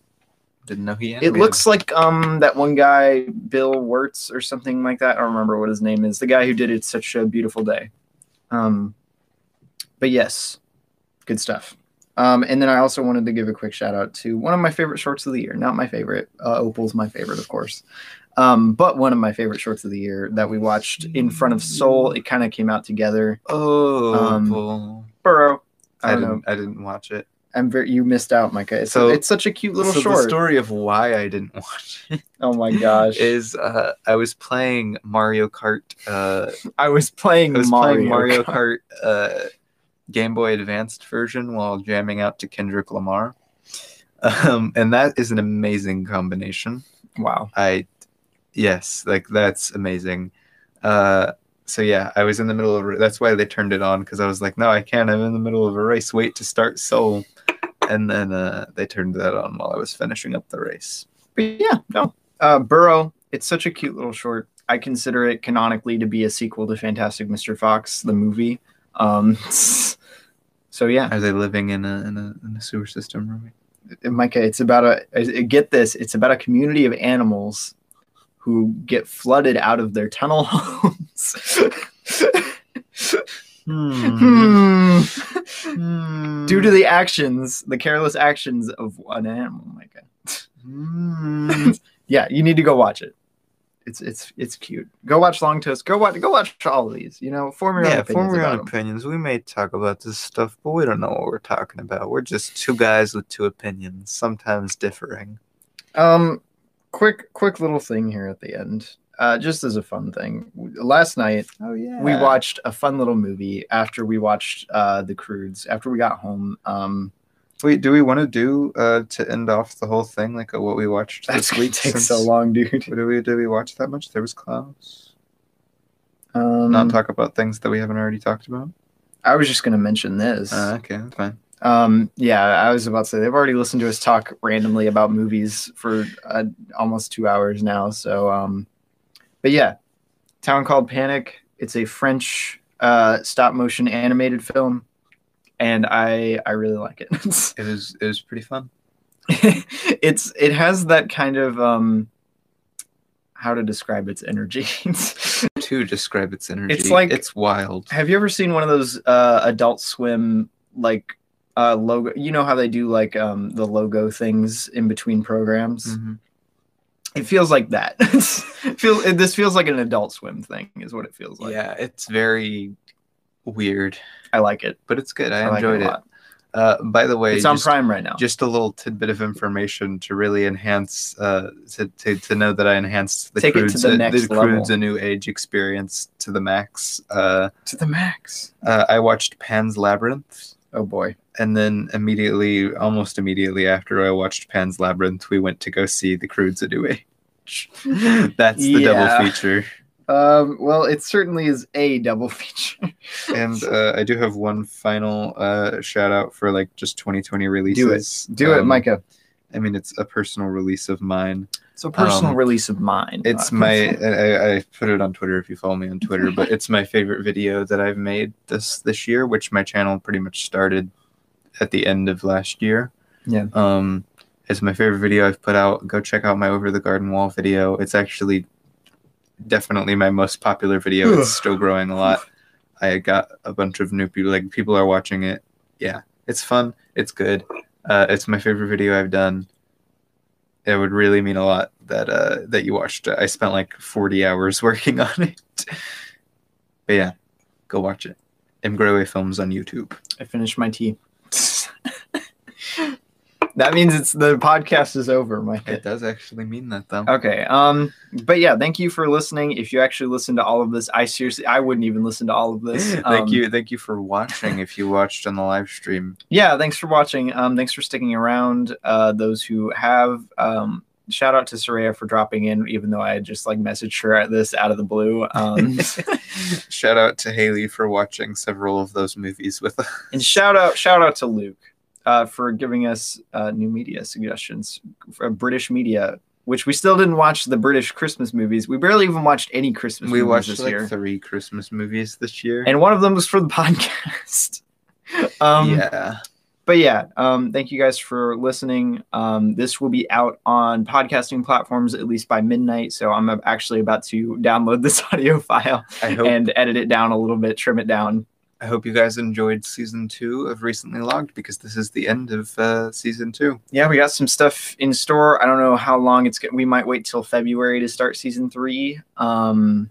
Didn't know he
It
animated.
looks like um that one guy Bill Wirtz or something like that. I don't remember what his name is. The guy who did it such a beautiful day. Um, but yes, good stuff. Um, and then I also wanted to give a quick shout out to one of my favorite shorts of the year. Not my favorite. Uh, Opal's my favorite, of course. Um, but one of my favorite shorts of the year that we watched in front of Soul. It kind of came out together.
Oh,
Um,
well,
Burrow. I
I
don't
didn't.
know.
I didn't watch it.
I'm very, you missed out, Micah. It's,
So-
it's such a cute little
so The
short.
story of why I didn't watch it.
oh my gosh.
Is uh, I was playing Mario Kart. Uh,
I was playing
I was
Mario.
playing Mario Kart uh, Game Boy Advanced version while jamming out to Kendrick Lamar, um, and that is an amazing combination.
Wow.
I, yes, like that's amazing. Uh, so yeah, I was in the middle of. a- That's why they turned it on because I was like, no, I can't. I'm in the middle of a race. Wait to start Soul, and then uh, they turned that on while I was finishing up the race.
But yeah, no. Uh, Burrow, it's such a cute little short. I consider it canonically to be a sequel to Fantastic Mr. Fox, the movie. Um, so yeah,
Are they living in a in a, in a sewer system, Rumi?
Micah, it's about a I- I get this. It's about a community of animals who get flooded out of their tunnel homes.
Mm-hmm.
Hmm.
Hmm.
Due to the actions, the careless actions of an animal, Micah.
Hmm.
yeah, you need to go watch it. It's it's it's cute. Go watch Long Toast. Go watch go watch all of these. You know, form your own
yeah,
opinions.
form your
about
own
'em.
opinions. We may talk about this stuff, but we don't know what we're talking about. We're just two guys with two opinions, sometimes differing.
Um, quick quick little thing here at the end. Uh, just as a fun thing, last night
Oh yeah,
we watched a fun little movie after we watched uh, The Crudes. After we got home, um,
we do we want to do uh to end off the whole thing like uh, what we watched
That's
this
gonna
week?
take
since-
so long, dude.
Did we did we watch that much? There was clowns.
Um,
Not talk about things that we haven't already talked about.
I was just gonna mention this.
Uh, okay, that's fine.
Um, yeah, I was about to say they've already listened to us talk randomly about movies for uh, almost two hours now. So, um, but yeah, Town Called Panic. It's a French uh, stop motion animated film, and I I really like it.
It was it was pretty fun.
it's it has that kind of um, how to describe its energy.
To describe its energy,
like-
it's wild.
Have you ever seen one of those uh, Adult Swim like uh, logo? You know how they do like um, the logo things in between programs.
Mhm.
It feels like that. it feels it, this feels like an Adult Swim thing is what it feels like.
Yeah, it's very weird,
I like it.
but it's good. I,
like
enjoyed
a
it.
lot.
Uh, by the way,
it's on
just-
Prime right now.
just a little tidbit of information to really enhance uh, to, to, to know that I enhanced the
Take it to
crude's,
the
uh,
next
the
level.
crude's a new age experience to the max. Uh,
to the max.
uh, I watched Pan's Labyrinth,
Oh boy.
and then immediately, almost immediately after I watched Pan's Labyrinth, we went to go see the crude's a new age. That's the
Yeah.
double feature,
Um, well, it certainly is a double feature.
and uh, I do have one final uh, shout out for like just 2020 releases.
Do it,
Um,
Micah.
I mean, it's a personal release of mine.
It's a personal
um,
release of mine.
It's
Uh,
my I, I put it on Twitter if you follow me on Twitter, but it's my favorite video that I've made this this year, which my channel pretty much started at the end of last year.
Yeah.
Um, it's my favorite video I've put out. Go check out my Over the Garden Wall video. It's actually definitely my most popular video.
Ugh.
It's still growing a lot. I got a bunch of new people. Like people are watching it. Yeah, it's fun. It's good. Uh, it's my favorite video I've done. It would really mean a lot that uh, that you watched it. I spent like 40 hours working on it. But yeah, go watch it. M. Growey Films on YouTube.
I finished my tea. that means it's the podcast is over, Micah.
It does actually mean that though.
Okay. Um. But yeah, thank you for listening. If you actually listen to all of this, I seriously, I wouldn't even listen to all of
Oh,
this. Um,
thank you, thank you for watching. If you watched on the live stream,
Yeah. Thanks for watching. Um. Thanks for sticking around. Uh. Those who have. Um. Shout out to Soraya for dropping in, even though I had just like messaged her at this out of the blue. Um.
shout out to Haley for watching several of those movies with us.
and shout out, shout out to Luke, uh, for giving us uh, new media suggestions for British media. Which we still didn't watch the British Christmas movies. We barely even watched any Christmas
We
movies
watched
this
like
year.
three Christmas movies this year.
and one of them was for the podcast. um,
yeah,
But yeah, um, thank you guys for listening. Um, this will be out on podcasting platforms at least by midnight. So I'm actually about to download this audio file
I hope
and edit it down a little bit, trim it down.
I hope you guys enjoyed season two of Recently Logged because this is the end of uh, season two.
Yeah, we got some stuff in store. I don't know how long it's. Go- we might wait till February to start season three. Um,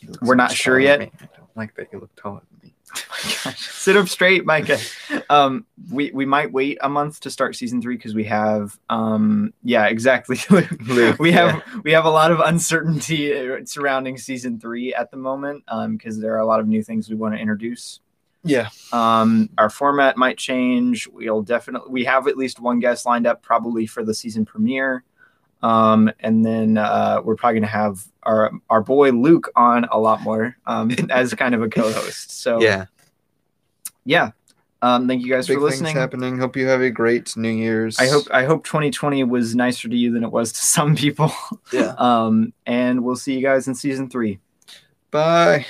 You look
We're not
much
sure yet. Oh
taller than me. I don't like that you look taller than me.
sit up straight, Micah. Um, we we might wait a month to start season three because we have. Um, yeah, exactly.
Luke,
we have we have a lot of uncertainty uh, surrounding season three at the moment because there are a lot of new things we want to introduce.
yeah.
Um, our format might change. We'll definitely we have at least one guest lined up probably for the season premiere, um, and then uh, we're probably gonna have our our boy Luke on a lot more um, as kind of a co-host. So yeah,
yeah.
Um, thank you guys
Big
for
things
listening.
happening. Hope you have a great New Year's.
I hope I hope 2020 was nicer to you than it was to some people.
Yeah.
Um, and we'll see you guys in season three.
Bye.